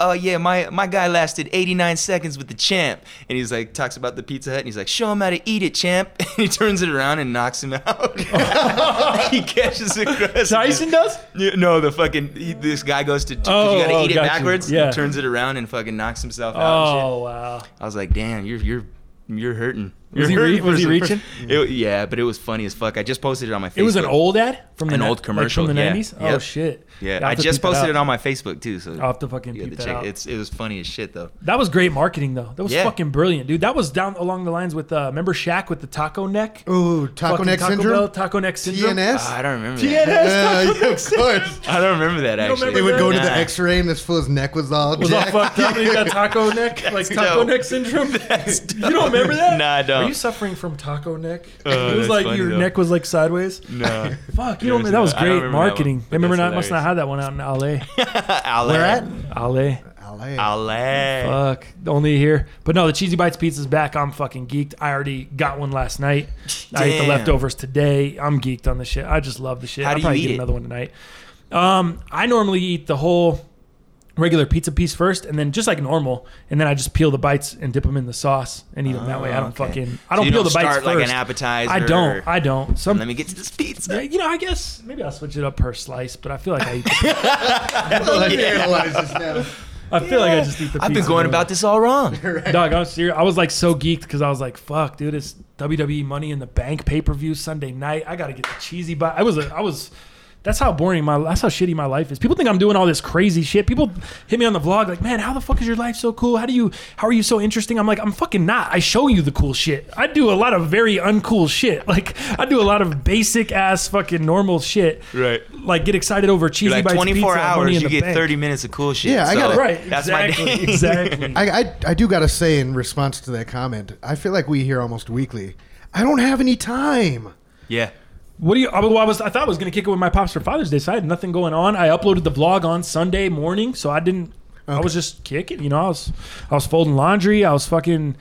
Speaker 2: Oh yeah, my, my guy lasted 89 seconds with the champ, and he's like talks about the Pizza Hut, and he's like, "Show him how to eat it, champ." <laughs> And he turns it around and knocks him out. <laughs> he catches the crust.
Speaker 1: Tyson does?
Speaker 2: Yeah, No, the fucking he, this guy goes to. 'cause
Speaker 1: Oh,
Speaker 2: you gotta
Speaker 1: oh,
Speaker 2: eat it
Speaker 1: got you.
Speaker 2: backwards.
Speaker 1: Yeah.
Speaker 2: Turns it around and fucking knocks himself out. and shit.
Speaker 1: Oh wow!
Speaker 2: I was like, damn, you're you're you're hurting.
Speaker 1: Was
Speaker 2: You're
Speaker 1: he re-
Speaker 2: hurting for
Speaker 1: was he
Speaker 2: some-
Speaker 1: reaching?
Speaker 2: <laughs> It- yeah, but it was funny as fuck. I just posted it on my Facebook.
Speaker 1: It was an old ad from the
Speaker 2: An
Speaker 1: ni-
Speaker 2: old
Speaker 1: like,
Speaker 2: commercial,
Speaker 1: from the
Speaker 2: yeah.
Speaker 1: nineties. Oh
Speaker 2: Yep.
Speaker 1: shit!
Speaker 2: Yeah,
Speaker 1: I'll
Speaker 2: I
Speaker 1: have to
Speaker 2: just
Speaker 1: peep that
Speaker 2: posted it
Speaker 1: out.
Speaker 2: on my Facebook too. So
Speaker 1: I'll have to fucking
Speaker 2: you had
Speaker 1: peep
Speaker 2: to
Speaker 1: that
Speaker 2: check.
Speaker 1: out.
Speaker 2: It's it was funny as shit though.
Speaker 1: That was great marketing though. That was
Speaker 2: Yeah.
Speaker 1: fucking brilliant, dude. That was down along the lines with uh, remember Shaq with the taco neck.
Speaker 3: Ooh, taco
Speaker 1: Fucking
Speaker 3: neck
Speaker 1: Taco
Speaker 3: syndrome.
Speaker 1: Bell, taco neck syndrome.
Speaker 3: TNS.
Speaker 2: Ah, I don't
Speaker 1: <laughs>
Speaker 2: remember.
Speaker 1: Yeah,
Speaker 2: That.
Speaker 1: that's
Speaker 3: Uh,
Speaker 1: taco
Speaker 3: <laughs> yeah,
Speaker 1: neck
Speaker 3: of
Speaker 1: syndrome.
Speaker 3: course.
Speaker 2: I don't remember that actually.
Speaker 1: remember
Speaker 3: They would go to the
Speaker 2: Nah.
Speaker 3: X-ray and this fool's neck was all
Speaker 1: Was all
Speaker 3: jacked.
Speaker 1: fucked up. and
Speaker 3: <laughs>
Speaker 1: You got taco neck, like taco
Speaker 2: dope.
Speaker 1: neck syndrome.
Speaker 2: That's <laughs>
Speaker 1: you don't remember that?
Speaker 2: Nah, I don't.
Speaker 1: Are <laughs> you suffering from taco
Speaker 2: <laughs>
Speaker 1: neck?
Speaker 2: Oh,
Speaker 1: it was
Speaker 2: that's
Speaker 1: like
Speaker 2: funny,
Speaker 1: your
Speaker 2: though.
Speaker 1: neck was like
Speaker 2: <laughs>
Speaker 1: sideways.
Speaker 2: Nah.
Speaker 1: Fuck, you don't.
Speaker 2: There's
Speaker 1: That was
Speaker 2: no-
Speaker 1: great
Speaker 2: I don't remember that one,
Speaker 1: marketing.
Speaker 2: but
Speaker 1: I remember
Speaker 2: that's
Speaker 1: not must not
Speaker 2: hilarious.
Speaker 1: have that one out in LA.
Speaker 2: <laughs> Ale.
Speaker 3: Where at?
Speaker 1: LA.
Speaker 3: LA.
Speaker 2: Ale.
Speaker 1: Fuck, only here. But no, the Cheesy Bites pizza's back. I'm fucking geeked. I already got one last night. I ate the
Speaker 2: Damn.
Speaker 1: leftovers today. I'm geeked on the shit. I just love the shit.
Speaker 2: How
Speaker 1: I'll
Speaker 2: do you
Speaker 1: probably
Speaker 2: eat
Speaker 1: get
Speaker 2: it?
Speaker 1: another one tonight. Um, I normally eat the whole regular pizza piece first, and then just like normal, and then I just peel the bites and dip them in the sauce and eat them that way. I don't
Speaker 2: Oh, okay.
Speaker 1: fucking.
Speaker 2: So
Speaker 1: I don't
Speaker 2: you
Speaker 1: peel
Speaker 2: don't
Speaker 1: the bites
Speaker 2: start like an
Speaker 1: first.
Speaker 2: appetizer
Speaker 1: I
Speaker 2: or-
Speaker 1: don't. I don't. Some.
Speaker 2: Let me get to this
Speaker 1: yeah,
Speaker 2: pizza.
Speaker 1: you know, I guess maybe I'll switch it up per slice, but I feel like I eat.
Speaker 2: <laughs>
Speaker 1: The,
Speaker 3: Well, let's analyze this now.
Speaker 1: I feel like I just eat the.
Speaker 2: I've been
Speaker 1: pizza
Speaker 2: going
Speaker 1: really.
Speaker 2: about this all
Speaker 3: <laughs>
Speaker 2: wrong.
Speaker 1: <laughs> Dog, I'm serious. I was like so geeked because I was like, "Fuck, dude, it's WWE Money in the Bank pay per view Sunday night. I gotta get the cheesy." But I was, a, I was. That's how boring my. That's how shitty my life is. People think I'm doing all this crazy shit. People hit me on the vlog like, "Man, how the fuck is your life so cool? How do you? How are you so interesting?" I'm like, "I'm fucking not. I show you the cool shit. I do a lot of very uncool shit. <laughs> Like I do a lot of basic ass fucking normal shit.
Speaker 2: Right.
Speaker 1: Like get excited over cheesy
Speaker 2: Like
Speaker 1: bites.
Speaker 2: 24
Speaker 1: pizza, Money
Speaker 2: hours,
Speaker 1: in
Speaker 2: you
Speaker 1: the
Speaker 2: get
Speaker 1: Bank.
Speaker 2: 30 minutes of cool shit.
Speaker 3: Yeah, I
Speaker 2: so
Speaker 3: gotta-
Speaker 1: Right.
Speaker 2: That's
Speaker 1: exactly.
Speaker 2: my day.
Speaker 1: Exactly.
Speaker 3: I, I, I do gotta say in response to that comment, I feel like we hear almost weekly. I don't have any time.
Speaker 2: <laughs> Yeah.
Speaker 1: What do you? I, well, I was. I thought I was gonna kick it with my pops for Father's Day, so I had nothing going on. I uploaded the vlog on Sunday morning, so I didn't. I was just kicking. You know, I was. I was folding laundry. I was fucking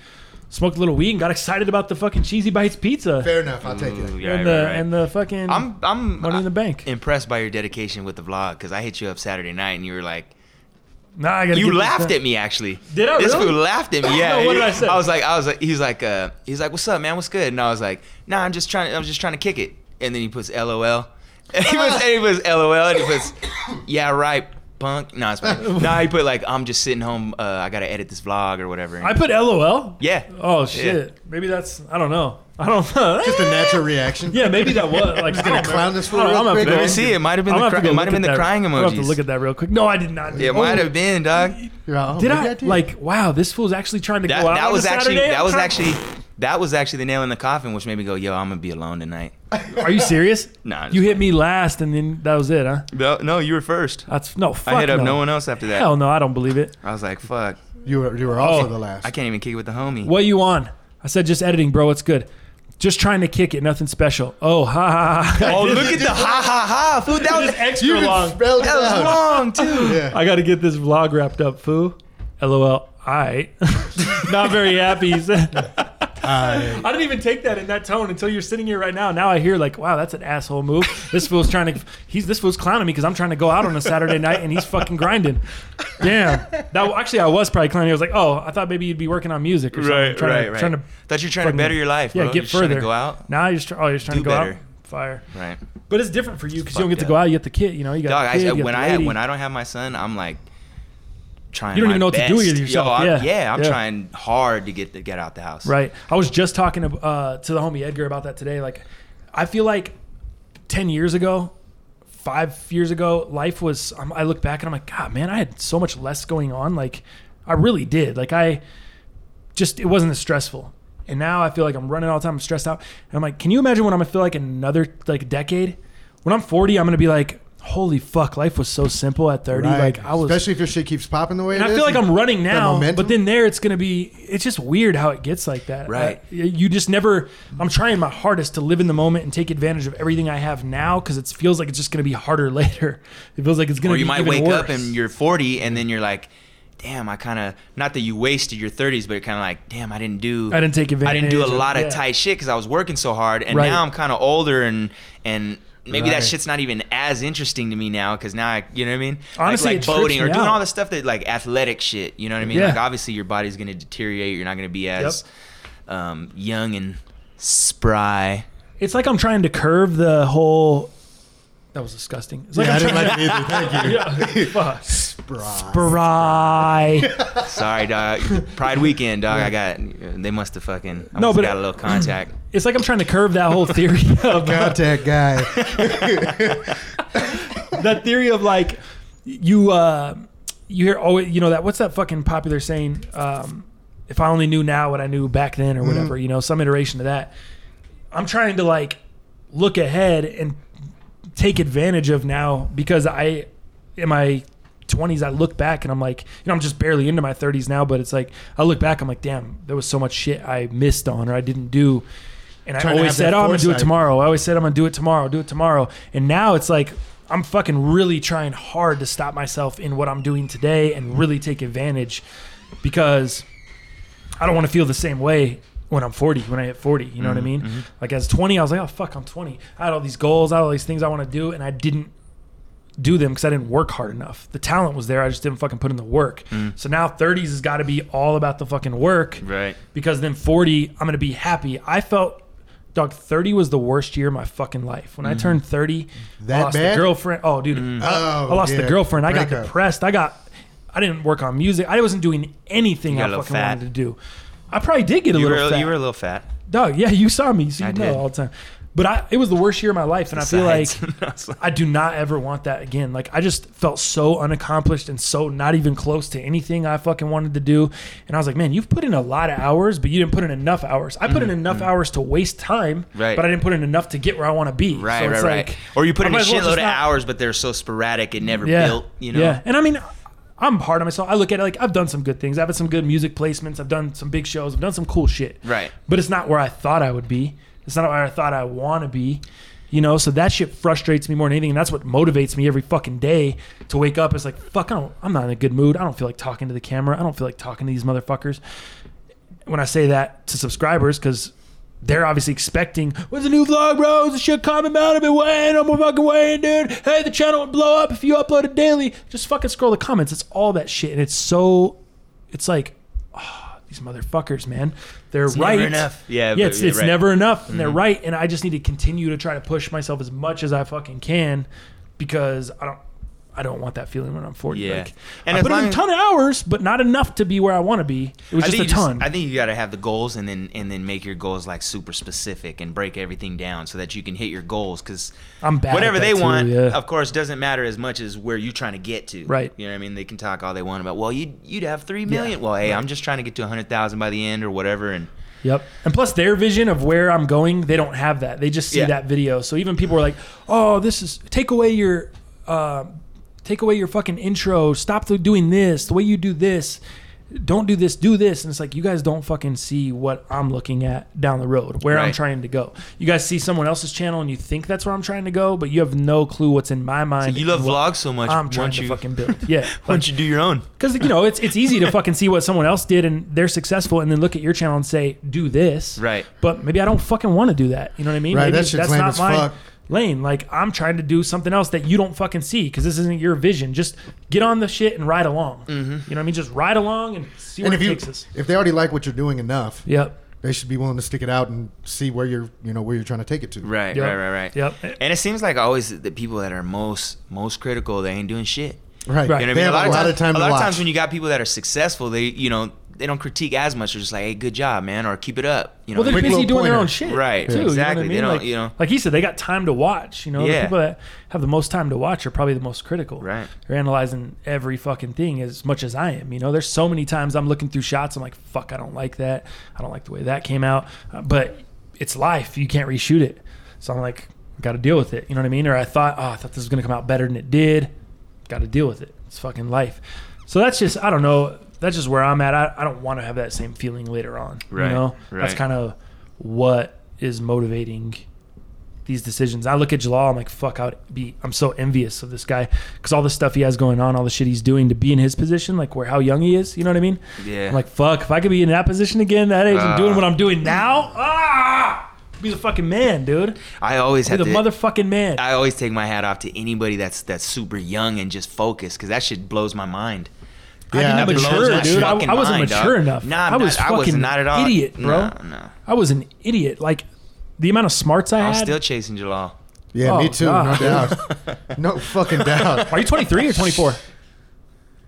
Speaker 1: smoked a little weed and got excited about the fucking cheesy bites pizza
Speaker 3: Fair enough, I'll take it.
Speaker 1: and
Speaker 2: Yeah, right,
Speaker 1: the
Speaker 2: right.
Speaker 1: and the fucking
Speaker 2: I'm I'm uh,
Speaker 1: money in the bank.
Speaker 2: impressed by your dedication with the vlog because I hit you up Saturday night and you were like,
Speaker 1: nah, I gotta
Speaker 2: you
Speaker 1: get this
Speaker 2: laughed
Speaker 1: done.
Speaker 2: at me actually.
Speaker 1: Did I
Speaker 2: This
Speaker 1: really?
Speaker 2: fool laughed at me. Yeah.
Speaker 1: No, what did <laughs> I say?
Speaker 2: was like, I was like, he's like, uh, he's like, what's up, man? What's good? And I was like, nah, I'm just trying, I'm just trying to kick it. And then he puts LOL. And <laughs> he puts, and he puts LOL. And he puts, yeah, right, punk. No,
Speaker 1: <laughs>
Speaker 2: it's fine. Nah, he put like, I'm just sitting home. Uh, I gotta edit this vlog or whatever.
Speaker 1: I put LOL.
Speaker 2: yeah.
Speaker 1: Oh shit. Maybe that's. I don't know. I don't
Speaker 2: <laughs>
Speaker 1: know.
Speaker 3: Just a natural reaction.
Speaker 1: yeah, maybe that was like
Speaker 3: just gonna
Speaker 1: I don't
Speaker 3: clown
Speaker 1: remember.
Speaker 3: this fool
Speaker 1: I don't know.
Speaker 3: real
Speaker 1: I'm gonna
Speaker 3: quick.
Speaker 1: have
Speaker 2: Let
Speaker 1: to
Speaker 2: me
Speaker 1: go-
Speaker 2: see. It might have been
Speaker 1: I'm gonna
Speaker 2: the
Speaker 1: have
Speaker 2: cry-
Speaker 1: to go
Speaker 2: it might
Speaker 1: look
Speaker 2: have been
Speaker 1: at
Speaker 2: the
Speaker 1: that.
Speaker 2: crying
Speaker 1: I'm gonna have to
Speaker 2: emojis.
Speaker 1: look at that real quick. No, I did not. Oh. do
Speaker 2: It
Speaker 1: that.
Speaker 2: might have been, dog.
Speaker 3: Yeah, oh,
Speaker 1: Did
Speaker 3: maybe
Speaker 1: I like? Wow, this fool's actually trying to
Speaker 2: That,
Speaker 1: go out.
Speaker 2: that
Speaker 1: on
Speaker 2: was
Speaker 1: a
Speaker 2: actually
Speaker 1: Saturday?
Speaker 2: that was
Speaker 1: Try-
Speaker 2: actually that was actually the nail in the coffin, which made me go, "Yo, I'm gonna be alone tonight."
Speaker 1: Are you serious?
Speaker 2: Nah, I'm
Speaker 1: you
Speaker 2: just
Speaker 1: hit
Speaker 2: playing.
Speaker 1: me last, and then that was it, huh?
Speaker 2: No, no, you were first.
Speaker 1: That's no. Fuck
Speaker 2: I hit
Speaker 1: no.
Speaker 2: up no one else after that.
Speaker 1: Hell no, I don't believe it.
Speaker 2: I was like, "Fuck,
Speaker 3: <laughs> You were you were also
Speaker 1: Oh,
Speaker 3: the last.
Speaker 2: I can't even kick it with the homie."
Speaker 1: What you on? I said just editing, bro. It's good. Just trying to kick it. Nothing special. Oh ha ha <laughs> ha.
Speaker 2: Oh, look at the ha ha ha! Food, that was
Speaker 1: extra
Speaker 3: you even spelled it
Speaker 2: that
Speaker 1: <laughs>
Speaker 2: was
Speaker 3: out.
Speaker 2: long too.
Speaker 3: Yeah.
Speaker 1: I got to get this vlog wrapped up, foo. LOL. I <laughs> not very happy. he said.
Speaker 3: I-
Speaker 1: I didn't even take that in that tone until you're sitting here right now. Now I hear like, wow, that's an asshole move. This fool's trying to, he's this fool's clowning me because I'm trying to go out on a Saturday night and he's fucking grinding. Damn. That actually I was probably clowning. I was like, oh, I thought maybe you'd be working on music or something.
Speaker 2: Right,
Speaker 1: trying
Speaker 2: right,
Speaker 1: to,
Speaker 2: right.
Speaker 1: Trying to,
Speaker 2: Thought you're trying to
Speaker 1: fucking-
Speaker 2: better your life, bro.
Speaker 1: yeah,
Speaker 2: You're
Speaker 1: get
Speaker 2: just trying to
Speaker 1: further.
Speaker 2: go out,
Speaker 1: Now you're just, try- oh, you're just trying
Speaker 2: Do
Speaker 1: to go out.
Speaker 2: better.
Speaker 1: Fire.
Speaker 2: right?
Speaker 1: But it's different for you because you don't
Speaker 2: fucked
Speaker 1: get to
Speaker 2: up.
Speaker 1: go out. You get the kid. You know, you got.
Speaker 2: Dog,
Speaker 1: the kid,
Speaker 2: I,
Speaker 1: you got
Speaker 2: when
Speaker 1: the
Speaker 2: I
Speaker 1: lady.
Speaker 2: when I don't have my son, I'm like trying.
Speaker 1: You don't
Speaker 2: my
Speaker 1: even know what to do
Speaker 2: best.
Speaker 1: with yourself.
Speaker 2: Yo, I'm,
Speaker 1: Yeah.
Speaker 2: I'm
Speaker 1: Yeah.
Speaker 2: trying hard to get to get out the house.
Speaker 1: Right. I was just talking to, uh, to the homie Edgar about that today. Like, I feel like ten years ago, five years ago, life was. Um, I look back and I'm like, God, man, I had so much less going on. Like, I really did. Like, I just it wasn't as stressful. And now I feel like I'm running all the time. I'm stressed out. And I'm like, can you imagine when I'm gonna feel like another like decade? When I'm 40, I'm gonna be like, holy fuck, life was so simple at 30.
Speaker 3: Right.
Speaker 1: Like I was.
Speaker 3: especially if your shit keeps popping the way
Speaker 1: and
Speaker 3: it
Speaker 1: I
Speaker 3: is.
Speaker 1: feel like I'm running now,
Speaker 3: momentum?
Speaker 1: but then there it's gonna be. It's just weird how it gets like that.
Speaker 2: Right.
Speaker 1: I- you just never. I'm trying my hardest to live in the moment and take advantage of everything I have now because it feels like it's just gonna be harder <laughs> later. It feels like it's gonna.
Speaker 2: Or you
Speaker 1: be
Speaker 2: might
Speaker 1: even
Speaker 2: wake
Speaker 1: worse.
Speaker 2: up and you're 40, and then you're like, damn, I kind of not that you wasted your 30s, but you're kind of like, damn, I didn't do.
Speaker 1: I didn't take
Speaker 2: I
Speaker 1: advantage.
Speaker 2: didn't do a
Speaker 1: or-
Speaker 2: lot of
Speaker 1: yeah.
Speaker 2: tight shit because I was working so hard, and
Speaker 1: Right.
Speaker 2: now I'm kind of older, and and maybe
Speaker 3: Right.
Speaker 2: that shit's not even as interesting to me now because now I, you know what I mean?
Speaker 1: Honestly,
Speaker 2: like,
Speaker 1: it
Speaker 2: like
Speaker 1: trips
Speaker 2: boating or
Speaker 1: me
Speaker 2: doing
Speaker 1: out.
Speaker 2: all the stuff that like athletic shit. You know what I mean?
Speaker 1: Yeah.
Speaker 2: Like obviously your body's gonna deteriorate. You're not gonna be as um, young and spry.
Speaker 1: It's like I'm trying to curve the whole. That was disgusting. It's like
Speaker 3: Yeah, I
Speaker 1: I'm
Speaker 3: didn't
Speaker 1: trying
Speaker 3: like it either. Thank
Speaker 1: <laughs>
Speaker 3: you.
Speaker 1: to.
Speaker 3: <laughs>
Speaker 1: Fuck.
Speaker 3: Spry.
Speaker 1: Spry.
Speaker 2: <laughs> Sorry,
Speaker 1: <laughs>
Speaker 3: <laughs>
Speaker 2: dog. Pride weekend, dog. I got. They must have fucking. I
Speaker 1: No,
Speaker 2: must
Speaker 1: but-
Speaker 2: have got a little contact.
Speaker 1: It's like I'm trying to curve that whole theory <laughs> of
Speaker 3: Contact guy.
Speaker 1: <laughs> that theory of like you uh you hear always you know that what's that fucking popular saying um if i only knew now what i knew back then or whatever you know some iteration of that i'm trying to like look ahead and take advantage of now because i in my 20s i look back and i'm like you know i'm just barely into my 30s now but it's like i look back i'm like damn there was so much shit i missed on or i didn't do and
Speaker 3: Trying
Speaker 1: i
Speaker 3: to
Speaker 1: always
Speaker 3: have that
Speaker 1: said oh i'm gonna do it
Speaker 3: foresight.
Speaker 1: tomorrow tomorrow. I always said I'm gonna do it tomorrow, do it tomorrow. And now it's like I'm fucking really trying hard to stop myself in what I'm doing today and really take advantage because I don't want to feel the same way when I'm 40, when I hit 40, you know what I mean? Like as 20, I was like, oh fuck, I'm 20. I had all these goals, I had all these things I want to do, and I didn't do them because I didn't work hard enough. The talent was there, I just didn't fucking put in the work. So now 30s has got to be all about the fucking work
Speaker 2: Right.
Speaker 1: because then 40 i'm gonna be happy i felt dog 30 was the worst year of my fucking life when i turned 30
Speaker 3: Mm-hmm. That
Speaker 1: I lost
Speaker 3: bad?
Speaker 1: the girlfriend oh dude I,
Speaker 3: Oh,
Speaker 1: I lost
Speaker 3: yeah.
Speaker 1: the girlfriend i got
Speaker 3: Breakup.
Speaker 1: depressed i got i didn't work on music i wasn't doing anything
Speaker 2: You got
Speaker 1: i
Speaker 2: a little
Speaker 1: fucking
Speaker 2: fat.
Speaker 1: wanted to do i probably did get a
Speaker 2: You were,
Speaker 1: little fat
Speaker 2: you were a little fat.
Speaker 1: dog yeah you saw me so you
Speaker 2: I
Speaker 1: know
Speaker 2: did.
Speaker 1: all the time but I, it was the worst year of my life and i feel like
Speaker 2: <laughs> Besides-
Speaker 1: I do not ever want that again. Like I just felt so unaccomplished and so not even close to anything I fucking wanted to do. And I was like, man, you've put in a lot of hours, but you didn't put in enough hours. I put in enough hours to waste time,
Speaker 2: Mm-hmm. Right.
Speaker 1: but I didn't put in enough to get where I want to be.
Speaker 2: right,
Speaker 1: So
Speaker 2: right,
Speaker 1: it's
Speaker 2: right.
Speaker 1: like-
Speaker 2: or you put
Speaker 1: I
Speaker 2: in a
Speaker 1: might as well
Speaker 2: shitload
Speaker 1: just
Speaker 2: of
Speaker 1: not-
Speaker 2: hours, but they're so sporadic it never
Speaker 1: yeah.
Speaker 2: built. You know.
Speaker 1: Yeah. And I mean, I'm hard on myself. I look at it like I've done some good things. I've had some good music placements. I've done some big shows. I've done some cool shit.
Speaker 2: Right.
Speaker 1: But it's not where I thought I would be. It's not where I thought I want to be. You know, so that shit frustrates me more than anything, and that's what motivates me every fucking day to wake up. It's like, fuck, I don't, I'm not in a good mood. I don't feel like talking to the camera. I don't feel like talking to these motherfuckers. When I say that to subscribers, because they're obviously expecting, when's the new vlog, bro? Is the shit coming out? I've been waiting. I'm fucking waiting, dude. Hey, the channel would blow up if you upload it daily. Just fucking scroll the comments. It's all that shit, and it's so, it's like, ah, these motherfuckers, man. They're right
Speaker 2: never enough. Yeah, but-
Speaker 1: yeah, it's,
Speaker 2: yeah,
Speaker 1: it's
Speaker 2: right. Mm-hmm.
Speaker 1: never enough, and they're right. And I just need to continue to try to push myself as much as I fucking can, because I don't, I don't want that feeling when I'm 40.
Speaker 2: Yeah.
Speaker 1: Like,
Speaker 2: And
Speaker 1: I
Speaker 2: as
Speaker 1: put in a
Speaker 2: long-
Speaker 1: ton of hours, but not enough to be where I want to be. It was
Speaker 2: I
Speaker 1: just a
Speaker 2: think you
Speaker 1: ton.
Speaker 2: I think you gotta have the goals and then and then make your goals like super specific and break everything down so that you can hit your goals because
Speaker 1: I'm bad. at
Speaker 2: whatever
Speaker 1: that
Speaker 2: they
Speaker 1: too,
Speaker 2: want,
Speaker 1: yeah.
Speaker 2: of course, doesn't matter as much as where you're trying to get to.
Speaker 1: Right.
Speaker 2: You know what I mean? They can talk all they want about. Well, you'd you'd have three million. Well, hey, I'm just trying to get to hundred thousand by the end or whatever. And
Speaker 1: Yep. And plus, their vision of where I'm going, they don't have that. They just see
Speaker 2: Yeah.
Speaker 1: that video. So even people are like, "Oh, this is take away your, uh, take away your fucking intro. Stop the, doing this. The way you do this." Don't do this, do this. And it's like, you guys don't fucking see what I'm looking at down the road, where I'm
Speaker 2: Right.
Speaker 1: trying to go. You guys see someone else's channel and you think that's where I'm trying to go, but you have no clue what's in my mind.
Speaker 2: you love
Speaker 1: and what
Speaker 2: vlogs so much.
Speaker 1: I'm
Speaker 2: why
Speaker 1: trying
Speaker 2: don't
Speaker 1: to
Speaker 2: you,
Speaker 1: fucking build.
Speaker 2: <laughs>
Speaker 1: Yeah.
Speaker 2: why don't you do your own?
Speaker 1: Because you know it's it's easy to fucking see what someone else did and they're successful, and then look at your channel and say, "Do this."
Speaker 2: Right.
Speaker 1: But maybe I don't fucking want to do that. You know what I mean?
Speaker 3: Right,
Speaker 1: Maybe
Speaker 3: that shit's lame as fuck.
Speaker 1: lane. Like I'm trying to do something else that you don't fucking see because this isn't your vision. Just get on the shit and ride along. You know what I mean? Just ride along and see where
Speaker 3: And
Speaker 1: it
Speaker 3: if you
Speaker 1: takes us.
Speaker 3: if they already like what you're doing enough,
Speaker 1: Yep.
Speaker 3: they should be willing to stick it out and see where you're you know where you're trying to take it to.
Speaker 2: Right,
Speaker 1: Yep.
Speaker 2: right, right, right.
Speaker 1: Yep.
Speaker 2: And it seems like always the people that are most most critical, they ain't doing shit.
Speaker 3: Right.
Speaker 1: Right.
Speaker 2: You know what I
Speaker 3: They
Speaker 2: mean?
Speaker 3: have a lot of
Speaker 2: times-
Speaker 3: time
Speaker 2: a
Speaker 3: to
Speaker 2: lot of
Speaker 3: watch.
Speaker 2: times when you got people that are successful, they you know they don't critique as much. They're just like, hey, good job, man, or keep it up. You know,
Speaker 1: Well, they're
Speaker 3: Quick
Speaker 1: busy
Speaker 3: little
Speaker 1: doing their
Speaker 3: pointer.
Speaker 1: own shit,
Speaker 2: Right,
Speaker 1: Too, you know what
Speaker 2: exactly.
Speaker 1: I
Speaker 2: They
Speaker 1: mean?
Speaker 2: don't-
Speaker 1: like,
Speaker 2: you know.
Speaker 1: like he said, they got time to watch. You know, the
Speaker 2: Yeah.
Speaker 1: people that have the most time to watch are probably the most critical.
Speaker 2: Right.
Speaker 1: they're analyzing every fucking thing as much as I am. You know, there's so many times I'm looking through shots. I'm like, fuck, I don't like that. I don't like the way that came out. Uh, but it's life. You can't reshoot it. So I'm like, got to deal with it. You know what I mean? Or I thought, oh, I thought this was gonna come out better than it did. Got to deal with it. It's fucking life. So that's just I don't know. That's just where I'm at. I, I don't want to have that same feeling later on.
Speaker 2: Right,
Speaker 1: You know, that's
Speaker 2: right.
Speaker 1: kind of what is motivating these decisions. I look at Jalal, I'm like, fuck, I'd be, I'm so envious of this guy because all the stuff he has going on, all the shit he's doing to be in his position, like where how young he is, you know what I mean?
Speaker 2: Yeah.
Speaker 1: I'm like, fuck, if I could be in that position again, that age, and doing
Speaker 2: Ah.
Speaker 1: what I'm doing now, ah, be the fucking man, dude.
Speaker 2: I always
Speaker 1: Be
Speaker 2: have
Speaker 1: the
Speaker 2: to.
Speaker 1: motherfucking man.
Speaker 2: I always take my hat off to anybody that's that's super young and just focused because that shit blows my mind.
Speaker 3: Yeah,
Speaker 1: I
Speaker 3: that
Speaker 1: didn't
Speaker 3: blows
Speaker 1: mature,
Speaker 3: my
Speaker 1: dude. I,
Speaker 2: fucking
Speaker 1: I wasn't
Speaker 2: mind, dog.
Speaker 1: mature enough.
Speaker 2: Nah, I'm
Speaker 1: I was
Speaker 2: not- I
Speaker 1: fucking
Speaker 2: was not at all.
Speaker 1: idiot, bro.
Speaker 2: No, no.
Speaker 1: I was an idiot. Like the amount of smarts I
Speaker 2: I'm
Speaker 1: had.
Speaker 2: still chasing Jalal.
Speaker 3: Yeah,
Speaker 1: Oh,
Speaker 3: me too.
Speaker 1: God. <laughs>
Speaker 3: No doubt. no fucking doubt.
Speaker 1: Are you 23 or 24?
Speaker 4: Uh,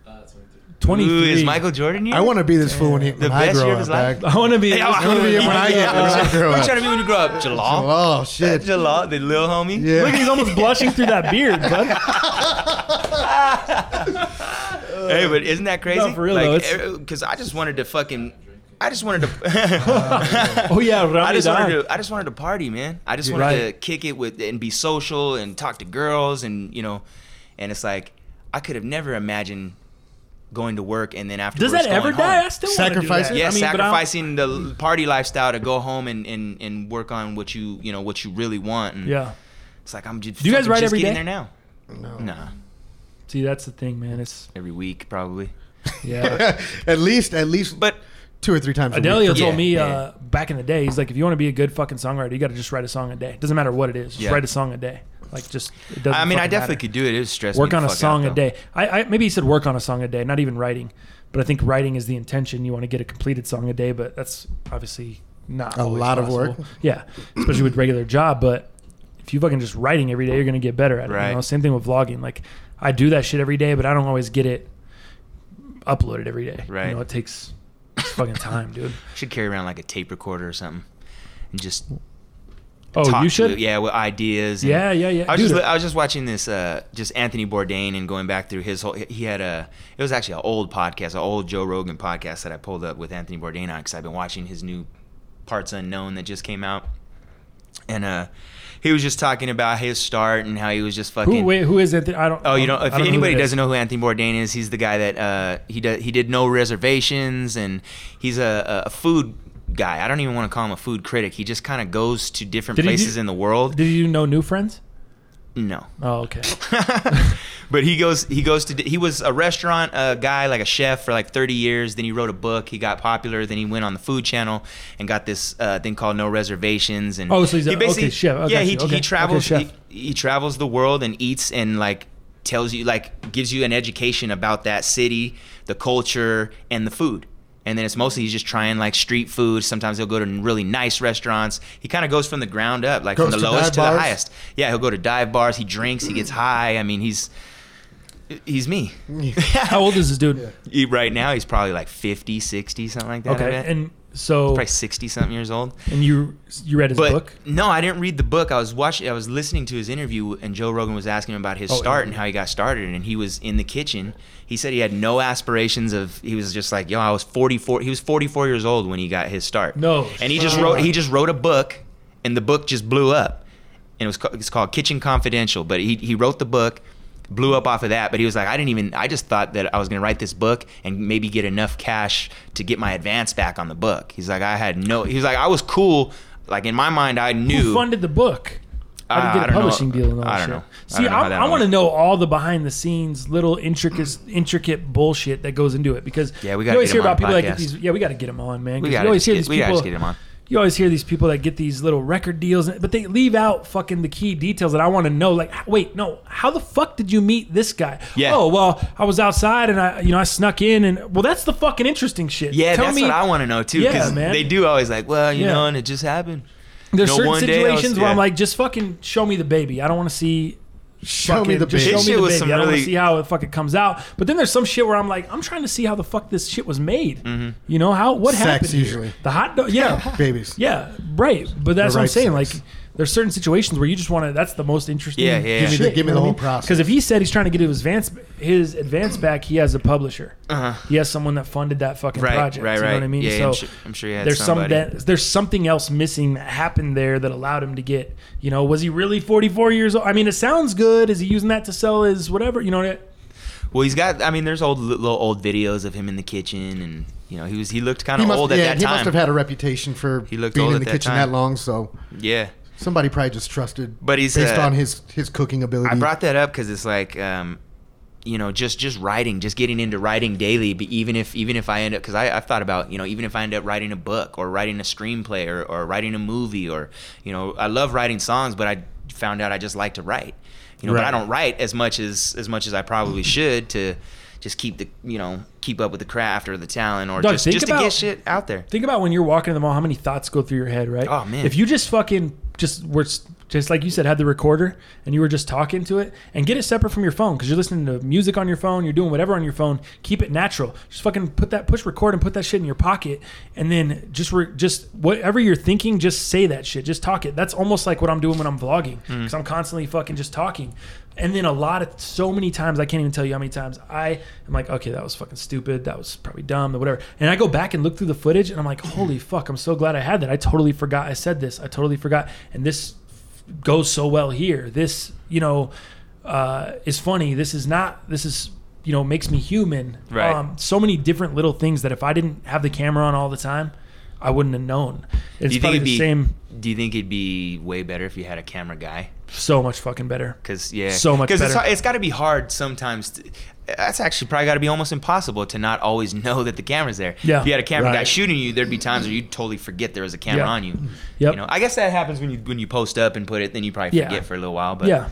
Speaker 4: that's what I did.
Speaker 1: 23.
Speaker 2: Ooh, is Michael Jordan here?
Speaker 3: I want to be this fool when, he,
Speaker 2: The
Speaker 3: when I
Speaker 2: best
Speaker 3: grow
Speaker 2: year
Speaker 3: up.
Speaker 2: of his life?
Speaker 3: dog.
Speaker 1: I want to be.
Speaker 2: Hey, I
Speaker 1: I
Speaker 2: wanna
Speaker 1: wanna
Speaker 2: be
Speaker 1: be-
Speaker 2: when I get-
Speaker 1: Yeah.
Speaker 2: when I
Speaker 3: grow
Speaker 2: What you
Speaker 3: up.
Speaker 2: trying to be when you grow up? Jalal?
Speaker 3: Oh shit!
Speaker 2: That Jalal, the little homie?
Speaker 3: Yeah.
Speaker 1: Look, he's almost blushing through that beard, bud.
Speaker 2: <laughs> Hey, but isn't that crazy?
Speaker 1: No, for real though, it's-
Speaker 2: Because I just wanted to fucking. I just <laughs> wanted to.
Speaker 1: Oh yeah, Ramadan.
Speaker 2: I just wanted to. I just wanted to party, man. I just wanted to
Speaker 1: Right.
Speaker 2: kick it with and be social and talk to girls and you know, and it's like I could have never imagined going to work and then after
Speaker 1: Does that ever die? I still
Speaker 3: Sacrifice
Speaker 1: Want to do that.
Speaker 3: it?
Speaker 2: Yeah,
Speaker 1: I mean, but I don't-
Speaker 2: sacrificing the party lifestyle to go home and, and, and work on what you you know what you really want. And
Speaker 1: Yeah.
Speaker 2: it's like I'm just.
Speaker 1: Do you guys
Speaker 2: fucking
Speaker 1: write
Speaker 2: just
Speaker 1: every
Speaker 2: getting
Speaker 1: day?
Speaker 2: there now?
Speaker 3: No.
Speaker 2: Nah,
Speaker 1: See, that's the thing, man. It's
Speaker 2: every week probably.
Speaker 1: yeah.
Speaker 3: <laughs> at least, at least,
Speaker 2: But
Speaker 3: two or three times. a
Speaker 1: Adelio
Speaker 3: week.
Speaker 1: told
Speaker 2: Yeah,
Speaker 1: me
Speaker 2: yeah.
Speaker 1: uh, back in the day, he's like, if you want to be a good fucking songwriter, you got to just write a song a day. Doesn't matter what it is, just
Speaker 2: Yeah.
Speaker 1: write a song a day. Like, just it doesn't.
Speaker 2: I mean, I
Speaker 1: fucking
Speaker 2: definitely
Speaker 1: matter.
Speaker 2: could do it. It was stressful.
Speaker 1: work on a song a day. I, I maybe he said work on a song a day, not even writing, but I think writing is the intention. You want to get a completed song a day, but that's obviously not
Speaker 3: A
Speaker 1: always
Speaker 3: lot of
Speaker 1: possible.
Speaker 3: work.
Speaker 1: Yeah, especially with regular job. But if you fucking just writing every day, you're gonna get better at it.
Speaker 2: Right.
Speaker 1: You know? Same thing with vlogging. Like I do that shit every day, but I don't always get it uploaded every day.
Speaker 2: Right.
Speaker 1: You know, it takes it's fucking time,
Speaker 2: <laughs>
Speaker 1: dude.
Speaker 2: Should carry around like a tape recorder or something, and just
Speaker 1: Oh,
Speaker 2: talk
Speaker 1: you
Speaker 2: to
Speaker 1: should.
Speaker 2: it, yeah, with ideas. and-
Speaker 1: Yeah, yeah, yeah.
Speaker 2: I was
Speaker 1: Dude,
Speaker 2: just I was just watching this uh, just Anthony Bourdain and going back through his whole. He had a it was actually an old podcast, an old Joe Rogan podcast that I pulled up with Anthony Bourdain on because I've been watching his new Parts Unknown that just came out, and uh, he was just talking about his start and how he was just fucking.
Speaker 1: who wait, who is it? I don't.
Speaker 2: Oh, you don't.
Speaker 1: Um,
Speaker 2: If
Speaker 1: I don't know who
Speaker 2: anybody
Speaker 1: that is.
Speaker 2: doesn't know who Anthony Bourdain is, he's the guy that uh, he did, he did no reservations, and he's a, a a food guy. I don't even want to call him a food critic. He just kind of goes to different
Speaker 1: Did he do-
Speaker 2: places in the world.
Speaker 1: Did you know New Friends?
Speaker 2: no.
Speaker 1: Oh, okay.
Speaker 2: <laughs> but he goes he goes to he was a restaurant uh, guy like a chef for like 30 years then he wrote a book he got popular then he went on the food channel and got this uh, thing called no reservations and
Speaker 1: Oh, so he's a-
Speaker 2: he basically-
Speaker 1: okay, chef. I
Speaker 2: yeah
Speaker 1: got
Speaker 2: he,
Speaker 1: you. Okay,
Speaker 2: he travels
Speaker 1: okay, chef.
Speaker 2: he, he travels the world and eats and like tells you like gives you an education about that city the culture and the food and then it's mostly he's just trying like street food sometimes he'll go to really nice restaurants he kind of goes from the ground up like from
Speaker 3: Goes
Speaker 2: the
Speaker 3: to dive
Speaker 2: lowest to the
Speaker 3: bars?
Speaker 2: highest yeah, he'll go to dive bars. He drinks. He gets high. I mean, he's he's me. <laughs>
Speaker 1: How old is this dude?
Speaker 2: He- right now, he's probably like 50, 60, something like that. I
Speaker 1: Okay,
Speaker 2: bet.
Speaker 1: and so
Speaker 2: probably sixty something years old.
Speaker 1: and you you read his
Speaker 2: But
Speaker 1: book.
Speaker 2: no, I didn't read the book. I was watching. I was listening to his interview, and Joe Rogan was asking him about his
Speaker 1: Oh,
Speaker 2: start
Speaker 1: yeah.
Speaker 2: and how he got started. And he was in the kitchen. He said he had no aspirations of. He was just like, yo, I was forty four. He was forty four years old when he got his start.
Speaker 1: No,
Speaker 2: and he just
Speaker 1: fuck.
Speaker 2: wrote. He just wrote a book, and the book just blew up. And it was ca- it's called Kitchen Confidential. But he he wrote the book. Blew up off of that, but he was like, I didn't even. I just thought that I was gonna write this book and maybe get enough cash to get my advance back on the book. He's like, I had no. He was like, I was cool. Like in my mind, I knew.
Speaker 1: Who funded the book? How
Speaker 2: Ah,
Speaker 1: to
Speaker 2: I
Speaker 1: get a
Speaker 2: don't know.
Speaker 1: publishing deal and all
Speaker 2: I
Speaker 1: that
Speaker 2: don't know.
Speaker 1: shit.
Speaker 2: I
Speaker 1: See,
Speaker 2: don't know
Speaker 1: I,
Speaker 2: how that
Speaker 1: I want to
Speaker 2: went.
Speaker 1: know all the behind the scenes, little intricate, intricate bullshit that goes into it because
Speaker 2: Yeah, we
Speaker 1: you
Speaker 2: gotta
Speaker 1: always
Speaker 2: get
Speaker 1: hear
Speaker 2: him on
Speaker 1: about people that
Speaker 2: the
Speaker 1: get
Speaker 2: podcast.
Speaker 1: these. Yeah, we got to get them on, man. 'cause
Speaker 2: We
Speaker 1: you
Speaker 2: gotta
Speaker 1: always
Speaker 2: just
Speaker 1: hear
Speaker 2: get-
Speaker 1: these
Speaker 2: we gotta
Speaker 1: people.
Speaker 2: just get 'em on.
Speaker 1: You always hear these people that get these little record deals, but they leave out fucking the key details that I want to know. Like, h- wait, no, how the fuck did you meet this guy?
Speaker 2: Yeah.
Speaker 1: Oh well, I was outside and I, you know, I snuck in and well, that's the fucking interesting shit.
Speaker 2: Yeah,
Speaker 1: Tell
Speaker 2: that's
Speaker 1: me,
Speaker 2: what I want to know too.
Speaker 1: Yeah,
Speaker 2: Because
Speaker 1: man.
Speaker 2: they do always like, well, you
Speaker 1: Yeah.
Speaker 2: know, and it just happened.
Speaker 1: There's
Speaker 2: No,
Speaker 1: certain
Speaker 2: one day I was-
Speaker 1: situations where I'm
Speaker 2: yeah.
Speaker 1: like, just fucking show me the baby. I don't want to see
Speaker 3: Show me
Speaker 1: fucking-
Speaker 3: the
Speaker 1: just
Speaker 3: big.
Speaker 1: Show
Speaker 2: This
Speaker 1: me
Speaker 2: shit
Speaker 1: the
Speaker 2: was
Speaker 1: big.
Speaker 2: some
Speaker 1: I want to
Speaker 2: really-
Speaker 1: see how it fucking comes out. But then there's some shit where I'm like, I'm trying to see how the fuck this shit was made.
Speaker 2: Mm-hmm.
Speaker 1: You know how what
Speaker 3: Sex,
Speaker 1: happened? here?
Speaker 3: usually.
Speaker 1: the hot dog.
Speaker 2: <laughs>
Speaker 1: Yeah,
Speaker 3: babies.
Speaker 1: yeah, right. But that's
Speaker 3: The
Speaker 1: what I'm
Speaker 3: right
Speaker 1: saying.
Speaker 3: sex.
Speaker 1: Like, there's certain situations where you just want to. That's the most interesting.
Speaker 2: Yeah, yeah. Give me the-
Speaker 3: give me the whole process.
Speaker 1: Because if he said he's trying to get his advance his advance back, he has a publisher.
Speaker 2: Uh-huh.
Speaker 1: He has someone that funded that fucking
Speaker 2: Right,
Speaker 1: project.
Speaker 2: right,
Speaker 1: You know
Speaker 2: right.
Speaker 1: what I mean?
Speaker 2: Yeah,
Speaker 1: so
Speaker 2: I'm su- I'm sure he had
Speaker 1: there's
Speaker 2: somebody.
Speaker 1: some that, there's something else missing that happened there that allowed him to get. You know, was he really 44 years old? I mean, it sounds good. Is he using that to sell his whatever? You know what? I-
Speaker 2: Well, he's got. I mean, there's old little old videos of him in the kitchen, and you know, he was he looked kind
Speaker 3: He
Speaker 2: of
Speaker 3: must,
Speaker 2: old
Speaker 3: yeah,
Speaker 2: at that
Speaker 3: he
Speaker 2: time.
Speaker 3: must have had a reputation for
Speaker 2: He looked
Speaker 3: being
Speaker 2: old
Speaker 3: in
Speaker 2: at
Speaker 3: the
Speaker 2: that
Speaker 3: kitchen
Speaker 2: time.
Speaker 3: that long, so
Speaker 2: yeah,
Speaker 3: somebody probably just trusted.
Speaker 2: But he's,
Speaker 3: based
Speaker 2: uh,
Speaker 3: on his his cooking ability.
Speaker 2: I brought that up because it's like, um, you know, just just writing, just getting into writing daily. But even if even if I end up, because I I've thought about, you know, even if I end up writing a book or writing a screenplay or or writing a movie or, you know, I love writing songs, but I found out I just like to write, you know, but I
Speaker 1: Right.
Speaker 2: don't write as much as as much as I probably should to. Just keep the you know keep up with the craft or the talent or
Speaker 1: Doug,
Speaker 2: just
Speaker 1: think
Speaker 2: just to
Speaker 1: about-
Speaker 2: get shit out there.
Speaker 1: Think about when you're walking in the mall, how many thoughts go through your head, right?
Speaker 2: Oh, man.
Speaker 1: If you just fucking just were s- just like you said, had the recorder and you were just talking to it, and get it separate from your phone because you're listening to music on your phone, you're doing whatever on your phone. Keep it natural. Just fucking put that push record and put that shit in your pocket, and then just re- just whatever you're thinking, just say that shit. Just talk it. That's almost like what I'm doing when I'm vlogging
Speaker 2: Hmm.
Speaker 1: because I'm constantly fucking just talking. And then a lot of so many times I can't even tell you how many times I am like, okay, that was fucking stupid. That was probably dumb, or whatever. And I go back and look through the footage, and I'm like,
Speaker 2: <clears throat>
Speaker 1: holy fuck, I'm so glad I had that. I totally forgot I said this. I totally forgot. And this f- goes so well here. This, you know, uh, is funny. This is not. This is you know makes me human. Um,
Speaker 2: Right.
Speaker 1: so many different little things that if I didn't have the camera on all the time, I wouldn't have known. It's
Speaker 2: Do you think
Speaker 1: probably
Speaker 2: it'd
Speaker 1: the
Speaker 2: be
Speaker 1: same.
Speaker 2: Do you think it'd be way better if you had a camera guy?
Speaker 1: So much fucking better.
Speaker 2: Because yeah,
Speaker 1: So much
Speaker 2: Because
Speaker 1: better.
Speaker 2: it's got to be hard sometimes. To, that's actually probably got to be almost impossible to not always <laughs> know that the camera's there.
Speaker 1: Yeah.
Speaker 2: If you had a camera guy
Speaker 3: Right.
Speaker 2: shooting you, there'd be times where you'd totally forget there was a camera
Speaker 1: Yeah.
Speaker 2: on you.
Speaker 1: Yep.
Speaker 2: You know, I guess that happens when you when you post up and put it, then you probably
Speaker 1: Yeah.
Speaker 2: forget for a little while. But
Speaker 1: yeah.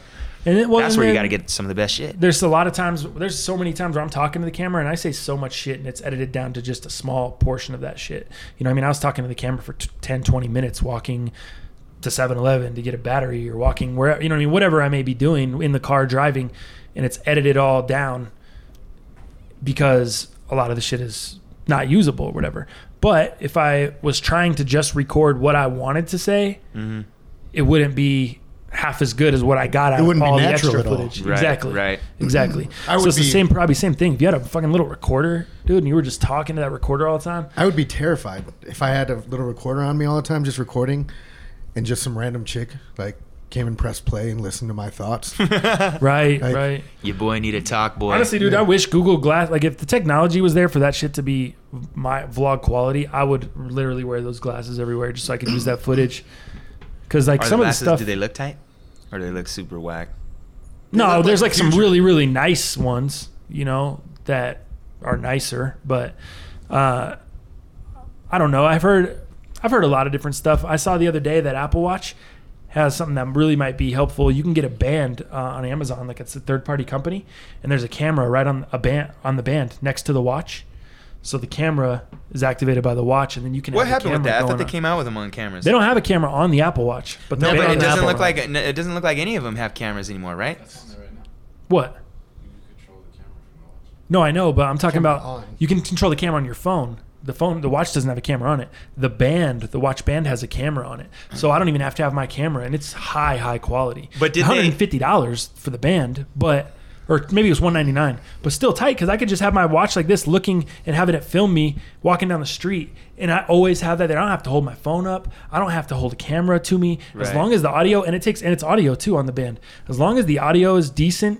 Speaker 1: And then, well,
Speaker 2: that's
Speaker 1: and
Speaker 2: where you
Speaker 1: then-
Speaker 2: got to get some of the best shit.
Speaker 1: there's a lot of times there's so many times where I'm talking to the camera and I say so much shit and it's edited down to just a small portion of that shit. You know, what I mean, I was talking to the camera for t- 10, 20 minutes walking to 7-Eleven to get a battery or walking where you know, what I mean, whatever I may be doing in the car driving and it's edited all down because a lot of the shit is not usable or whatever. But if I was trying to just record what I wanted to say,
Speaker 2: Mm-hmm.
Speaker 1: it wouldn't be half as good as what I got out
Speaker 3: wouldn't
Speaker 1: of
Speaker 3: be
Speaker 1: all the
Speaker 3: natural
Speaker 1: extra
Speaker 3: at all.
Speaker 1: footage.
Speaker 2: Right,
Speaker 1: exactly.
Speaker 2: right.
Speaker 1: Exactly.
Speaker 3: <clears throat> I
Speaker 1: so
Speaker 3: would
Speaker 1: it's the
Speaker 3: be-
Speaker 1: same, probably same thing. If you had a fucking little recorder, dude, and you were just talking to that recorder all the time,
Speaker 3: I would be terrified if I had a little recorder on me all the time, just recording, and just some random chick like came and pressed play and listened to
Speaker 2: <laughs>
Speaker 3: my thoughts.
Speaker 1: right,
Speaker 3: Like-
Speaker 1: right.
Speaker 2: Your boy need a talk, boy.
Speaker 1: Honestly, dude, I wish Google Glass, like, if the technology was there for that shit to be my vlog quality, I would literally wear those glasses everywhere just so I could use that footage. Because like
Speaker 2: Are
Speaker 1: some
Speaker 2: the
Speaker 1: of the
Speaker 2: glasses,
Speaker 1: stuff,
Speaker 2: do they look tight, or do they look super whack?
Speaker 1: no,
Speaker 3: look
Speaker 1: there's like
Speaker 3: like the
Speaker 1: some
Speaker 3: future.
Speaker 1: really really nice ones, you know, that are nicer. But uh, I don't know. I've heard I've heard a lot of different stuff. I saw the other day that Apple Watch has something that really might be helpful. You can get a band uh, on Amazon, like it's a third party company, and there's a camera right on a band on the band next to the watch. So the camera is activated by the watch, and then you can.
Speaker 2: What
Speaker 1: have the
Speaker 2: happened with
Speaker 1: camera
Speaker 2: that? I thought
Speaker 1: going
Speaker 2: they
Speaker 1: on.
Speaker 2: came out with them on cameras.
Speaker 1: They don't have a camera on the Apple Watch, but
Speaker 3: No,
Speaker 1: the band
Speaker 2: No, but
Speaker 1: on
Speaker 2: it
Speaker 1: the
Speaker 2: doesn't
Speaker 1: Apple
Speaker 2: look
Speaker 1: Watch.
Speaker 2: like it doesn't look like any of them have cameras anymore, right?
Speaker 4: That's on there right now.
Speaker 1: what.
Speaker 4: You can control the camera from the watch.
Speaker 1: No, I know, but I'm talking
Speaker 3: Camera
Speaker 1: about
Speaker 3: on.
Speaker 1: you can control the camera on your phone. The phone, the watch doesn't have a camera on it. The band, the watch band has a camera on it. So I don't even have to have my camera, and it's high, high quality.
Speaker 2: But did they-
Speaker 1: $150 for the band, but or maybe it was 199 but still tight because i could just have my watch like this looking and having it film me walking down the street and i always have that i don't have to hold my phone up i don't have to hold a camera to me as
Speaker 2: Right.
Speaker 1: long as the audio and it takes and it's audio too on the band as long as the audio is decent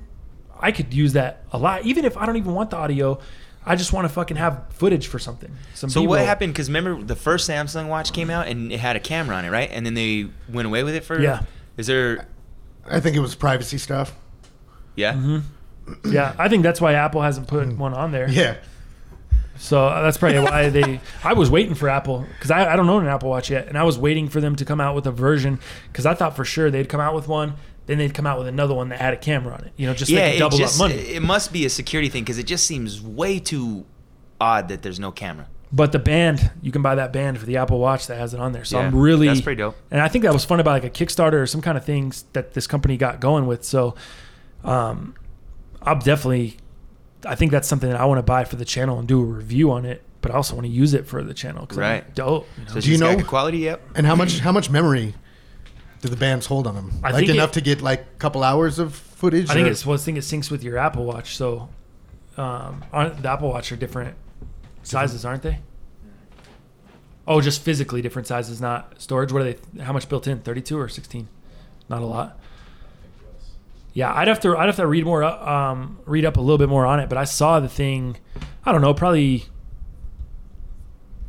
Speaker 1: I could use that a lot. Even if I don't even want the audio, I just want to fucking have footage for something. Some
Speaker 2: So what
Speaker 1: B-roll.
Speaker 2: happened? Because remember the first Samsung watch came out and it had a camera on it, right? And then they went away with it for.
Speaker 1: Yeah.
Speaker 2: Is there?
Speaker 3: I think it was privacy stuff.
Speaker 2: Yeah.
Speaker 1: Yeah, I think that's why Apple hasn't put one on there.
Speaker 3: Yeah,
Speaker 1: So uh, that's probably why
Speaker 2: <laughs>
Speaker 1: they. I was waiting for Apple because I, I don't own an Apple Watch yet, and I was waiting for them to come out with a version because I thought for sure they'd come out with one, then they'd come out with another one that had a camera on it. You know, just
Speaker 2: Yeah.
Speaker 1: like
Speaker 2: it
Speaker 1: double
Speaker 2: just-
Speaker 1: up money.
Speaker 2: It must be a security thing because it just seems way too odd that there's no camera.
Speaker 1: But the band, you can buy that band for the Apple Watch that has it on there. So
Speaker 2: Yeah,
Speaker 1: I'm really
Speaker 2: that's pretty dope.
Speaker 1: And I think that was funded by like a Kickstarter or some kind of things that this company got going with. So um, I'm definitely. I think that's something that I want to buy for the channel and do a review on it, but I also want to use it for the channel because
Speaker 2: Right.
Speaker 1: dope. you know?
Speaker 2: So
Speaker 3: Do you
Speaker 2: she's got
Speaker 3: know-
Speaker 2: good quality? Yep. <laughs>
Speaker 3: And how much how much memory do the bands hold on them?
Speaker 1: I
Speaker 3: like
Speaker 1: think
Speaker 3: enough
Speaker 1: it-
Speaker 3: to get like a couple hours of footage.
Speaker 1: I think
Speaker 3: or-
Speaker 1: it's one thing it syncs with your Apple Watch. So um, aren't, the Apple Watch are different sizes, aren't they?
Speaker 4: Mm,
Speaker 1: Oh, just physically different sizes, not storage. What are they? How much built in? Thirty-two or sixteen? Not a lot. Yeah, I'd have to I'd have to read more up- um, read up a little bit more on it. But I saw the thing, I don't know, probably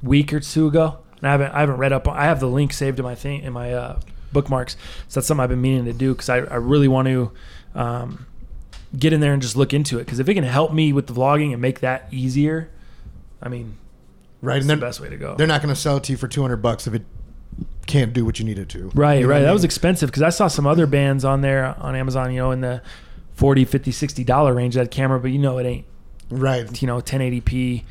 Speaker 1: week or two ago, and I haven't I haven't read up. on I have the link saved in my thing in my uh, bookmarks, so that's something I've been meaning to do because I, I really want to um, get in there and just look into it because if it can help me with the vlogging and make that easier, I mean,
Speaker 3: right, and
Speaker 1: it's the
Speaker 3: then
Speaker 1: best way to go.
Speaker 3: they're not going to sell it to you for two hundred bucks if it can't do what you need it to.
Speaker 1: Right,
Speaker 3: You know
Speaker 1: right.
Speaker 3: what I
Speaker 1: That was
Speaker 3: mean?
Speaker 1: expensive because I saw some other bands on there on Amazon, you know, in the 40 50 60 dollar range that camera, but you know it ain't,
Speaker 3: right.
Speaker 1: you know, 1080p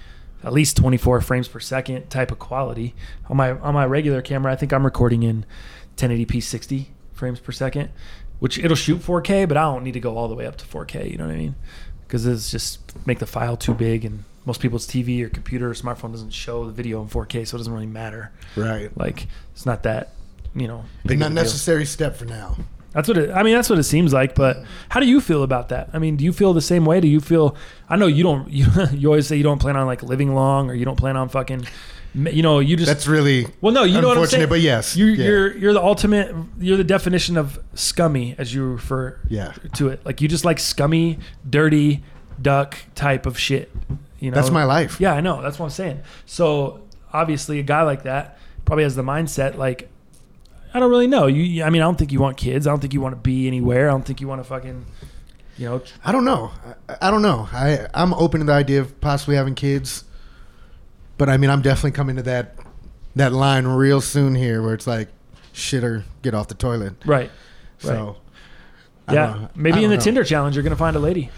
Speaker 1: at least 24 frames per second type of quality. On my on my regular camera, I think I'm recording in 1080p 60 frames per second, which it'll shoot 4K, but I don't need to go all the way up to 4K, you know what I mean? Cuz it's just make the file too big and most people's TV or computer or smartphone doesn't show the video in 4K, so it doesn't really matter.
Speaker 3: Right.
Speaker 1: Like it's not that, you know,
Speaker 3: An
Speaker 1: big of a deal.
Speaker 3: unnecessary step for now.
Speaker 1: That's what it, I mean. That's what it seems like. But how do you feel about that? I mean, do you feel the same way? Do you feel? I know you don't. <laughs> You, you always say you don't plan on like living long, or you don't plan on fucking. You know, you just.
Speaker 3: That's really
Speaker 1: well, no, you know what I'm saying.
Speaker 3: unfortunate, but yes,
Speaker 1: you,
Speaker 3: yeah.
Speaker 1: you're you're the ultimate. You're the definition of scummy, as you refer
Speaker 3: Yeah.
Speaker 1: to it. Like you just like scummy, dirty duck type of shit. You know,
Speaker 3: That's my life.
Speaker 1: Yeah, I know. That's what I'm saying. So obviously, a guy like that probably has the mindset like, I don't really know. You, I mean, I don't think you want kids. I don't think you want to be anywhere. I don't think you want to fucking, you know. tr-
Speaker 3: I don't know. I, I don't know. I I'm open to the idea of possibly having kids, but I mean, I'm definitely coming to that that line real soon here, where it's like, shit or get off the toilet.
Speaker 1: Right.
Speaker 3: So. I don't
Speaker 1: Yeah.
Speaker 3: know. I
Speaker 1: Maybe in
Speaker 3: don't
Speaker 1: the
Speaker 3: know.
Speaker 1: Tinder challenge, you're gonna find a lady.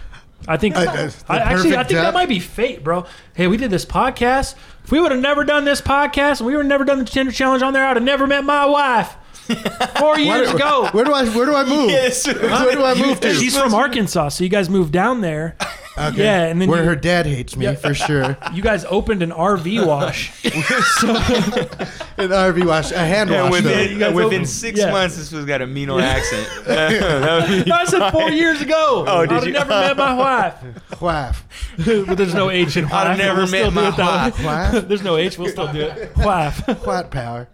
Speaker 1: I think.
Speaker 3: Uh,
Speaker 1: I,
Speaker 3: that's
Speaker 1: actually,
Speaker 3: the
Speaker 1: I
Speaker 3: perfect
Speaker 1: think that
Speaker 3: depth.
Speaker 1: might be fate, bro. Hey, we did this podcast. If we would have never done this podcast, and we would have never done the Tinder challenge on there, I'd have never met my wife. Four
Speaker 3: Where
Speaker 1: years
Speaker 3: do-
Speaker 1: ago.
Speaker 3: Where do I where do I move?
Speaker 2: Yes.
Speaker 3: Where do I
Speaker 2: <laughs>
Speaker 3: move to?
Speaker 1: She's from Arkansas, so you guys moved down there. Yeah, and then
Speaker 3: where
Speaker 1: you,
Speaker 3: her dad hates me
Speaker 1: <laughs>
Speaker 3: for sure.
Speaker 1: you guys opened an RV wash. <laughs>
Speaker 3: An RV wash, a hand
Speaker 2: And
Speaker 3: wash.
Speaker 2: within,
Speaker 1: guys
Speaker 2: within
Speaker 1: open.
Speaker 2: six
Speaker 1: Yeah.
Speaker 2: months, this was got a mean old accent. <laughs> That would be
Speaker 1: No, I said four
Speaker 2: fine.
Speaker 1: years ago.
Speaker 2: Oh, did
Speaker 1: I'd have
Speaker 2: you?
Speaker 1: never met my wife.
Speaker 3: though. Quaff.
Speaker 1: but there's no H in wife.
Speaker 2: I'd never
Speaker 1: We'll still
Speaker 2: met my
Speaker 1: do it that way. <laughs>
Speaker 3: wife.
Speaker 1: there's no H. We'll still do it. <laughs> Wife.
Speaker 3: Quat power.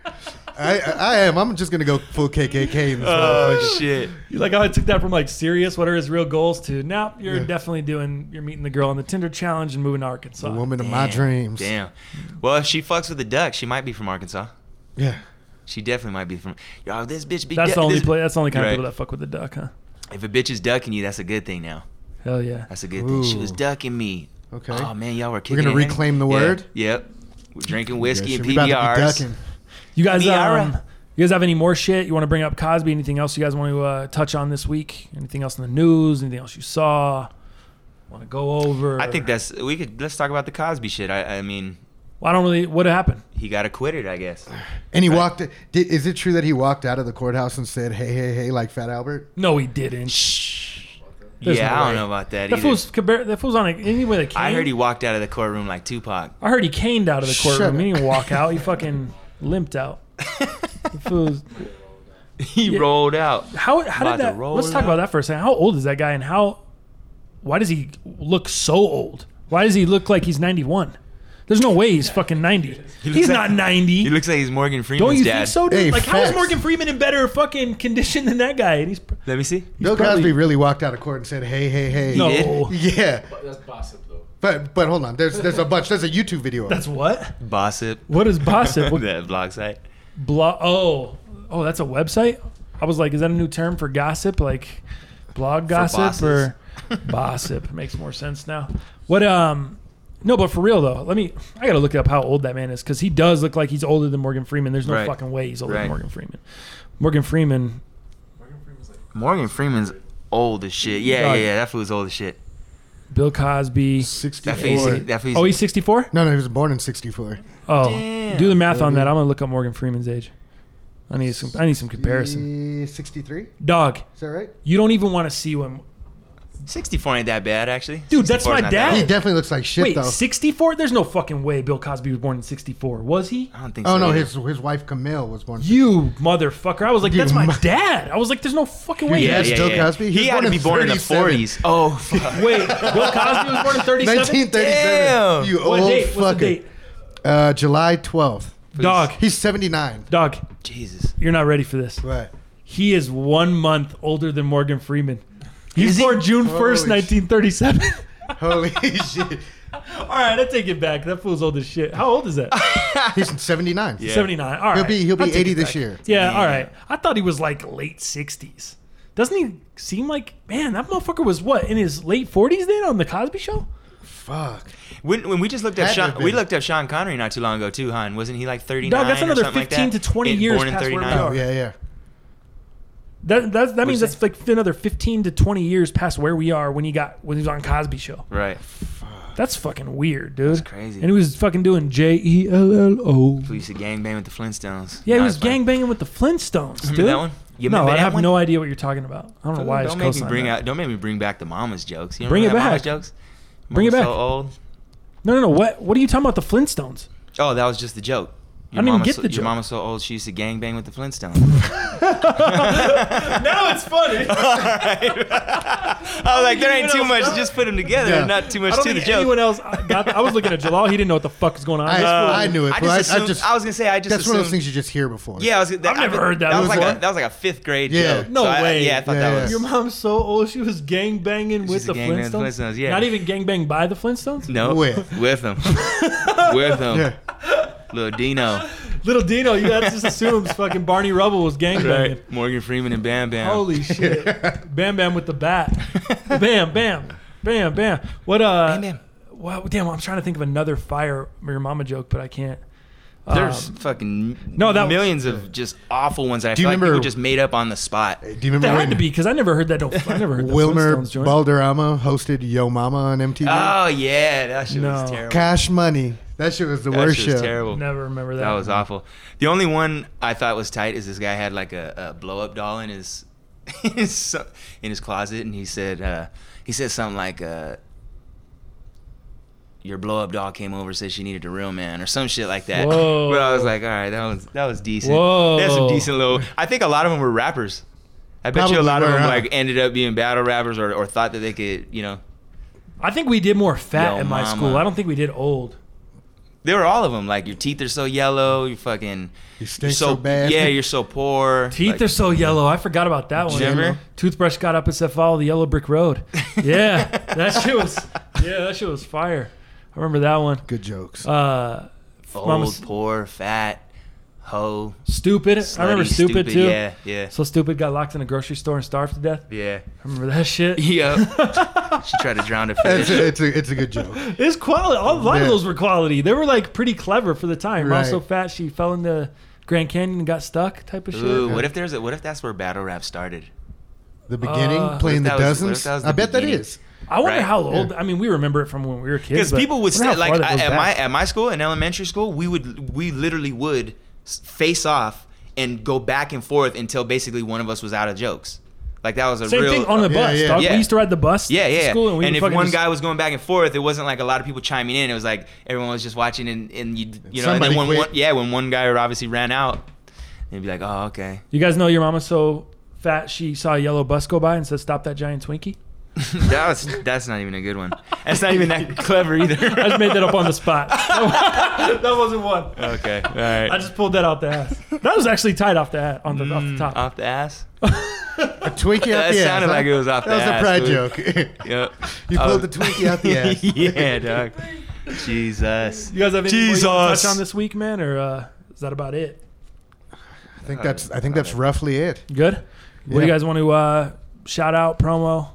Speaker 3: I, I I am. I'm just gonna go full KKK. In this motherfucker.
Speaker 2: Oh shit!
Speaker 1: You're like, oh, I took that from like serious. What are his real goals? To now, you're definitely doing. You're meeting the girl on the Tinder challenge and moving to Arkansas.
Speaker 3: the woman of my
Speaker 2: Damn.
Speaker 3: dreams.
Speaker 2: Damn. Well, if she fucks with the duck, she might be from Arkansas.
Speaker 3: Yeah.
Speaker 2: She definitely might be from. Yo, this bitch be.
Speaker 1: That's
Speaker 2: duck-
Speaker 1: the only
Speaker 2: this-
Speaker 1: play. That's the only kind
Speaker 2: Right.
Speaker 1: of people that fuck with the duck, huh?
Speaker 2: If a bitch is ducking you, that's a good thing now.
Speaker 1: Hell yeah.
Speaker 2: That's a good thing. She was
Speaker 3: Ooh.
Speaker 2: ducking me.
Speaker 3: Okay.
Speaker 2: Oh man, y'all were kicking.
Speaker 3: We're gonna
Speaker 2: it, ain't it?
Speaker 3: reclaim the
Speaker 2: Yeah.
Speaker 3: word?
Speaker 2: Yep. We're drinking whiskey
Speaker 3: Yeah,
Speaker 2: and
Speaker 3: shit, we about to be
Speaker 2: PBRs.
Speaker 3: ducking.
Speaker 1: You guys,
Speaker 2: Miara.
Speaker 1: um, you guys have any more shit you want to bring up? Cosby? Anything else you guys want to uh, touch on this week? Anything else in the news? Anything else you saw? Want to go over?
Speaker 2: I think that's we could. Let's talk about the Cosby shit. I, I mean,
Speaker 1: Well, I don't really. What happened?
Speaker 2: he got acquitted, I
Speaker 3: <sighs>
Speaker 2: guess.
Speaker 3: And he walked. Did, is it true that he walked out of the courthouse and said, "Hey, hey, hey," like Fat Albert?
Speaker 1: No, he didn't. There's
Speaker 2: yeah,
Speaker 1: no
Speaker 2: I don't
Speaker 1: way.
Speaker 2: know about that
Speaker 1: That
Speaker 2: either.
Speaker 1: fool's, cabar- that fool's on a, anyway. That
Speaker 2: I heard he walked out of the courtroom like Tupac. <laughs>
Speaker 1: I heard he caned out of the
Speaker 3: Shut
Speaker 1: courtroom.
Speaker 3: up.
Speaker 1: He didn't walk out. He fucking limped out. The fool's-
Speaker 2: He rolled out.
Speaker 1: how how did
Speaker 2: About to
Speaker 1: that?
Speaker 2: roll
Speaker 1: Let's talk
Speaker 2: out.
Speaker 1: about that for a second. How old is that guy, and how? Why does he look so old? Why does he look like he's ninety one? There's no way he's fucking ninety. He's
Speaker 2: like-
Speaker 1: not ninety.
Speaker 2: He looks like he's Morgan Freeman's
Speaker 1: Don't you
Speaker 2: dad.
Speaker 1: think so, dude?
Speaker 3: Hey,
Speaker 1: like, how is
Speaker 3: facts.
Speaker 1: Morgan Freeman in better fucking condition than that guy? And he's pr-
Speaker 2: Let me see.
Speaker 3: Bill
Speaker 1: probably-
Speaker 3: Cosby really walked out of court and said, "Hey, hey, hey."
Speaker 1: no.
Speaker 2: did?
Speaker 3: Yeah,
Speaker 4: That's gossip, though.
Speaker 3: but but hold on. There's there's a bunch. There's a YouTube video. of it.
Speaker 1: That's what?
Speaker 2: Bossip.
Speaker 1: What is
Speaker 2: <laughs>
Speaker 1: Bossip? <laughs> What
Speaker 2: that blog site.
Speaker 1: blog? Oh, oh, that's a website. I was like, is that a new term for gossip? Like blog gossip
Speaker 2: bosses.
Speaker 1: or <laughs> gossip? Makes more sense now. What? Um, no, but for real though, let me. I gotta look up how old that man is because he does look like he's older than Morgan Freeman. There's no
Speaker 2: Right.
Speaker 1: fucking way he's older
Speaker 2: Right.
Speaker 1: than Morgan Freeman. Morgan Freeman.
Speaker 4: Morgan Freeman's like,
Speaker 2: Morgan Freeman's old as shit. Yeah,
Speaker 1: Dog.
Speaker 2: yeah, yeah. That fool's old as shit.
Speaker 1: Bill Cosby.
Speaker 2: That fool's.
Speaker 3: 64.
Speaker 2: That fool's.
Speaker 1: Oh, he's 64?
Speaker 3: No, no, he was born in 64.
Speaker 1: Oh,
Speaker 2: Damn.
Speaker 1: do the math on
Speaker 3: Maybe.
Speaker 1: that. I'm gonna look up Morgan Freeman's age. I need some. I need some comparison.
Speaker 3: Eh, 63?
Speaker 1: Dog,
Speaker 3: Is that right?
Speaker 1: you don't even want to see when
Speaker 2: 64 ain't that bad, actually.
Speaker 1: Dude, that's
Speaker 2: 64 is
Speaker 1: my
Speaker 2: not that
Speaker 1: dad.
Speaker 3: He
Speaker 2: bad.
Speaker 3: definitely looks like shit
Speaker 1: Wait,
Speaker 3: though.
Speaker 1: 64? There's no fucking way Bill Cosby was born in 64. Was he?
Speaker 2: I don't think so.
Speaker 3: Oh no,
Speaker 2: either.
Speaker 3: his his wife Camille was born.
Speaker 1: You motherfucker. I was like,
Speaker 3: Dude,
Speaker 1: that's my
Speaker 3: my-
Speaker 1: dad. I was like, there's no fucking way.
Speaker 3: Yeah,
Speaker 1: that's-
Speaker 3: Joe Cosby?
Speaker 2: He,
Speaker 3: He was
Speaker 2: had
Speaker 3: born
Speaker 2: to be
Speaker 3: in
Speaker 2: born in the
Speaker 3: 37.
Speaker 2: 40s. Oh,
Speaker 1: <laughs>
Speaker 2: fuck.
Speaker 1: Wait, Bill Cosby was born in 37?
Speaker 3: 1937.
Speaker 2: Damn.
Speaker 3: You
Speaker 1: What
Speaker 3: old
Speaker 1: date?
Speaker 3: fucker.
Speaker 1: What's the date?
Speaker 3: Uh, July 12th.
Speaker 1: Dog,
Speaker 3: He's 79.
Speaker 1: dog,
Speaker 2: Jesus.
Speaker 1: you're not ready for this.
Speaker 3: Right.
Speaker 1: He is one month older than Morgan Freeman. He was
Speaker 2: Is he?
Speaker 1: born June 1st,
Speaker 3: Holy
Speaker 1: 1937.
Speaker 3: Holy shit.
Speaker 1: <laughs> All right, I take it back. That fool's old as shit. How old is
Speaker 3: <laughs>
Speaker 1: that?
Speaker 3: He's 79.
Speaker 2: Yeah.
Speaker 1: 79. All right.
Speaker 3: He'll be he'll
Speaker 1: I'll
Speaker 3: be
Speaker 1: take
Speaker 3: 80
Speaker 1: it
Speaker 3: this
Speaker 1: back.
Speaker 3: year.
Speaker 1: Yeah, all
Speaker 2: Yeah.
Speaker 1: right. I thought he was like late 60s. Doesn't he seem like, man, that motherfucker was what, in his late 40s then on The Cosby Show?
Speaker 3: Fuck.
Speaker 2: When, when we just looked up
Speaker 3: Had to
Speaker 2: Sean,
Speaker 3: have
Speaker 2: we
Speaker 3: been.
Speaker 2: looked up Sean Connery not too long ago too, hon. Wasn't he like 39
Speaker 1: Dog, that's
Speaker 2: or
Speaker 1: another
Speaker 2: something like
Speaker 1: 15
Speaker 2: that?
Speaker 1: to 20
Speaker 2: And
Speaker 1: years
Speaker 2: Born in
Speaker 1: past where we
Speaker 2: 39.
Speaker 1: are.
Speaker 3: Oh yeah, yeah.
Speaker 1: That, that, that means
Speaker 2: you
Speaker 1: that's like another 15 to 20 years past where we are when he got when he was on Cosby Show.
Speaker 2: Right.
Speaker 1: That's fucking weird, dude. That's
Speaker 2: crazy.
Speaker 1: And he was fucking doing J E L L O.
Speaker 2: We used to gangbang with the Flintstones.
Speaker 1: Yeah, he
Speaker 2: Nah,
Speaker 1: was
Speaker 2: it's fine.
Speaker 1: gangbanging with the Flintstones, dude.
Speaker 2: Remember that one? You
Speaker 1: no,
Speaker 2: remember
Speaker 1: I
Speaker 2: that
Speaker 1: have
Speaker 2: one?
Speaker 1: no idea what you're talking about. I don't know why
Speaker 2: don't
Speaker 1: it's
Speaker 2: make me
Speaker 1: co-signed
Speaker 2: bring
Speaker 1: that.
Speaker 2: out. Don't make me bring back the mama's jokes. You
Speaker 1: Bring it
Speaker 2: remember that
Speaker 1: back.
Speaker 2: Mama's jokes.
Speaker 1: Bring it
Speaker 2: Mama's
Speaker 1: back.
Speaker 2: So old.
Speaker 1: No, no, no. What what are you talking about? The <laughs> Flintstones?
Speaker 2: Oh, that was just the joke. Your
Speaker 1: I didn't even
Speaker 2: mama's
Speaker 1: get
Speaker 2: so,
Speaker 1: the
Speaker 2: Your
Speaker 1: joke.
Speaker 2: mama's so old, she used to gangbang with
Speaker 1: <laughs>
Speaker 2: the Flintstones.
Speaker 1: now it's
Speaker 2: <laughs>
Speaker 1: funny.
Speaker 2: I was like, there
Speaker 1: think
Speaker 2: ain't too
Speaker 1: anyone else
Speaker 2: much.
Speaker 1: knows.
Speaker 2: Just put them together.
Speaker 3: Yeah.
Speaker 2: and Not too much
Speaker 1: I don't
Speaker 2: to the
Speaker 1: think
Speaker 2: joke.
Speaker 1: anyone else got that. I was looking at Jalal. He didn't know what the fuck was going on.
Speaker 3: I,
Speaker 1: Uh,
Speaker 3: I knew it.
Speaker 2: I
Speaker 3: but
Speaker 2: just assumed. I, was gonna say I just
Speaker 3: that's one of those
Speaker 2: assumed-
Speaker 3: things you just hear before.
Speaker 2: Yeah, I was. That,
Speaker 1: I've never heard that
Speaker 2: was like
Speaker 1: before.
Speaker 2: a, that was like a fifth grade
Speaker 3: Yeah.
Speaker 2: joke.
Speaker 1: No
Speaker 2: So I-
Speaker 1: way.
Speaker 2: yeah, I thought
Speaker 3: Yeah,
Speaker 2: that
Speaker 3: yeah.
Speaker 2: was.
Speaker 1: your mom's so old. She was gang banging with
Speaker 2: was
Speaker 1: the
Speaker 2: gangbanging
Speaker 1: Flintstones.
Speaker 2: with the Flintstones, yeah.
Speaker 1: Not even gang bang by the Flintstones.
Speaker 2: No,
Speaker 3: Wait.
Speaker 1: <laughs>
Speaker 2: with him, with him,
Speaker 3: Yeah.
Speaker 2: little
Speaker 1: <laughs>
Speaker 2: Dino,
Speaker 1: Little Dino, you that just
Speaker 2: <laughs>
Speaker 1: assumes fucking Barney Rubble was gang banging.
Speaker 2: right? Morgan Freeman and Bam Bam.
Speaker 1: Holy shit!
Speaker 3: <laughs>
Speaker 1: bam, bam with the
Speaker 2: <laughs>
Speaker 1: bat. Bam, bam, bam, bam. What? Uh,
Speaker 2: Bam Bam.
Speaker 1: Wow, damn! I'm trying to think of another fire your mama joke, but I can't.
Speaker 2: There's
Speaker 1: Um,
Speaker 2: fucking
Speaker 1: no, that-
Speaker 2: millions of just awful ones that I
Speaker 3: Do you
Speaker 2: feel like people
Speaker 3: remember-
Speaker 2: just made up on the spot.
Speaker 3: Do you remember
Speaker 1: that
Speaker 3: when
Speaker 1: had to be because I never heard that. I never
Speaker 2: <laughs>
Speaker 1: heard that
Speaker 3: Wilmer
Speaker 1: Flintstones joint.
Speaker 3: Balderrama hosted Yo Mama on MTV?
Speaker 2: Oh yeah, that shit
Speaker 1: No.
Speaker 2: was terrible.
Speaker 3: Cash Money. That shit was the
Speaker 2: that
Speaker 3: worst
Speaker 2: shit was
Speaker 3: show.
Speaker 2: terrible.
Speaker 1: Never remember that.
Speaker 2: That was awful. The only one I thought was tight is this guy had like a, a blow up doll in his, <laughs> his so- in his closet, and he said uh, he said something like, uh, "Your blow up doll came over, said she needed a real man," or some shit like that.
Speaker 1: Whoa.
Speaker 2: But I was like, "All right, that was that was decent.
Speaker 1: Whoa.
Speaker 2: That's some decent little." I think a lot of them were rappers. I bet you a
Speaker 3: Probably
Speaker 2: lot of
Speaker 3: were,
Speaker 2: them
Speaker 3: huh?
Speaker 2: like ended up being battle rappers or, or thought that they could, you know.
Speaker 1: I think we did more fat
Speaker 2: Yo
Speaker 1: in my
Speaker 2: mama.
Speaker 1: school. I don't think we did old.
Speaker 2: They were all of them. Like your teeth are so yellow. You fucking.
Speaker 3: You
Speaker 2: You're
Speaker 3: stink
Speaker 2: so,
Speaker 3: so, bad.
Speaker 2: Yeah, you're so poor.
Speaker 1: Teeth
Speaker 2: Like,
Speaker 1: are so yellow. I forgot about that one.
Speaker 2: Remember?
Speaker 1: Toothbrush got up and said, "Follow the yellow brick
Speaker 2: <laughs>
Speaker 1: road." Yeah, that shit was. Yeah, that shit was fire. I remember that one.
Speaker 3: Good jokes.
Speaker 1: Uh,
Speaker 2: old,
Speaker 1: Mama's-
Speaker 2: poor, fat, hoe.
Speaker 1: stupid. I remember
Speaker 2: slutty,
Speaker 1: stupid, too.
Speaker 2: Yeah, yeah,
Speaker 1: So stupid got locked in a grocery store and starved to death.
Speaker 2: yeah. <laughs>
Speaker 1: I remember that shit.
Speaker 2: Yep. she tried to drown a fish.
Speaker 3: it's, a, it's, a, it's a good joke.
Speaker 1: <laughs> It's quality. A lot of
Speaker 3: Yeah.
Speaker 1: those were quality. They were like pretty clever for the time. Mom
Speaker 3: Right.
Speaker 1: so fat she fell in the Grand Canyon and got stuck type of shit.
Speaker 2: Ooh, what if there's a, what if that's where battle rap started?
Speaker 3: The beginning,
Speaker 1: Uh,
Speaker 3: playing the
Speaker 2: What if that was- what if
Speaker 3: dozens.
Speaker 2: that was the
Speaker 3: I bet
Speaker 2: beginning?
Speaker 3: that is.
Speaker 1: I wonder
Speaker 2: Right.
Speaker 1: how old.
Speaker 3: Yeah.
Speaker 1: I mean, we remember it from when we were kids.
Speaker 2: Because
Speaker 1: but
Speaker 2: people would
Speaker 1: I wonder how
Speaker 2: st- like
Speaker 1: far that
Speaker 2: I,
Speaker 1: goes
Speaker 2: at my
Speaker 1: back.
Speaker 2: at my school in elementary school, we would we literally would s- face off and go back and forth until basically one of us was out of jokes. Like that was a
Speaker 1: Same
Speaker 2: real
Speaker 1: thing on the
Speaker 3: Yeah,
Speaker 1: bus.
Speaker 3: yeah.
Speaker 1: dog.
Speaker 2: Yeah.
Speaker 1: We used to ride the bus.
Speaker 2: Yeah,
Speaker 1: to
Speaker 2: yeah.
Speaker 1: School and we
Speaker 2: and
Speaker 1: would
Speaker 2: if
Speaker 1: fucking
Speaker 2: one
Speaker 1: just-
Speaker 2: guy was going back and forth, it wasn't like a lot of people chiming in. It was like everyone was just watching, and, and you you know. And then
Speaker 3: Somebody
Speaker 2: when
Speaker 3: quit.
Speaker 2: one, yeah, when one guy obviously ran out, they'd be like, "Oh,
Speaker 1: <laughs>
Speaker 2: okay."
Speaker 1: You guys know your mama's so fat she saw a yellow bus go by and said, "Stop that giant Twinkie."
Speaker 2: that was that's not even a good one. That's not
Speaker 1: <laughs>
Speaker 2: even that clever either.
Speaker 1: I just made that up on the
Speaker 2: <laughs>
Speaker 1: spot. that wasn't one.
Speaker 2: Okay, all right.
Speaker 1: I just pulled that out the ass. That was actually tied off the hat on the off the top. <laughs>
Speaker 2: Mm, off the ass.
Speaker 3: A
Speaker 2: <laughs>
Speaker 3: Twinkie out
Speaker 2: That
Speaker 3: the ass.
Speaker 2: sounded
Speaker 3: huh?
Speaker 2: like it was off the ass,
Speaker 3: That was
Speaker 2: dude.
Speaker 3: a pride
Speaker 1: <laughs>
Speaker 2: <laughs>
Speaker 3: joke. <laughs>
Speaker 2: Yep.
Speaker 3: You
Speaker 2: Oh.
Speaker 3: pulled the Twinkie
Speaker 2: <laughs>
Speaker 3: out the ass.
Speaker 2: yeah, dog. Jesus.
Speaker 1: you guys have any more you wanna
Speaker 2: Jesus.
Speaker 1: touch on this week, man, or uh, is that about it?
Speaker 3: I think that's. I think that's roughly it.
Speaker 1: You Good. What do you
Speaker 3: Yeah.
Speaker 1: guys want to uh, shout out? Promo,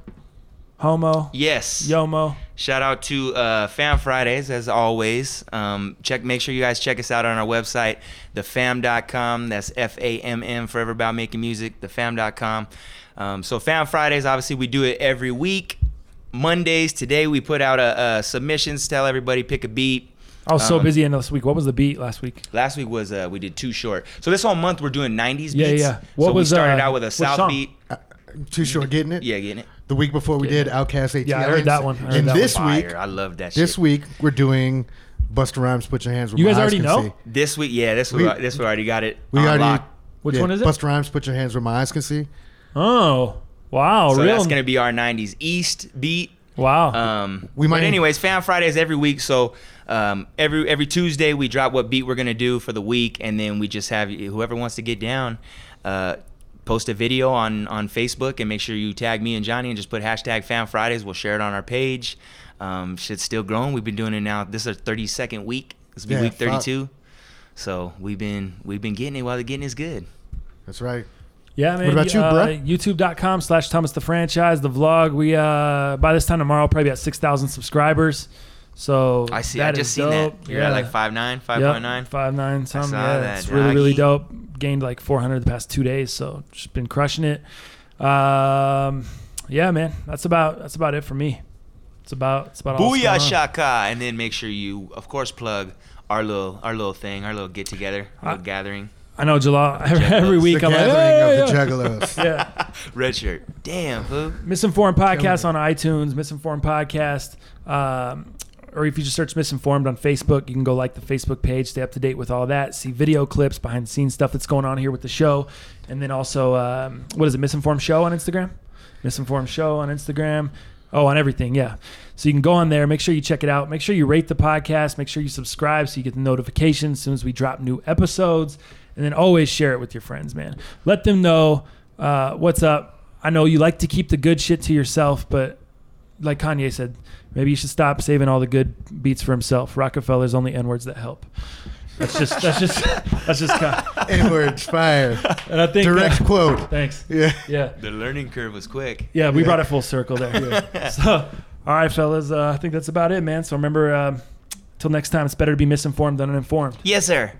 Speaker 1: homo,
Speaker 2: Yes.
Speaker 1: yomo.
Speaker 2: Shout out to uh, Fam Fridays as always. Um, check, make sure you guys check us out on our website, thefam.com. That's F A M M, forever about making music, thefam.com. Um, so Fam Fridays, obviously, we do it every week. Mondays today, we put out a, a submissions. Tell everybody pick a beat.
Speaker 1: I was so
Speaker 2: Um,
Speaker 1: busy end of this week. What was the beat last week?
Speaker 2: Last week was uh, we did too short. So this whole month we're doing '90s beats.
Speaker 1: Yeah, yeah. What
Speaker 2: so
Speaker 1: was,
Speaker 2: we started
Speaker 1: uh,
Speaker 2: out with a
Speaker 1: what
Speaker 2: South
Speaker 1: song?
Speaker 2: beat.
Speaker 3: Too short getting it.
Speaker 2: Yeah, getting it.
Speaker 3: the week before we
Speaker 2: Yeah.
Speaker 3: did Outcast ATL.
Speaker 1: Yeah, I heard that one. I heard
Speaker 3: and
Speaker 1: that
Speaker 3: this
Speaker 2: Fire.
Speaker 3: week,
Speaker 2: I love that.
Speaker 3: this
Speaker 2: shit.
Speaker 3: week we're doing Buster Rhymes. Put your hands. Where
Speaker 1: You
Speaker 3: My
Speaker 1: guys
Speaker 3: Eyes
Speaker 1: already
Speaker 3: Can
Speaker 1: know?
Speaker 3: See.
Speaker 2: This week, yeah, this
Speaker 3: We-
Speaker 2: we, this we already got it.
Speaker 3: We
Speaker 2: on
Speaker 3: already.
Speaker 2: lock.
Speaker 1: Which one is it?
Speaker 3: Buster Rhymes. Put your hands where my eyes can see.
Speaker 1: Oh, wow,
Speaker 2: So
Speaker 1: real.
Speaker 2: that's gonna be our '90s East beat.
Speaker 1: wow.
Speaker 2: Um,
Speaker 3: We
Speaker 2: we
Speaker 3: might-
Speaker 2: might. But anyways, Fan Fridays every week. So um, every every Tuesday we drop what beat we're gonna do for the week, and then we just have whoever wants to get down. Uh, Post a video on, on Facebook and make sure you tag me and Johnny and just put hashtag Fan Fridays. We'll share it on our page. Um, shit's still growing. We've been doing it now. This is our 32nd week. This will be
Speaker 3: Yeah,
Speaker 2: week
Speaker 3: fuck.
Speaker 2: 32. So we've been we've been getting it while the getting is good.
Speaker 3: That's right.
Speaker 1: Yeah, man.
Speaker 3: about you,
Speaker 1: uh,
Speaker 3: bruh?
Speaker 1: YouTube.com slash Thomas the Franchise, the vlog. We uh by this time tomorrow probably at six thousand subscribers. So
Speaker 2: I see.
Speaker 1: that
Speaker 2: I just
Speaker 1: is
Speaker 2: seen
Speaker 1: dope.
Speaker 2: that. You're at like five nine, five
Speaker 1: Yep,
Speaker 2: point nine.
Speaker 1: Five nine something.
Speaker 2: saw
Speaker 1: Yeah,
Speaker 2: that,
Speaker 1: it's really, really
Speaker 2: doggy.
Speaker 1: dope. Gained like four hundred the past two days, so just been crushing it. Um yeah, man. That's about that's about it for me. It's about it's about all that's
Speaker 2: Booyah
Speaker 1: going on.
Speaker 2: shaka! And then make sure you, of course, plug our little our little thing, our little get together, our little gathering.
Speaker 1: I know July every
Speaker 2: Juggalos.
Speaker 1: week
Speaker 3: The
Speaker 1: I'm like,
Speaker 3: gathering
Speaker 1: "Hey,
Speaker 3: of the
Speaker 1: yeah."
Speaker 3: juggalos.
Speaker 1: <laughs> <laughs> yeah.
Speaker 2: <laughs> Red shirt. Damn, who?
Speaker 1: Misinformed Podcast on iTunes, Misinformed Podcast. Um, or if you just search Misinformed on Facebook, you can go like the Facebook page, stay up to date with all that, see video clips, behind the scenes stuff that's going on here with the show. And then also, um, what is it, Misinformed Show on Instagram? Misinformed Show on Instagram. Oh, on everything, yeah. So you can go on there, make sure you check it out. Make sure you rate the podcast, make sure you subscribe so you get the notifications as soon as we drop new episodes. And then always share it with your friends, man. Let them know uh, what's up. I know you like to keep the good shit to yourself, but like Kanye said, maybe you should stop saving all the good beats for himself. Rockefeller's only N words that help. That's just that's just <laughs> that's just. Con-
Speaker 3: Inwards fire.
Speaker 1: and I think uh,
Speaker 3: Direct quote.
Speaker 1: Thanks.
Speaker 3: Yeah.
Speaker 1: Yeah,
Speaker 2: The learning curve was quick.
Speaker 1: yeah. We
Speaker 3: Yeah.
Speaker 1: brought it full circle there. <laughs> So, all right, fellas. Uh, I think that's about it, man. So remember, um, till next time, it's better to be misinformed than uninformed.
Speaker 2: Yes, sir.